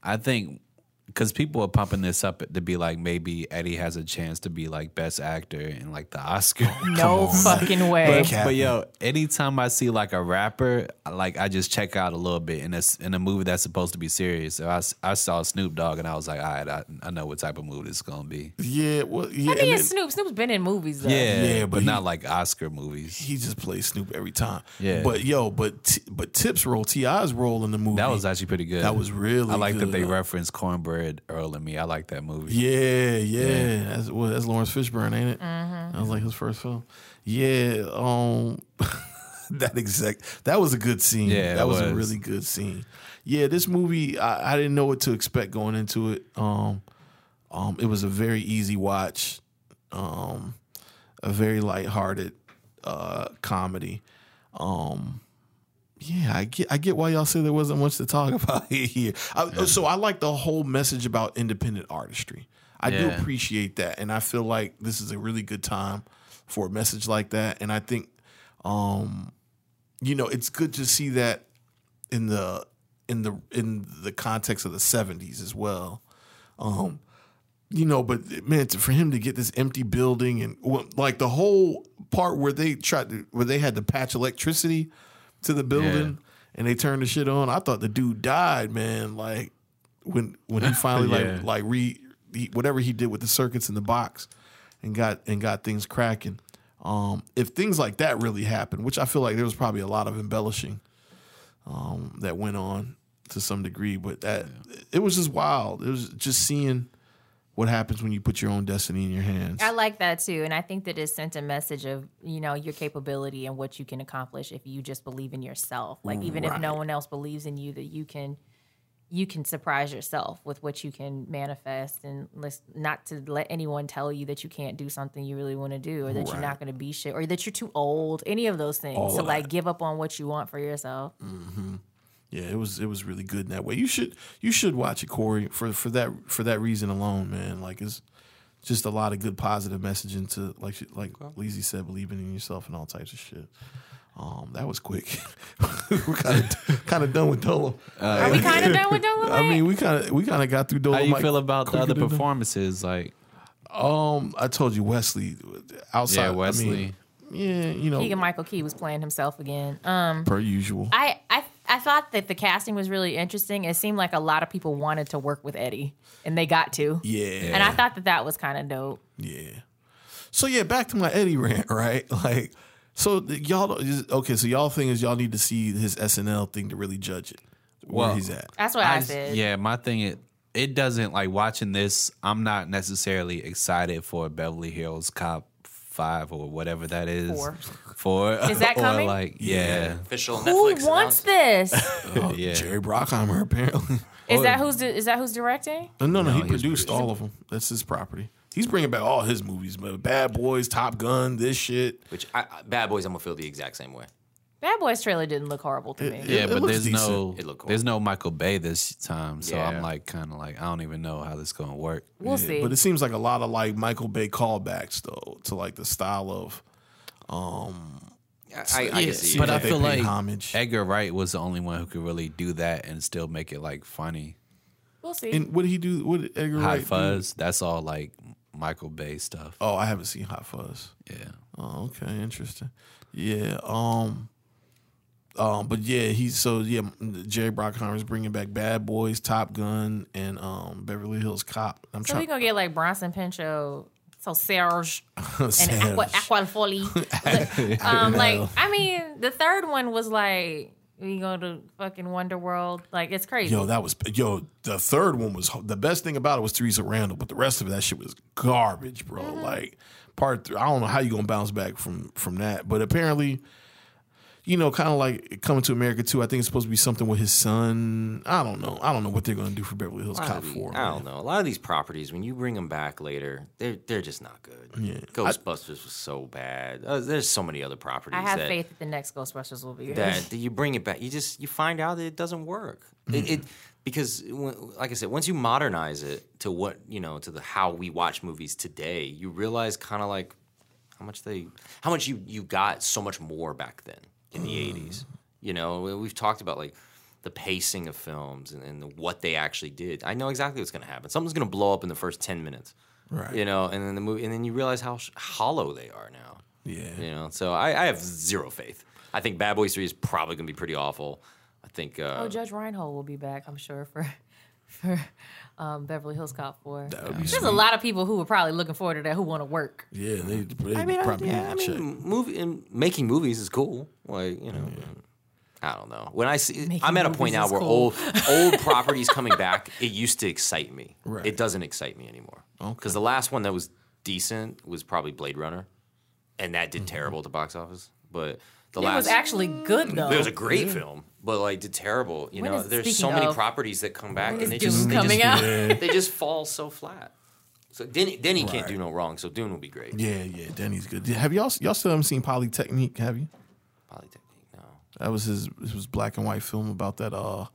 Speaker 4: I think because people are pumping this up to be like maybe Eddie has a chance to be like best actor in like the Oscar.
Speaker 5: No fucking way.
Speaker 2: Cap-
Speaker 4: But yo, anytime I see like a rapper, like I just check out a little bit in a s- in a movie that's supposed to be serious. So I, s- I saw Snoop Dogg and I was like, all right, I, I know what type of movie this is gonna be.
Speaker 2: yeah, well yeah,
Speaker 5: I mean,
Speaker 2: and
Speaker 5: it's
Speaker 2: then
Speaker 5: Snoop. Snoop's been in movies though.
Speaker 4: Yeah,
Speaker 2: Yeah,
Speaker 4: but,
Speaker 2: but he-
Speaker 4: not like Oscar movies.
Speaker 2: he just plays Snoop every time.
Speaker 4: Yeah.
Speaker 2: But yo, but T- but Tip's role, T.I.'s role in the movie.
Speaker 4: That was actually pretty good.
Speaker 2: That was really
Speaker 4: I like that they
Speaker 2: good.
Speaker 4: referenced Cornbread Earl and me. I like that movie.
Speaker 2: Yeah, yeah. That's well, that's Lawrence Fishburne, ain't it? That was like his first film. Yeah. Um that exact that was a good scene.
Speaker 4: Yeah,
Speaker 2: that
Speaker 4: it
Speaker 2: was, a
Speaker 4: was.
Speaker 2: really good scene. Yeah, this movie I, I didn't know what to expect going into it. Um um it was a very easy watch. Um a very lighthearted uh comedy. Um yeah, I get I get why y'all say there wasn't much to talk about here. I, so I like the whole message about independent artistry. I do
Speaker 4: Yeah.
Speaker 2: appreciate that, and I feel like this is a really good time for a message like that. And I think, um, you know, it's good to see that in the in the in the context of the '70s as well. Um, you know, but man, to- for him to get this empty building and well, like the whole part where they tried to where they had to patch electricity to the building and they turned the shit on. I thought the dude died, man. Like when when he finally
Speaker 4: Yeah.
Speaker 2: like like re he, whatever he did with the circuits in the box and got and got things cracking. Um, if things like that really happened, which I feel like there was probably a lot of embellishing um, that went on to some degree, but that it was just wild. It was just seeing what happens when you put your own destiny in your hands.
Speaker 5: I like that too, and I think that it sent a message of you know your capability and what you can accomplish if you just believe in yourself. Like even if no one else believes in you, that you can you can surprise yourself with what you can manifest, and let's not to let anyone tell you that you can't do something you really want to do, or that you're not going to be shit, or that you're too old. Any of those things. so like give up on what you want for yourself.
Speaker 2: Yeah, it was it was really good in that way. You should you should watch it, Corey, for for that for that reason alone, man. Like it's just a lot of good positive messaging to like she- like Lizzie said, believing in yourself and all types of shit. Um, that was quick. We're kind of kind of done with Dolo.
Speaker 5: Are we kind of done with Dolomite?
Speaker 2: I mean, we kind of we kind of got through Dolo.
Speaker 4: Uh, How you feel about the other performances? Like,
Speaker 2: Um, I told you Wesley outside.
Speaker 4: Yeah,
Speaker 2: I mean,
Speaker 4: Wesley.
Speaker 2: yeah, you know,
Speaker 5: Keegan Michael Key was playing himself again. Um.
Speaker 2: per usual.
Speaker 5: I, I I thought that the casting was really interesting. It seemed like a lot of people wanted to work with Eddie, and they got to.
Speaker 2: yeah.
Speaker 5: And I thought that that was kind of dope.
Speaker 2: Yeah. So yeah, back to my Eddie rant, right? Like, so the- y'all don't- is- okay? So y'all thing is y'all need to see his SNL thing to really judge it where
Speaker 4: Well,
Speaker 2: he's at.
Speaker 5: That's what I,
Speaker 4: just-
Speaker 5: said.
Speaker 4: yeah, my thing it it doesn't like watching this. I'm not necessarily excited for Beverly Hills Cop five or whatever that is.
Speaker 5: Four.
Speaker 4: Four.
Speaker 5: Is that
Speaker 4: or
Speaker 5: coming?
Speaker 4: like yeah,
Speaker 3: Official
Speaker 5: Who
Speaker 3: Netflix
Speaker 5: wants
Speaker 3: announcement.
Speaker 5: this?
Speaker 2: Oh,
Speaker 4: yeah.
Speaker 2: Jerry Brockheimer apparently.
Speaker 5: Is that who's is that who's directing?
Speaker 2: no, no, he produced all of them. That's his property. He's bringing back all his movies, but Bad Boys, Top Gun, this shit.
Speaker 3: Which I, I- Bad Boys, I'm gonna feel the exact same way.
Speaker 5: Bad Boys trailer didn't look horrible to me.
Speaker 4: yeah,
Speaker 2: it
Speaker 4: but
Speaker 2: looks
Speaker 4: there's
Speaker 2: decent.
Speaker 4: no
Speaker 3: It looked cool.
Speaker 4: there's no Michael Bay this time, so
Speaker 3: Yeah.
Speaker 4: I'm like kind of like I don't even know how this gonna work.
Speaker 5: We'll see.
Speaker 2: But it seems like a lot of like Michael Bay callbacks though to like the style of.
Speaker 3: I, I, I
Speaker 2: Yeah,
Speaker 3: can see.
Speaker 2: but
Speaker 3: it.
Speaker 2: I- they paid homage.
Speaker 4: Edgar Wright was the only one who could really do that and still make it like funny.
Speaker 5: we'll see.
Speaker 2: And what did he do? What did Edgar
Speaker 4: High
Speaker 2: Wright do?
Speaker 4: Fuzz, that's all like Michael Bay stuff.
Speaker 2: Oh, I haven't seen Hot Fuzz.
Speaker 4: Yeah.
Speaker 2: Oh, okay, interesting. Yeah. Um. Um. But yeah, he's so yeah. Jerry Brockheimer's bringing back Bad Boys, Top Gun, and um Beverly Hills Cop. I'm
Speaker 5: so we
Speaker 2: trying.
Speaker 5: gonna get like Bronson Pinchot, so Serge and
Speaker 2: Savage.
Speaker 5: Aqua Aqua Foley. um, like I mean, the third one was like we go to fucking Wonder World. Like it's crazy.
Speaker 2: Yo, that was yo. The third one was the best thing about it was Teresa Randall, but the rest of it, that shit was garbage, bro.
Speaker 3: Mm-hmm.
Speaker 2: Like part three, I don't know how you gonna bounce back from from that, but apparently, you know, kind of like coming to America too. I think it's supposed to be something with his son. I don't know. I don't know what they're gonna do for Beverly Hills
Speaker 3: A lot
Speaker 2: Cop
Speaker 3: of the-
Speaker 2: Four.
Speaker 3: I
Speaker 2: man.
Speaker 3: don't know. A lot of these properties, when you bring them back later, they're they're just not good. Ghostbusters was so bad. Uh, there's so many other properties.
Speaker 5: I have
Speaker 3: that,
Speaker 5: faith that the next Ghostbusters will be good.
Speaker 3: that that you bring it back. You just you find out that it doesn't work. It, it because when, like I said, once you modernize it to what you know to the how we watch movies today, you realize kind of like how much they how much you you got so much more back then in the eighties. You know, we- we've talked about like the pacing of films and, and what they actually did. I know exactly what's going to happen. Something's going to blow up in the first ten minutes.
Speaker 2: Right.
Speaker 3: You know, and then the movie, and then you realize how sh- hollow they are now.
Speaker 2: Yeah.
Speaker 3: You know, so I, I have zero faith. I think Bad Boys Three is probably gonna be pretty awful. I think. Uh,
Speaker 5: Oh, Judge Reinhold will be back, I'm sure, for for um, Beverly Hills Cop 4.
Speaker 2: would be
Speaker 5: There's a lot of people who are probably looking forward to that who want to work.
Speaker 2: Yeah, they, they
Speaker 3: I mean, I,
Speaker 2: probably
Speaker 3: yeah, I
Speaker 2: need to check.
Speaker 3: mean, movie and making movies is cool. Like you know. I don't know. When I see,
Speaker 5: Making
Speaker 3: I'm at a
Speaker 5: movies
Speaker 3: point now
Speaker 5: is
Speaker 3: where
Speaker 5: cool.
Speaker 3: old old properties coming back. It used to excite me.
Speaker 2: Right.
Speaker 3: It doesn't excite me anymore. Because the last one that was decent was probably Blade Runner, and that
Speaker 2: Mm-hmm.
Speaker 3: did terrible at the box office. But the
Speaker 5: It
Speaker 3: last
Speaker 5: was actually good, though.
Speaker 3: It
Speaker 2: Oh,
Speaker 3: was a great film, but like did terrible. You
Speaker 5: When
Speaker 3: know,
Speaker 5: is-
Speaker 3: there's
Speaker 5: speaking
Speaker 3: so many
Speaker 5: of-
Speaker 3: properties that come back and they
Speaker 5: Dune
Speaker 3: just, they,
Speaker 5: coming
Speaker 3: just
Speaker 5: out.
Speaker 3: they just fall so flat. So Denny, Denny can't do no wrong. So Dune will be great.
Speaker 2: Yeah, yeah, Danny's good. Have y'all y'all still haven't seen Polytechnique? Have you?
Speaker 3: Polytechnique, no.
Speaker 2: That was his his was black and white film about that uh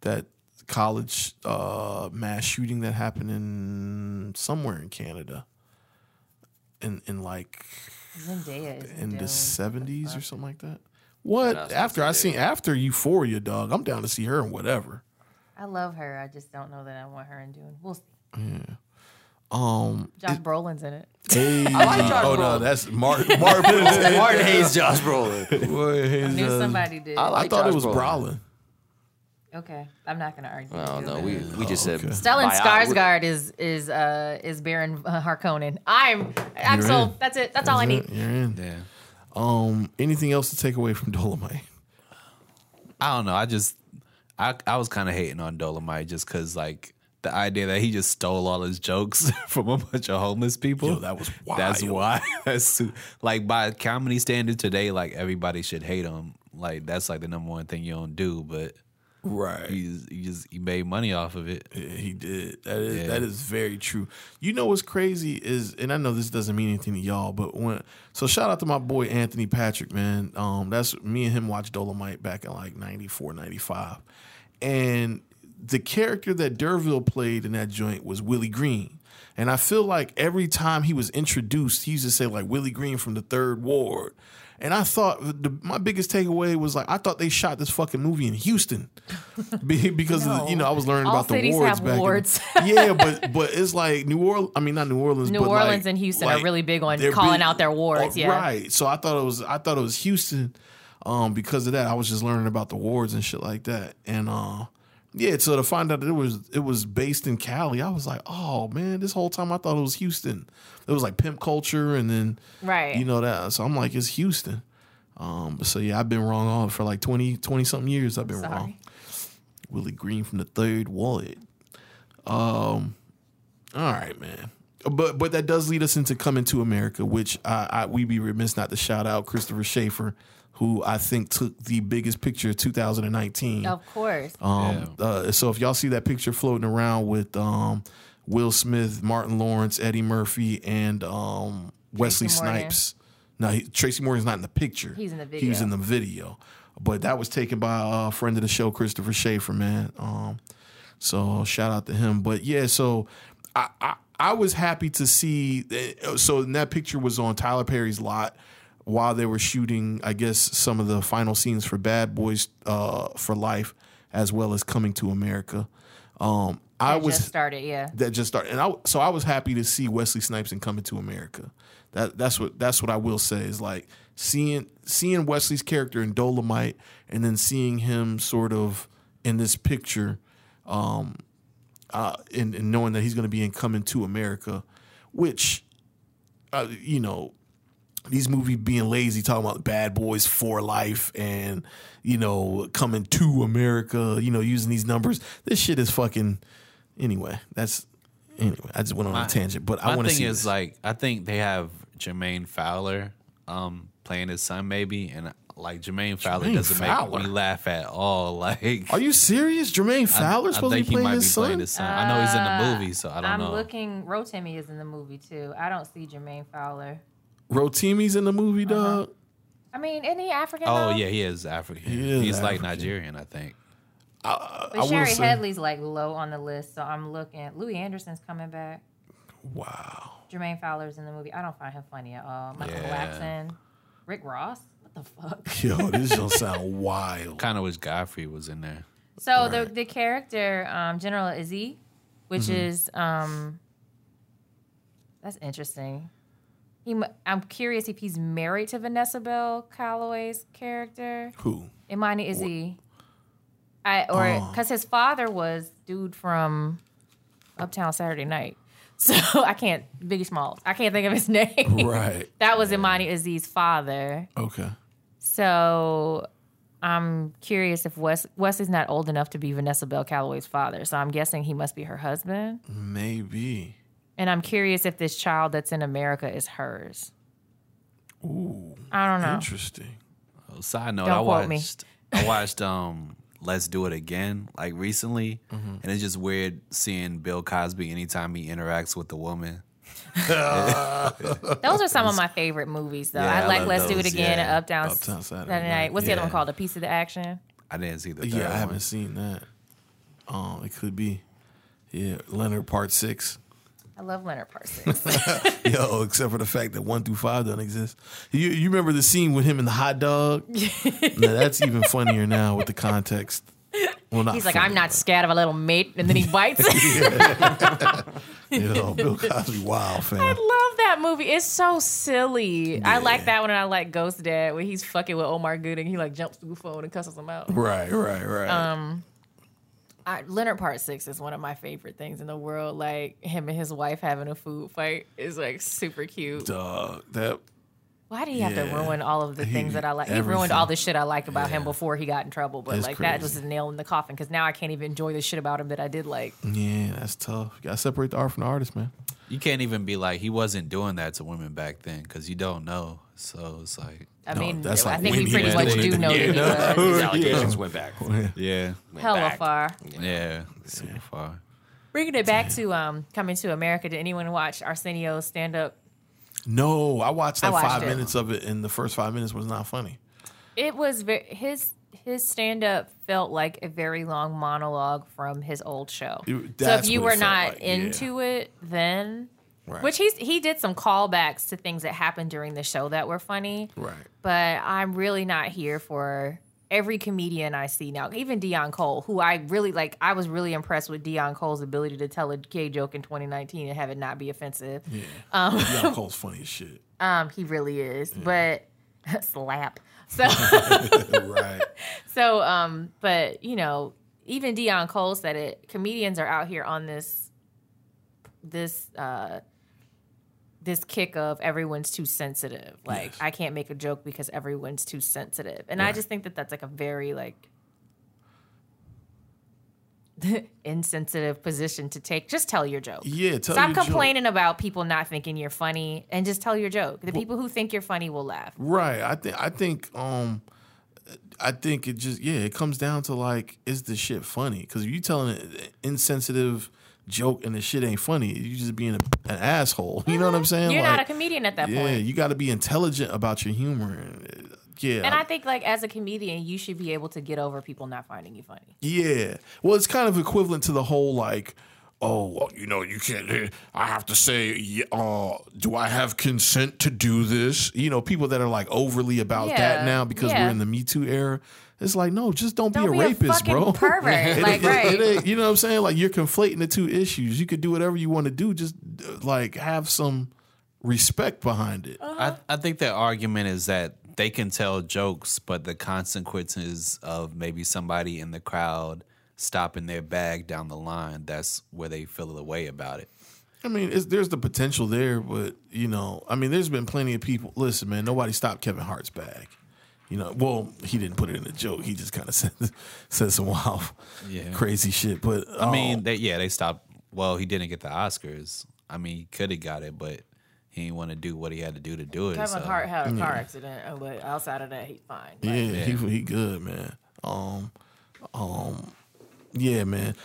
Speaker 2: that college uh mass shooting that happened in somewhere in Canada. In in like
Speaker 5: Zendaya is
Speaker 2: in
Speaker 5: doing-
Speaker 2: the seventies or something like that. What
Speaker 3: That's
Speaker 2: after
Speaker 3: what
Speaker 2: I
Speaker 3: they
Speaker 2: seen after Euphoria, dog? I'm down to see her and whatever.
Speaker 5: I love her. I just don't know that I want her in Dune. We'll see.
Speaker 2: Um,
Speaker 5: Josh Brolin's in it.
Speaker 2: hey,
Speaker 3: Josh
Speaker 2: oh no,
Speaker 3: Brolin.
Speaker 2: that's Mark. Mark Brolin.
Speaker 3: Martin hates Josh Brolin.
Speaker 2: Boy, his,
Speaker 5: Knew
Speaker 2: uh,
Speaker 5: somebody did.
Speaker 3: I
Speaker 2: I
Speaker 3: like
Speaker 2: thought
Speaker 3: Josh
Speaker 2: it was
Speaker 3: Brolin.
Speaker 2: Brolin.
Speaker 5: okay, I'm not gonna argue.
Speaker 3: I
Speaker 5: with
Speaker 3: don't
Speaker 5: you.
Speaker 3: know. We we just said uh,
Speaker 2: okay.
Speaker 5: Stellan
Speaker 3: Bio-
Speaker 5: Skarsgård is is uh is Baron uh, Harkonnen. I'm I'm
Speaker 2: You're
Speaker 5: sold.
Speaker 2: in.
Speaker 5: That's it. That's all I need.
Speaker 2: You're in.
Speaker 4: Yeah.
Speaker 2: Um, anything else to take away from Dolomite?
Speaker 4: I don't know. I just I I was kind of hating on Dolomite just because like the idea that he just stole all his jokes from a bunch of homeless people.
Speaker 2: Yo, that was
Speaker 4: That's
Speaker 2: wild.
Speaker 4: why. That's su- like by comedy standard today, like everybody should hate him. Like that's like the number one thing you don't do, but
Speaker 2: Right.
Speaker 4: you just, you just you made money off of it.
Speaker 2: He did. That is that is very true. You know what's crazy is, and I know this doesn't mean anything to y'all, but when so shout out to my boy Anthony Patrick, man. Um, that's me and him watched Dolomite back in like 94, 95. and the character that Derville played in that joint was Willie Green. And I feel like every time he was introduced, he used to say like Willie Green from the Third Ward. And I thought the, my biggest takeaway was like I thought they shot this fucking movie in Houston Be- because of the, you know I was learning
Speaker 5: All
Speaker 2: about the
Speaker 5: cities
Speaker 2: wards
Speaker 5: have
Speaker 2: back. in-
Speaker 5: wards.
Speaker 2: yeah, but but it's like New Orleans. I mean not New Orleans.
Speaker 5: New
Speaker 2: but like-
Speaker 5: Orleans and Houston are really big on
Speaker 2: they're oh,
Speaker 5: calling out their wards, yeah.
Speaker 2: right. So I thought it was I thought it was Houston. Um, because of that, I was just learning about the wards and shit like that. And uh, yeah, so to find out that it was it was based in Cali, I was like, oh man, this whole time I thought it was Houston. It was like pimp culture, and then
Speaker 5: Right.
Speaker 2: you know that. So I'm like, it's Houston. Um, so yeah, I've been wrong on for like 20, 20 something years. I've been wrong.
Speaker 5: Sorry.
Speaker 2: Willie Green from the Third Ward. Um, all right, man. But but that does lead us into coming to America, which I, I we be remiss not to shout out Christopher Schaefer, who I think took the biggest picture of 2019.
Speaker 5: Of course.
Speaker 2: Um, uh, so if y'all see that picture floating around with um, Will Smith, Martin Lawrence, Eddie Murphy, and um, Wesley
Speaker 5: Morgan.
Speaker 2: Snipes. No, he, Tracy Morgan's not in the picture.
Speaker 5: He's in the
Speaker 2: He was
Speaker 5: video.
Speaker 2: in the video, but that was taken by a friend of the show, Christopher Schaefer, man. Um, so shout out to him. But yeah, so I I, I was happy to see. that- So and that picture was on Tyler Perry's lot while they were shooting, I guess, some of the final scenes for Bad Boys uh, for Life, as well as Coming to America. Um, I
Speaker 5: It
Speaker 2: was
Speaker 5: just started, yeah.
Speaker 2: that just started, and I so I was happy to see Wesley Snipes in Coming to America. That that's what that's what I will say is like seeing seeing Wesley's character in Dolomite, and then seeing him sort of in this picture, um, uh, and, and knowing that he's going to be in Coming to America, which, uh, you know, these movies being lazy, talking about bad boys for life and, you know, coming to America, you know, using these numbers. This shit is fucking. Anyway, that's. Anyway, I just went on a tangent, but I
Speaker 4: My
Speaker 2: want to
Speaker 4: thing
Speaker 2: see.
Speaker 4: is
Speaker 2: this.
Speaker 4: like I think they have Jermaine Fowler um playing his son maybe, and like Jermaine Fowler
Speaker 2: Jermaine
Speaker 4: doesn't
Speaker 2: Fowler?
Speaker 4: make me laugh at all. Like
Speaker 2: Are you serious? Jermaine Fowler's supposed to be playing his son?
Speaker 4: I know he's in the movie, so I don't
Speaker 5: Uh, I'm
Speaker 4: know.
Speaker 5: looking. Rotimi is in the movie too. I don't see Jermaine Fowler.
Speaker 2: Rotimi's in the movie,
Speaker 4: Uh-huh.
Speaker 2: dog.
Speaker 5: I mean, isn't he African?
Speaker 4: oh
Speaker 5: though?
Speaker 4: yeah, he is African.
Speaker 2: He is
Speaker 4: he's like
Speaker 2: African.
Speaker 4: Nigerian, I think.
Speaker 2: I
Speaker 5: But
Speaker 2: will
Speaker 5: Sherry
Speaker 2: say-
Speaker 5: Headley's like low on the list, so I'm looking. Louis Anderson's coming back.
Speaker 2: Wow.
Speaker 5: Jermaine Fowler's in the movie. I don't find him funny at all. Michael
Speaker 4: Yeah.
Speaker 5: Blackson, Rick Ross. What the fuck?
Speaker 2: Yo, this don't sound wild.
Speaker 4: Kind of wish Godfrey was in there.
Speaker 5: So the the character um, General Izzy, which
Speaker 4: Mm-hmm.
Speaker 5: is um, that's interesting. He, mu- I'm curious if he's married to Vanessa Bell Calloway's character.
Speaker 2: Who?
Speaker 5: Imani Izzy, I or
Speaker 4: Oh.
Speaker 5: because his father was dude from Uptown Saturday Night. So I can't Biggie Smalls. I can't think of his name.
Speaker 2: Right.
Speaker 5: That was Imani Izzy's father.
Speaker 2: Okay.
Speaker 5: So I'm curious if Wes Wesley's not old enough to be Vanessa Bell Calloway's father. So I'm guessing he must be her husband.
Speaker 2: Maybe.
Speaker 5: And I'm curious if this child that's in America is hers.
Speaker 2: Ooh.
Speaker 5: I don't know.
Speaker 2: Interesting.
Speaker 4: Oh, side note,
Speaker 5: Don't
Speaker 4: I
Speaker 5: quote me.
Speaker 4: watched I watched um Let's Do It Again like recently,
Speaker 2: Mm-hmm.
Speaker 4: and it's just weird seeing Bill Cosby anytime he interacts with a woman.
Speaker 5: Those are some of my favorite movies, though.
Speaker 4: Yeah, I
Speaker 5: I like
Speaker 4: love
Speaker 5: Let's Do
Speaker 4: those,
Speaker 5: It Again
Speaker 4: yeah.
Speaker 5: and Uptown,
Speaker 2: Uptown
Speaker 5: Saturday,
Speaker 2: Saturday Night,
Speaker 5: Night. What's the other one
Speaker 2: yeah.
Speaker 5: called? A Piece of the Action.
Speaker 4: I didn't see the third
Speaker 2: Yeah, I
Speaker 4: one.
Speaker 2: haven't seen that. Um, it could be. Yeah, Leonard Part Six.
Speaker 5: I love Leonard Parsons.
Speaker 2: Yo, except for the fact that one through five don't exist. You you remember the scene with him and the hot dog? now, that's even funnier now with the context. Well, not
Speaker 5: He's like,
Speaker 2: fully,
Speaker 5: I'm not
Speaker 2: but-
Speaker 5: scared of a little mate, and then he bites. I
Speaker 2: Yo, Bill Cosby, wild fam.
Speaker 5: love that movie. It's so silly. I like that one, and I like Ghost Dad where he's fucking with Omar Gooding. He like jumps through the phone and cusses him out.
Speaker 2: Right, right, right.
Speaker 5: Um, I, Leonard Part Six is one of my favorite things in the world. Like him and his wife having a food fight is like super cute.
Speaker 2: Dog, that
Speaker 5: Why do you have to
Speaker 2: Yeah.
Speaker 5: ruin all of the
Speaker 2: He-
Speaker 5: things that I like? He ruined
Speaker 2: everything.
Speaker 5: all the shit I like about him before he got in trouble. But
Speaker 2: It's
Speaker 5: like that was
Speaker 2: crazy.
Speaker 5: a nail in the coffin because now I can't even enjoy the shit about him that I did like.
Speaker 2: yeah, that's tough. You gotta separate the art from the artist, man.
Speaker 4: You can't even be like he wasn't doing that to women back then because you don't know. So it's like,
Speaker 5: I
Speaker 2: No,
Speaker 5: mean,
Speaker 2: that's
Speaker 5: I
Speaker 2: like
Speaker 5: think
Speaker 2: when
Speaker 5: we
Speaker 2: he
Speaker 5: pretty
Speaker 4: was
Speaker 5: much
Speaker 4: doing
Speaker 5: do
Speaker 4: it.
Speaker 5: know
Speaker 4: Yeah,
Speaker 5: that he was
Speaker 3: His allegations went back. Went
Speaker 4: yeah,
Speaker 5: hella
Speaker 3: back.
Speaker 5: far.
Speaker 4: yeah, super far.
Speaker 5: Bringing it back to um, coming to America. Did anyone watch Arsenio's stand up?
Speaker 2: No, I watched
Speaker 5: I
Speaker 2: like
Speaker 5: watched
Speaker 2: five
Speaker 5: it.
Speaker 2: minutes of it, and the first five minutes was not funny.
Speaker 5: It was ve- his his stand up felt like a very long monologue from his old show. so if
Speaker 2: that's
Speaker 5: you
Speaker 2: what
Speaker 5: were
Speaker 2: it felt
Speaker 5: not
Speaker 2: like, yeah.
Speaker 5: into it then,
Speaker 2: Right.
Speaker 5: which he's he did some callbacks to things that happened during the show that were funny.
Speaker 2: Right.
Speaker 5: But I'm really not here for every comedian I see now, even Dion Cole, who I really like. I was really impressed with Dion Cole's ability to tell a gay joke in 2019 and have it not be offensive.
Speaker 2: Yeah, um, Cole's funny as shit.
Speaker 5: Um, he really is, but slap. So,
Speaker 2: right.
Speaker 5: so, um, but you know, even Dion Cole said it. Comedians are out here on this, this, uh, this kick of everyone's too sensitive. Like
Speaker 2: Yes.
Speaker 5: I can't make a joke because everyone's too sensitive, and I
Speaker 2: Right.
Speaker 5: just think that that's like a very like insensitive position to take. Just tell your joke.
Speaker 2: Yeah, tell
Speaker 5: Stop
Speaker 2: your joke.
Speaker 5: complaining about people not thinking you're funny and just tell your joke. The people who think you're funny will laugh.
Speaker 2: Right. I think I think um I think it just yeah, it comes down to like is the shit funny? Cuz you telling an insensitive joke and the shit ain't funny, you just being a, an asshole. You know what I'm saying?
Speaker 5: Mm-hmm. You're
Speaker 2: like,
Speaker 5: not a comedian at that
Speaker 2: Yeah,
Speaker 5: point.
Speaker 2: you got to be intelligent about your humor. and, uh, Yeah.
Speaker 5: And I think like as a comedian, you should be able to get over people not finding you funny.
Speaker 2: Yeah. Well, it's kind of equivalent to the whole like, oh, well, you know, you can't. eh, I have to say, y- uh, do I have consent to do this? You know, people that are like overly about
Speaker 5: Yeah.
Speaker 2: that now because
Speaker 5: Yeah.
Speaker 2: we're in the Me Too era. It's like, no, just don't,
Speaker 5: Don't
Speaker 2: be a
Speaker 5: be a
Speaker 2: rapist,
Speaker 5: fucking
Speaker 2: bro.
Speaker 5: pervert.
Speaker 2: It-
Speaker 5: Like,
Speaker 2: it-
Speaker 5: right.
Speaker 2: it ain't- you know what I'm saying? Like, you're conflating the two issues. You could do whatever you want to do. Just uh, like have some respect behind it.
Speaker 4: I, I think their argument is that they can tell jokes, but the consequences of maybe somebody in the crowd stopping their bag down the line, that's where they feel the way about it.
Speaker 2: I mean, it's, there's the potential there, but you know, I mean, there's been plenty of people. Listen, man, nobody stopped Kevin Hart's bag. You know, well, he didn't put it in a joke. He just kind of said said some wild,
Speaker 4: Yeah.
Speaker 2: crazy shit. But um,
Speaker 4: I
Speaker 2: Oh.
Speaker 4: mean, they, yeah, they stopped. Well, he didn't get the Oscars. I mean, he could have got it, but he didn't want to do what he had to do to do it. so.
Speaker 5: had a car accident, uh, but outside of that, he's fine.
Speaker 2: yeah, he he good, man. Um, um, yeah, man.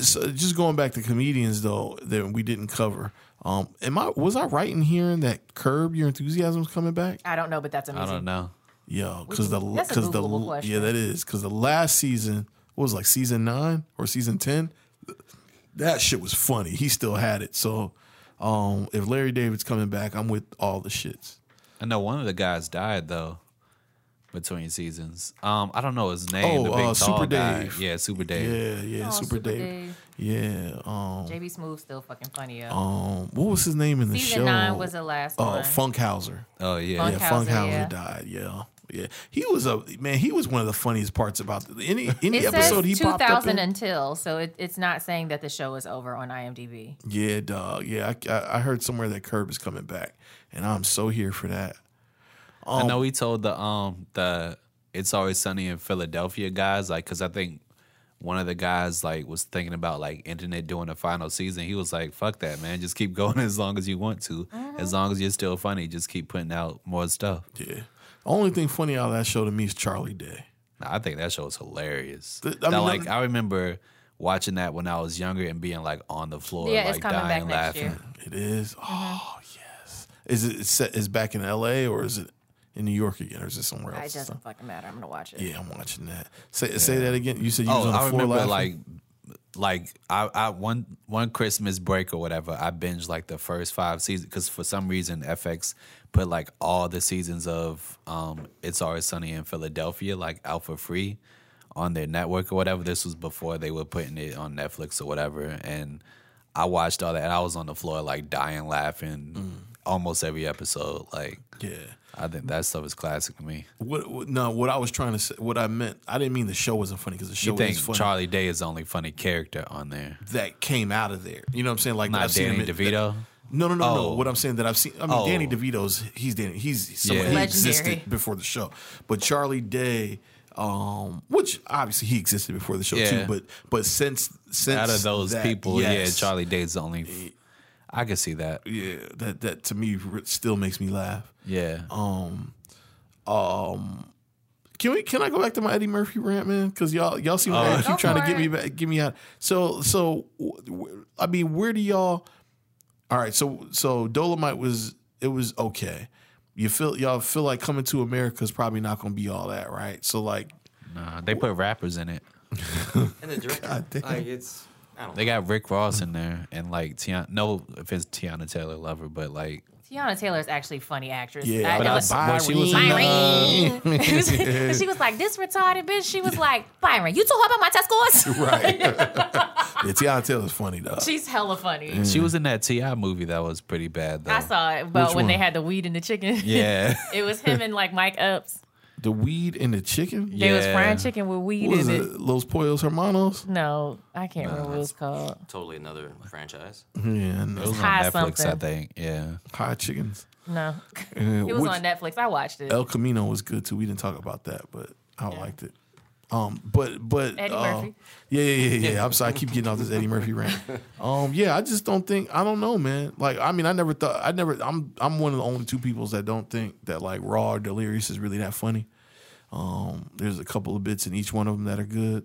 Speaker 2: So just going back to comedians though that we didn't cover. Um, am I was I right in hearing that Curb Your Enthusiasm's coming back?
Speaker 5: I don't know, but that's
Speaker 4: I
Speaker 5: amazing.
Speaker 4: don't know.
Speaker 2: Yo, because the
Speaker 5: that's a
Speaker 2: because the
Speaker 5: Googleable question.
Speaker 2: yeah that is because the last season what was it, like season nine or season ten, that shit was funny. He still had it. So, um, if Larry David's coming back, I'm with all the shits.
Speaker 4: I know one of the guys died though between seasons. Um, I don't know his name.
Speaker 2: Oh,
Speaker 4: the big
Speaker 2: uh,
Speaker 4: tall
Speaker 2: Super
Speaker 4: guy.
Speaker 2: Dave.
Speaker 4: Yeah, Super Dave.
Speaker 2: Yeah, yeah,
Speaker 5: Oh,
Speaker 2: Super,
Speaker 5: Super
Speaker 2: Dave.
Speaker 5: Dave.
Speaker 2: Yeah, um,
Speaker 5: JB Smooth's still fucking funny. yo.
Speaker 2: um, what was his name in the
Speaker 5: Season
Speaker 2: show?
Speaker 5: nine was the last
Speaker 2: Oh,
Speaker 5: one.
Speaker 2: Funkhauser.
Speaker 4: Oh yeah.
Speaker 5: Fun-
Speaker 2: Yeah,
Speaker 5: Funkhauser,
Speaker 2: Funkhauser
Speaker 5: yeah.
Speaker 2: died. Yeah, yeah. He was a man. He was one of the funniest parts about the, any any
Speaker 5: it
Speaker 2: episode
Speaker 5: says
Speaker 2: he popped up
Speaker 5: 2000
Speaker 2: in.
Speaker 5: until, so it, it's not saying that the show is over on IMDb.
Speaker 2: Yeah, dog. Yeah, I- I, I heard somewhere that Curb is coming back, and I'm so here for that.
Speaker 4: I know he told the um the it's always sunny in Philadelphia guys like because I think one of the guys like was thinking about like ending it during the final season. He was like, "Fuck that, man! Just keep going as long as you want to, as
Speaker 5: Uh-huh.
Speaker 4: long as you're still funny. Just keep putting out more stuff."
Speaker 2: Yeah. Only thing funny out of that show to me is Charlie Day.
Speaker 4: I think that show is hilarious.
Speaker 2: Th- I
Speaker 4: That,
Speaker 2: mean,
Speaker 4: like
Speaker 2: that-
Speaker 4: I remember watching that when I was younger and being like on the floor,
Speaker 5: Yeah, it's
Speaker 4: like
Speaker 5: coming back
Speaker 4: dying
Speaker 5: next
Speaker 4: laughing.
Speaker 5: year.
Speaker 2: It is. Oh yes. Is it set? Is back in L.A. or is it in New York again, or is it somewhere
Speaker 5: It
Speaker 2: else?
Speaker 5: doesn't fucking matter. I'm gonna watch it.
Speaker 2: yeah, I'm watching that. Say say that again. You said you was
Speaker 4: Oh,
Speaker 2: on the
Speaker 4: I
Speaker 2: floor
Speaker 4: remember
Speaker 2: laughing?
Speaker 4: like like I, I one one Christmas break or whatever, I binged like the first five seasons because for some reason FX put like all the seasons of um It's Always Sunny in Philadelphia like out for free on their network or whatever. This was before they were putting it on Netflix or whatever. And I watched all that and I was on the floor like dying laughing
Speaker 2: Mm.
Speaker 4: almost every episode. Like
Speaker 2: Yeah.
Speaker 4: I think that stuff is classic to me.
Speaker 2: What, what? No, what I was trying to say, what I meant, I didn't mean the show wasn't funny because the show
Speaker 4: You think
Speaker 2: is funny.
Speaker 4: Charlie Day is the only funny character on there?
Speaker 2: that came out of there. You know what I'm saying? Like
Speaker 4: Not
Speaker 2: I've seen
Speaker 4: Danny
Speaker 2: him in-
Speaker 4: DeVito.
Speaker 2: no, no, no, no.
Speaker 4: Oh.
Speaker 2: What I'm saying that I've seen. I mean,
Speaker 4: Oh.
Speaker 2: Danny DeVito's. He's Danny. He's someone
Speaker 4: Yeah.
Speaker 2: he
Speaker 5: Legendary.
Speaker 2: existed before the show. But Charlie Day, um, which obviously he existed before the show too.
Speaker 4: Yeah.
Speaker 2: But but since since
Speaker 4: Out of those
Speaker 2: that,
Speaker 4: people,
Speaker 2: yes.
Speaker 4: yeah, Charlie Day's the only. I can see that.
Speaker 2: Yeah, that that to me r- still makes me laugh.
Speaker 4: Yeah.
Speaker 2: Um, Can we? Can I go back to my Eddie Murphy rant, man? Because y'all y'all see
Speaker 4: Uh,
Speaker 2: what
Speaker 5: Go
Speaker 2: keep trying to
Speaker 5: for
Speaker 2: get me
Speaker 5: it.
Speaker 2: back, get me out. So so, wh- wh- I mean, where do y'all? All right, so so Dolomite was it was okay. You feel y'all feel like coming to America is probably not going to be all that, right? So like,
Speaker 4: Nah, they put rappers in it.
Speaker 3: And the director, like it's, I don't
Speaker 4: They got Rick Ross in there and like Tiana. No offense, Tiana Taylor lover, but like
Speaker 5: Tiana Taylor's actually a funny actress.
Speaker 2: yeah,
Speaker 5: I,
Speaker 4: But
Speaker 5: it
Speaker 4: I-
Speaker 5: was,
Speaker 4: but she was in,
Speaker 5: Byron. she was like this retarded bitch. She was like Byron. You told her about my test scores.
Speaker 2: right. yeah, Tiana Taylor's funny though.
Speaker 5: She's hella funny.
Speaker 4: she
Speaker 2: Mm.
Speaker 4: was in that Ti movie that was pretty bad though.
Speaker 5: I saw it, but
Speaker 2: Which
Speaker 5: when they
Speaker 2: one?
Speaker 5: had the weed and the chicken,
Speaker 4: Yeah,
Speaker 5: it was him and like Mike Ups.
Speaker 2: the weed and the chicken.
Speaker 5: They was
Speaker 4: Yeah.
Speaker 5: frying chicken with weed
Speaker 2: What is
Speaker 5: in it.
Speaker 2: it? Los Pollos Hermanos.
Speaker 5: No, I can't remember what it was called.
Speaker 3: totally another franchise.
Speaker 4: Mm-hmm.
Speaker 2: Yeah,
Speaker 4: it
Speaker 2: no,
Speaker 4: was on
Speaker 5: High
Speaker 4: Netflix, I
Speaker 5: something.
Speaker 4: think. Yeah,
Speaker 2: hot chickens.
Speaker 5: No,
Speaker 2: Yeah,
Speaker 5: it was
Speaker 2: which-
Speaker 5: on Netflix. I watched it.
Speaker 2: El Camino was good too. We didn't talk about that, but I liked it. Um, but but
Speaker 5: Eddie
Speaker 2: uh,
Speaker 5: Murphy.
Speaker 2: Yeah, yeah, yeah, yeah. I'm sorry, I keep getting off this Eddie Murphy rant. Um, yeah, I just don't think I don't know, man. Like, I mean, I never thought I never. I'm I'm one of the only two peoples that don't think that like Raw or Delirious is really that funny. Um, there's a couple of bits in each one of them that are good.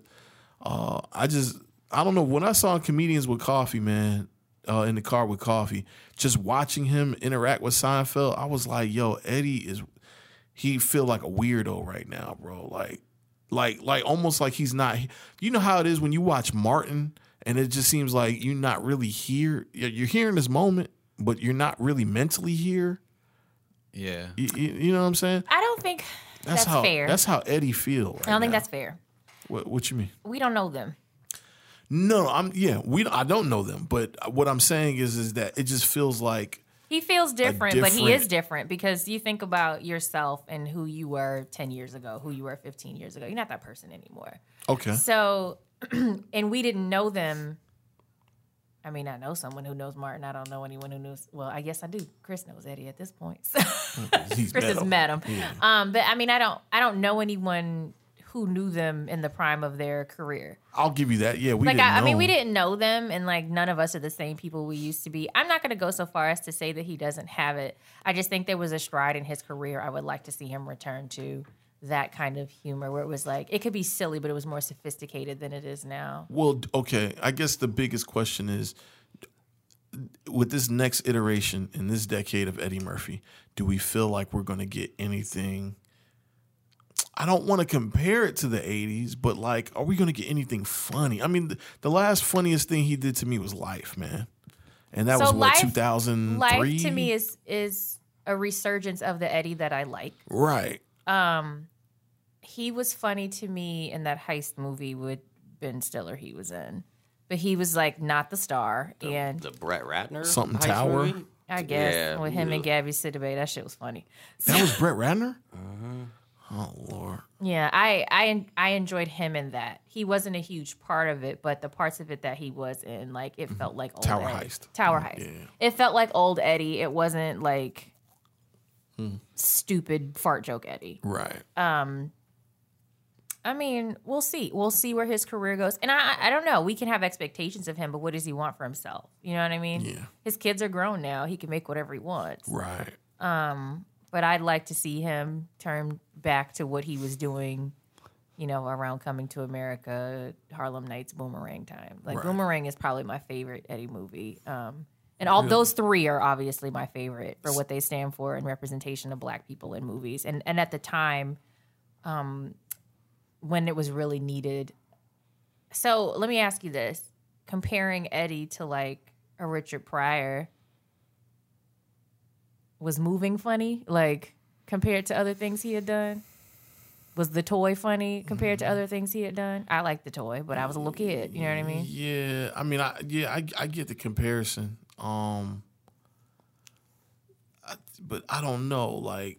Speaker 2: Uh, I just I don't know. When I saw comedians with coffee, man, uh, in the car with coffee, just watching him interact with Seinfeld, I was like, yo, Eddie is he feel like a weirdo right now, bro. Like, like, like almost like he's not. You know how it is when you watch Martin, and it just seems like you're not really here. You're you're here in this moment, but you're not really mentally here.
Speaker 4: yeah.
Speaker 2: You, you, you know what I'm saying?
Speaker 5: I don't think that's,
Speaker 2: how
Speaker 5: fair.
Speaker 2: that's how Eddie feel.
Speaker 5: I don't think that's fair.
Speaker 2: what, what you mean.
Speaker 5: We don't know them.
Speaker 2: No, I'm yeah. We I don't know them, but what I'm saying is is that it just feels like
Speaker 5: He feels different, but he
Speaker 2: different-
Speaker 5: is different because you think about yourself and who you were 10 years ago, who you were 15 years ago. You're not that person anymore.
Speaker 2: okay.
Speaker 5: So, and we didn't know them. I mean, I know someone who knows Martin. I don't know anyone who knows. Well, I guess I do. Chris knows Eddie at this point. So.
Speaker 2: He's
Speaker 5: Chris has
Speaker 2: metal.
Speaker 5: met him. Um, but I mean, I don't, I don't know anyone who knew them in the prime of their career.
Speaker 2: I'll give you that. Yeah, we
Speaker 5: Like,
Speaker 2: didn't
Speaker 5: I, I
Speaker 2: know
Speaker 5: mean, we
Speaker 2: him.
Speaker 5: didn't know them, and like none of us are the same people we used to be. I'm not going to go so far as to say that he doesn't have it. I just think there was a stride in his career. I would like to see him return to that kind of humor where it was like it could be silly, but it was more sophisticated than it is now.
Speaker 2: Well, d- okay. I guess the biggest question is with this next iteration in this decade of Eddie Murphy, do we feel like we're going to get anything? I don't want to compare it to the 80s, but like, are we going to get anything funny? I mean, th- the last funniest thing he did to me was Life, man. And that
Speaker 5: So
Speaker 2: was what,
Speaker 5: Life-
Speaker 2: 2003?
Speaker 5: Life to me is is a resurgence of the Eddie that I like.
Speaker 2: Right.
Speaker 5: he was funny to me in that heist movie with Ben Stiller he was in. But he was like not the star. and
Speaker 3: The Brett Ratner
Speaker 2: Something
Speaker 3: heist
Speaker 2: Tower?
Speaker 3: movie?
Speaker 5: I guess
Speaker 3: yeah,
Speaker 5: with him
Speaker 3: yeah.
Speaker 5: and Gabby Sidibe, that shit was funny.
Speaker 2: That was Brett Ratner?
Speaker 5: Uh-huh.
Speaker 2: Oh, Lord.
Speaker 5: Yeah, I I I enjoyed him in that. He wasn't a huge part of it, but the parts of it that he was in, like it
Speaker 3: Mm-hmm.
Speaker 5: felt like old
Speaker 2: Tower
Speaker 5: Eddie.
Speaker 2: Heist. Mm-hmm.
Speaker 5: Tower heist. It felt like old Eddie. It wasn't like
Speaker 2: Mm.
Speaker 5: stupid fart joke Eddie.
Speaker 2: Right.
Speaker 5: I mean, we'll see. We'll see where his career goes. And I, I don't know. We can have expectations of him, but what does he want for himself? You know what I mean?
Speaker 2: Yeah.
Speaker 5: His kids are grown now. He can make whatever he wants.
Speaker 2: right.
Speaker 5: But I'd like to see him turn back to what he was doing, you know, around coming to America, Harlem Nights, Boomerang time. Like
Speaker 2: Right.
Speaker 5: Boomerang is probably my favorite Eddie movie. Um, and all those three are obviously my favorite for what they stand for and representation of black people in movies. And and at the time, when it was really needed. So let me ask you this: comparing Eddie to like a Richard Pryor was moving funny, like compared to other things he had done. was the toy funny compared to other things he had done? I liked the toy, but I was a little kid. You know what I mean?
Speaker 2: Yeah, I mean, I yeah, I, I get the comparison, um, I, but I don't know. Like,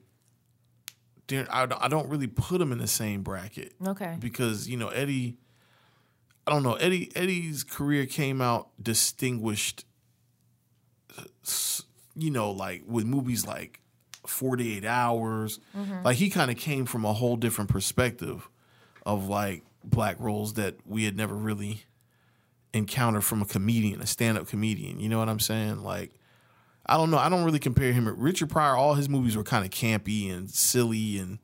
Speaker 2: there- I I don't really put him in the same bracket.
Speaker 5: Okay.
Speaker 2: because you know Eddie. I don't know Eddie. Eddie's career came out distinguished. s- You know, like with movies like Forty Eight Hours, like he kind of came from a whole different perspective of like black roles that we had never really encountered from a comedian, a stand-up comedian. You know what I'm saying? Like, I don't know. I don't really compare him. Richard Pryor, all his movies were kind of campy and silly and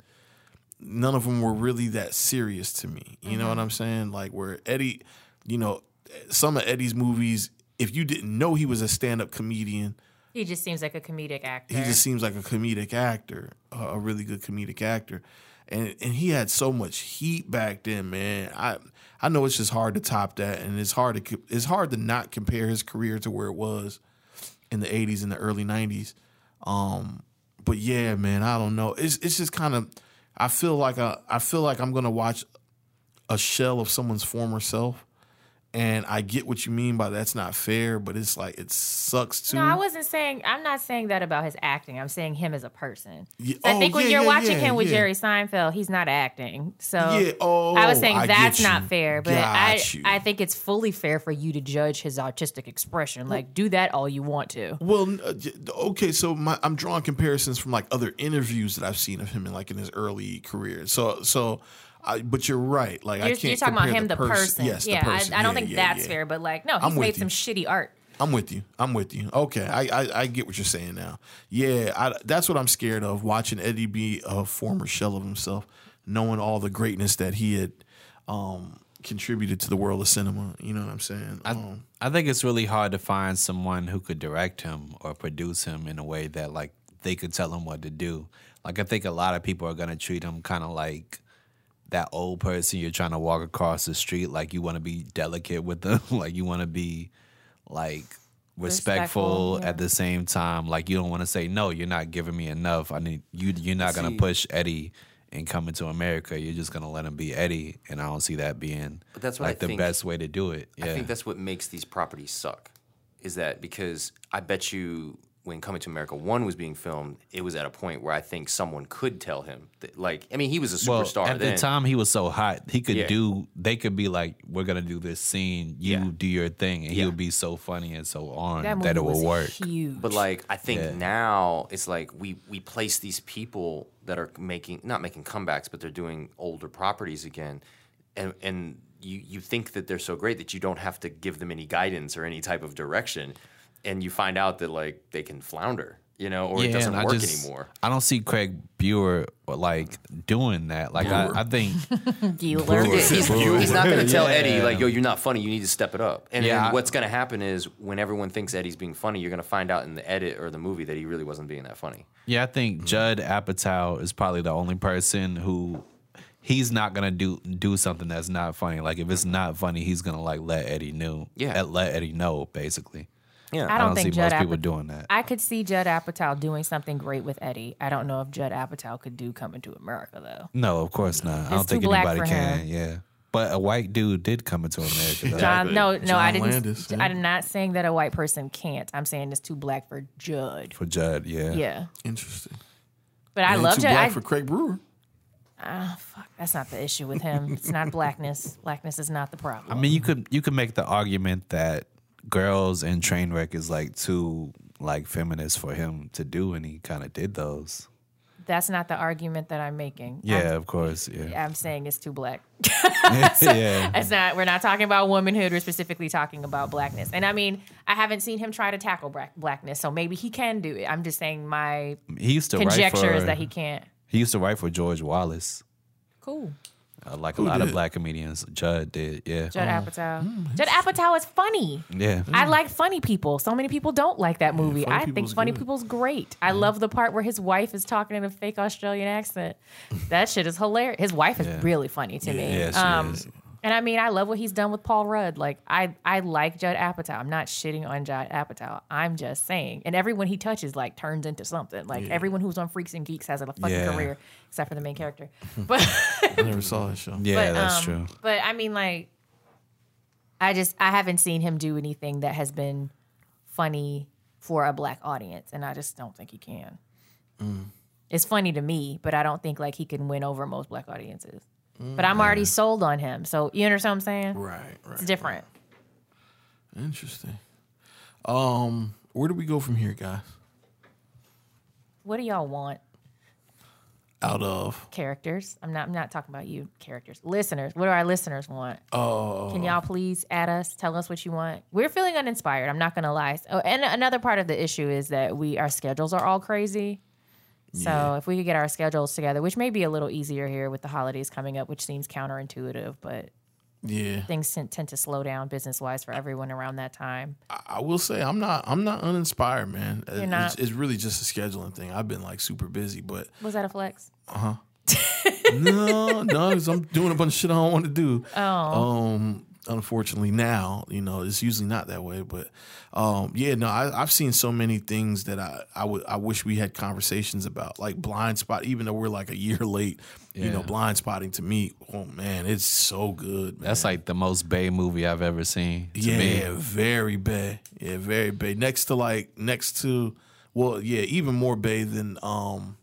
Speaker 2: none of them were really that serious to me. You know what I'm saying? Like where Eddie, you know, some of Eddie's movies, if you didn't know he was a stand-up comedian,
Speaker 5: He just seems like a comedic actor.
Speaker 2: he just seems like a comedic actor, a a really good comedic actor. And and he had so much heat back then, man. I I know it's just hard to top that and it's hard to co- it's hard to not compare his career to where it was in the 80s and the early 90s. Um but yeah, man, I don't know. It's it's just kind of I feel like a, I feel like I'm going to watch a shell of someone's former self. And I get what you mean by that's not fair, but it's like it sucks too.
Speaker 5: no, I wasn't saying. I'm not saying that about his acting. I'm saying him as a person.
Speaker 2: Yeah,
Speaker 5: So I
Speaker 2: oh,
Speaker 5: think when
Speaker 2: yeah,
Speaker 5: you're
Speaker 2: yeah,
Speaker 5: watching
Speaker 2: yeah,
Speaker 5: him with
Speaker 2: yeah.
Speaker 5: Jerry Seinfeld, he's not acting. So
Speaker 2: Yeah, oh,
Speaker 5: I was saying
Speaker 2: I
Speaker 5: that's
Speaker 2: get you.
Speaker 5: not fair, but I
Speaker 2: Got you.
Speaker 5: I think it's fully fair for you to judge his artistic expression. Like do that all you want to.
Speaker 2: Well, n- uh, j- okay, so my, I'm drawing comparisons from like other interviews that I've seen of him in like in his early career. So, so, I, but you're right. Like I
Speaker 5: You're,
Speaker 2: can't.
Speaker 5: you're talking about
Speaker 2: compare
Speaker 5: him, the,
Speaker 2: pers-
Speaker 5: person.
Speaker 2: Yes,
Speaker 5: yeah,
Speaker 2: the person.
Speaker 5: I, I don't
Speaker 2: Yeah,
Speaker 5: think
Speaker 2: yeah,
Speaker 5: that's
Speaker 2: yeah.
Speaker 5: fair, but like, no, he's
Speaker 2: I'm with
Speaker 5: made
Speaker 2: you.
Speaker 5: some shitty art.
Speaker 2: I'm with you. I'm with you. Okay, I I, I get what you're saying now. Yeah, I, that's what I'm scared of. Watching Eddie be a former shell of himself, knowing all the greatness that he had um, contributed to the world of cinema. You know what I'm saying? um,
Speaker 4: I think it's really hard to find someone who could direct him or produce him in a way that like they could tell him what to do. Like I think a lot of people are gonna treat him kind of like that old person you're trying to walk across the street. Like you want to be delicate with them. like you want to be like respectful,
Speaker 5: Respectful, yeah.
Speaker 4: at the same time. Like you don't want to say no. You're not giving me enough. I need you. You're not gonna push Eddie. And coming to America, you're just gonna let him be Eddie, and I don't see that being
Speaker 3: But that's what I
Speaker 4: like the
Speaker 3: think-
Speaker 4: best way to do it. Yeah.
Speaker 3: I think that's what makes these properties suck. Is that because I bet you when Coming to America one was being filmed, it was at a point where I think someone could tell him. That, like, I mean, he was a superstar
Speaker 4: at
Speaker 3: then.
Speaker 4: the time, he was so hot. He could
Speaker 3: Yeah.
Speaker 4: do. They could be like, "We're gonna do this scene. You
Speaker 3: Yeah.
Speaker 4: do your thing," and he
Speaker 3: Yeah.
Speaker 4: would be so funny and so on
Speaker 5: That
Speaker 4: that,
Speaker 5: movie
Speaker 4: it
Speaker 5: was
Speaker 4: will work.
Speaker 5: huge.
Speaker 3: But like I think now it's like we we place these people that are making not making comebacks, but they're doing older properties again, and and you you think that they're so great that you don't have to give them any guidance or any type of direction, and you find out that like they can flounder, you know, or it doesn't
Speaker 4: and I
Speaker 3: work
Speaker 4: just-
Speaker 3: anymore.
Speaker 4: I don't see Craig Buer uh, like doing that. Like I, I think,
Speaker 5: Bueller.
Speaker 4: Brewer.
Speaker 3: Yeah, he's,
Speaker 4: Brewer.
Speaker 3: he's not going to tell
Speaker 4: Yeah.
Speaker 3: Eddie like, "Yo, you're not funny. You need to step it up." And
Speaker 4: Yeah,
Speaker 3: then
Speaker 4: I-
Speaker 3: what's going to happen is when everyone thinks Eddie's being funny, you're going to find out in the edit or the movie that he really wasn't being that funny.
Speaker 4: yeah, I think Judd Apatow is probably the only person who he's not gonna do do something that's not funny. Like if it's not funny, he's gonna like let Eddie know.
Speaker 3: Yeah.
Speaker 4: let Eddie know basically.
Speaker 3: Yeah,
Speaker 5: I don't, think
Speaker 4: see
Speaker 5: Judd
Speaker 4: most people
Speaker 5: Apatow-
Speaker 4: doing that.
Speaker 5: I could see Judd Apatow doing something great with Eddie. I don't know if Judd Apatow could do Coming to America though.
Speaker 4: No, of course not. I
Speaker 5: It's
Speaker 4: don't think
Speaker 5: too black
Speaker 4: anybody
Speaker 5: for
Speaker 4: can.
Speaker 5: him.
Speaker 4: Yeah, but a white dude did come into America. though.
Speaker 5: John, no, no, I
Speaker 2: John
Speaker 5: didn't.
Speaker 2: Landis, yeah.
Speaker 5: I'm not saying that a white person can't. I'm saying it's too black for Judd.
Speaker 4: for Judd. Yeah.
Speaker 5: Yeah,
Speaker 2: interesting.
Speaker 5: but I
Speaker 2: Ain't
Speaker 5: love
Speaker 2: too
Speaker 5: Judd.
Speaker 2: black
Speaker 5: I-
Speaker 2: for Craig Brewer.
Speaker 5: that's not the issue with him. It's not blackness. Blackness is not the problem.
Speaker 4: I mean, you could you could make the argument that girls and Trainwreck is like too like feminist for him to do, and he kind of did those.
Speaker 5: that's not the argument that I'm making.
Speaker 4: Yeah, of course. Yeah.
Speaker 5: I'm saying it's too black.
Speaker 4: yeah.
Speaker 5: It's not. We're not talking about womanhood. We're specifically talking about blackness. And I mean, I haven't seen him try to tackle black blackness, so maybe he can do it. I'm just saying my
Speaker 4: He used to write
Speaker 5: conjecture
Speaker 4: for
Speaker 5: is that he can't.
Speaker 4: he used to write for George Wallace.
Speaker 5: Cool.
Speaker 4: Uh, like a lot of
Speaker 2: did?
Speaker 4: black comedians, Judd did. Yeah.
Speaker 5: Judd Apatow.
Speaker 4: Hmm,
Speaker 5: Judd Apatow is funny.
Speaker 4: Yeah.
Speaker 5: I like funny people. So many people don't like that movie.
Speaker 2: Funny
Speaker 5: I think
Speaker 2: People's
Speaker 5: funny
Speaker 2: good.
Speaker 5: people's great. I love the part where his wife is talking in a fake Australian accent. That shit is hilarious. His wife is really funny to me. Um,
Speaker 4: Yeah, she is.
Speaker 5: And I mean, I love what he's done with Paul Rudd. Like, I, I like Judd Apatow. I'm not shitting on Judd Apatow. I'm just saying. And everyone he touches, like, turns into something. Like, everyone who's on Freaks and Geeks has a fucking
Speaker 4: Yeah.
Speaker 5: career, except for the main character. But,
Speaker 2: I never saw that show.
Speaker 4: Yeah,
Speaker 5: but,
Speaker 4: that's
Speaker 5: um,
Speaker 4: true.
Speaker 5: But I mean, like, I just, I haven't seen him do anything that has been funny for a black audience. And I just don't think he can.
Speaker 4: Mm.
Speaker 5: It's funny to me, but I don't think, like, he can win over most black audiences.
Speaker 4: Mm.
Speaker 5: But I'm already sold on him. So, you understand what I'm saying?
Speaker 2: Right, right.
Speaker 5: It's different.
Speaker 2: Interesting. Um, where do we go from here, guys?
Speaker 5: What do y'all want?
Speaker 2: Out of
Speaker 5: Characters. I'm not. I'm not talking about you. Characters. Listeners. What do our listeners want? Oh. Can y'all please add us? Tell us what you want. We're feeling uninspired. I'm not gonna lie. Oh, and another part of the issue is that we our schedules are all crazy. So if we could get our schedules together, which may be a little easier here with the holidays coming up, which seems counterintuitive, but
Speaker 2: yeah,
Speaker 5: things tend, tend to slow down business wise for everyone around that time.
Speaker 2: I will say I'm not I'm not uninspired, man. It- it's,
Speaker 5: not.
Speaker 2: it's really just a scheduling thing. I've been like super busy, but
Speaker 5: Was that a flex?
Speaker 2: no, no, 'cause I'm doing a bunch of shit I don't want to do. Oh. Um, unfortunately, now you know it's usually not that way, but um, yeah, no, I, I've seen so many things that I I would I wish we had conversations about, like blind spot. Even though we're like a year late, you know,
Speaker 4: Yeah.
Speaker 2: blind spotting to me, oh man, it's so good. Man.
Speaker 4: That's like the most Bay movie I've ever seen. To
Speaker 2: yeah,
Speaker 4: me.
Speaker 2: very bay. Yeah, very bay. Next to like next to, well, yeah, even more bay than um,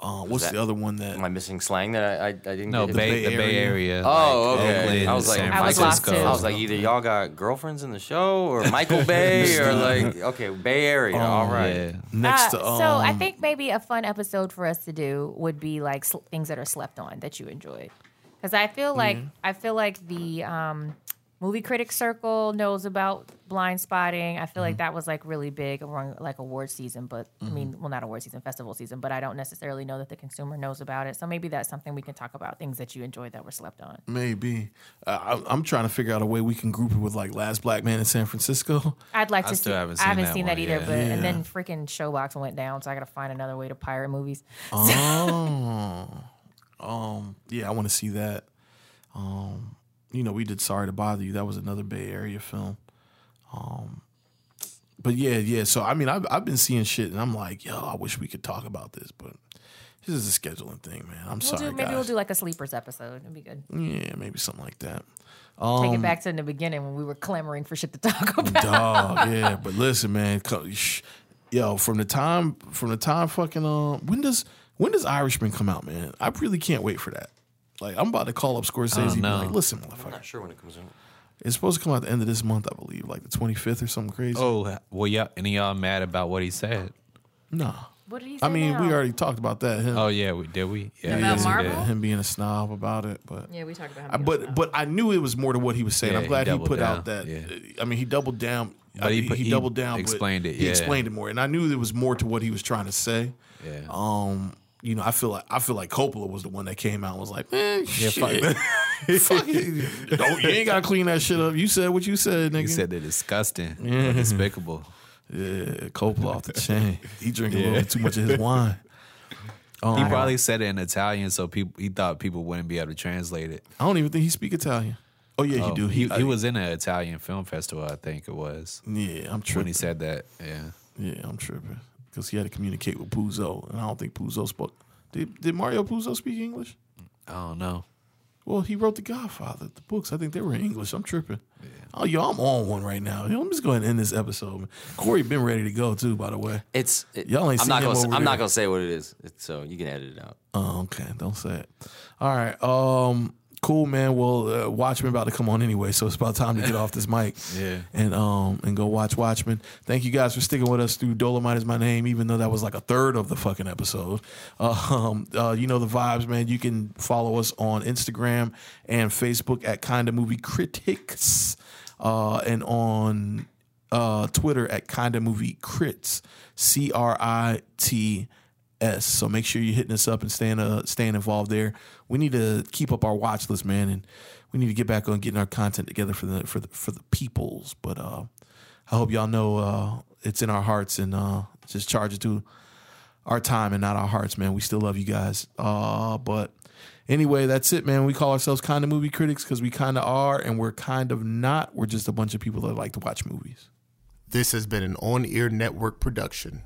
Speaker 2: uh, what's
Speaker 3: that-
Speaker 2: the other one that
Speaker 3: Am I missing slang that I I, I didn't?
Speaker 4: No,
Speaker 3: get?
Speaker 4: Bay,
Speaker 2: Bay
Speaker 4: the Bay
Speaker 2: Area.
Speaker 4: Area.
Speaker 3: Oh,
Speaker 4: like
Speaker 3: okay.
Speaker 4: Oakland,
Speaker 3: I was like-
Speaker 4: San
Speaker 5: I was lost
Speaker 4: Francisco.
Speaker 5: too.
Speaker 3: I was like, either y'all got girlfriends in the show, or Michael Bay, or like okay, Bay Area. all right.
Speaker 4: Oh, yeah.
Speaker 2: next
Speaker 5: Uh,
Speaker 2: to um,
Speaker 5: so I think maybe a fun episode for us to do would be like sl- things that are slept on that you enjoyed, because I feel like
Speaker 4: Mm-hmm.
Speaker 5: I feel like the um, movie critic circle knows about blind spotting. I
Speaker 4: Mm-hmm.
Speaker 5: feel like that was like really big around like award season, but I
Speaker 4: Mm-hmm.
Speaker 5: mean, well, not award season, festival season, but I don't necessarily know that the consumer knows about it. So maybe that's something we can talk about things that you enjoyed that were slept on.
Speaker 2: Maybe. Uh, I, I'm trying to figure out a way we can group it with like Last Black Man in San Francisco.
Speaker 5: I'd like
Speaker 4: I
Speaker 5: to
Speaker 4: still
Speaker 5: see.
Speaker 4: haven't
Speaker 5: I
Speaker 4: seen
Speaker 5: haven't
Speaker 4: that
Speaker 5: seen
Speaker 4: one
Speaker 5: that either,
Speaker 4: yet.
Speaker 5: but and then freaking Showbox went down, so I got to find another way to pirate movies.
Speaker 2: Yeah, I want to see that. Um, you know, we did Sorry to Bother You. That was another Bay Area film. Um, but yeah, yeah. So I mean, I've I've been seeing shit, and I'm like, yo, I wish we could talk about this, but this is a scheduling thing, man. I'm
Speaker 5: We'll
Speaker 2: sorry,
Speaker 5: do, maybe
Speaker 2: guys.
Speaker 5: we'll do like a sleepers episode. It'd be good.
Speaker 2: yeah, maybe something like that.
Speaker 5: Take
Speaker 2: Um,
Speaker 5: it back to in the beginning when we were clamoring for shit to talk about.
Speaker 2: Dog, yeah. But listen, man, co- sh- yo, from the time from the time fucking um, when does when does Irishman come out, man? I really can't wait for that. Like I'm about to call up Scorsese. and be
Speaker 4: know.
Speaker 2: Like, listen,
Speaker 3: I'm
Speaker 2: motherfucker,
Speaker 3: not sure when it comes out.
Speaker 2: it's supposed to come out the end of this month, I believe, like the 25th or something crazy.
Speaker 4: Oh, well, yeah. And y'all mad about what he said?
Speaker 2: no,
Speaker 5: What did he say?
Speaker 2: I mean
Speaker 5: now?
Speaker 2: we already talked about that. Him,
Speaker 4: Oh, yeah. We, did we? Yeah.
Speaker 5: About
Speaker 4: yes, we
Speaker 5: Marvel?
Speaker 4: did.
Speaker 2: him being a snob about it, but
Speaker 5: Yeah, we talked about
Speaker 2: I,
Speaker 5: him.
Speaker 2: but but I knew it was more to what he was saying.
Speaker 4: Yeah,
Speaker 2: I'm glad
Speaker 4: he
Speaker 2: he,
Speaker 4: doubled
Speaker 2: put out that.
Speaker 4: down, yeah.
Speaker 2: I mean, he doubled down.
Speaker 4: But
Speaker 2: I
Speaker 4: he
Speaker 2: mean,
Speaker 4: put-
Speaker 2: he,
Speaker 4: he
Speaker 2: doubled down. but
Speaker 4: explained it,
Speaker 2: He
Speaker 4: yeah.
Speaker 2: explained it more, and I knew there was more to what he was trying to say.
Speaker 4: Yeah.
Speaker 2: Um, you know, I feel like I feel like Coppola was the one that came out and was like, man, shit.
Speaker 4: fuck
Speaker 2: Fuck it. Don't, you ain't gotta clean that shit up. You said what you said, nigga.
Speaker 4: He said they're disgusting, but despicable.
Speaker 2: yeah, Coppola off the chain. He drank a little bit too much of his wine. Um,
Speaker 4: He probably said it in Italian, so people he thought people wouldn't be able to translate it.
Speaker 2: I don't even think he speak Italian. Oh yeah, he do.
Speaker 4: He,
Speaker 2: I-
Speaker 4: he was in an Italian film festival, I think it was,
Speaker 2: Yeah, I'm
Speaker 4: when
Speaker 2: tripping.
Speaker 4: he said that. Yeah.
Speaker 2: Yeah, I'm tripping because he had to communicate with Puzo, and I don't think Puzo spoke. Did, did Mario Puzo speak English?
Speaker 4: I don't know.
Speaker 2: Well, he wrote The Godfather, the books. I think they were in English. I'm tripping. Oh, yo, I'm on one right now. Yo, I'm just going to end this episode. man. Corey been ready to go too, by the way.
Speaker 3: It's it,
Speaker 2: Y'all ain't
Speaker 3: I'm
Speaker 2: seen
Speaker 3: not
Speaker 2: him
Speaker 3: gonna. Say,
Speaker 2: over
Speaker 3: I'm
Speaker 2: there.
Speaker 3: not gonna say what it is, It's- so you can edit it out.
Speaker 2: Oh, okay. Don't say it. All right. Um, cool, man. Well, uh, Watchmen about to come on anyway, so it's about time to get off this mic.
Speaker 4: Yeah.
Speaker 2: And um and go watch Watchmen. Thank you guys for sticking with us through Dolomite is my name, even though that was like a third of the fucking episode. Um, uh, you know the vibes, man. You can follow us on Instagram and Facebook at Kinda Movie Critics, uh, and on uh, Twitter at Kinda Movie Crits, C R I T S. So make sure you're hitting us up and staying uh, staying involved there. We need to keep up our watch list, man, and we need to get back on getting our content together for the for the for the peoples. But uh, I hope y'all know uh, it's in our hearts and uh, just charge it to our time and not our hearts, man. We still love you guys. Uh, but Anyway, that's it, man. We call ourselves kind of movie critics because we kind of are, and we're kind of not. We're just a bunch of people that like to watch movies.
Speaker 6: This has been an on air network production.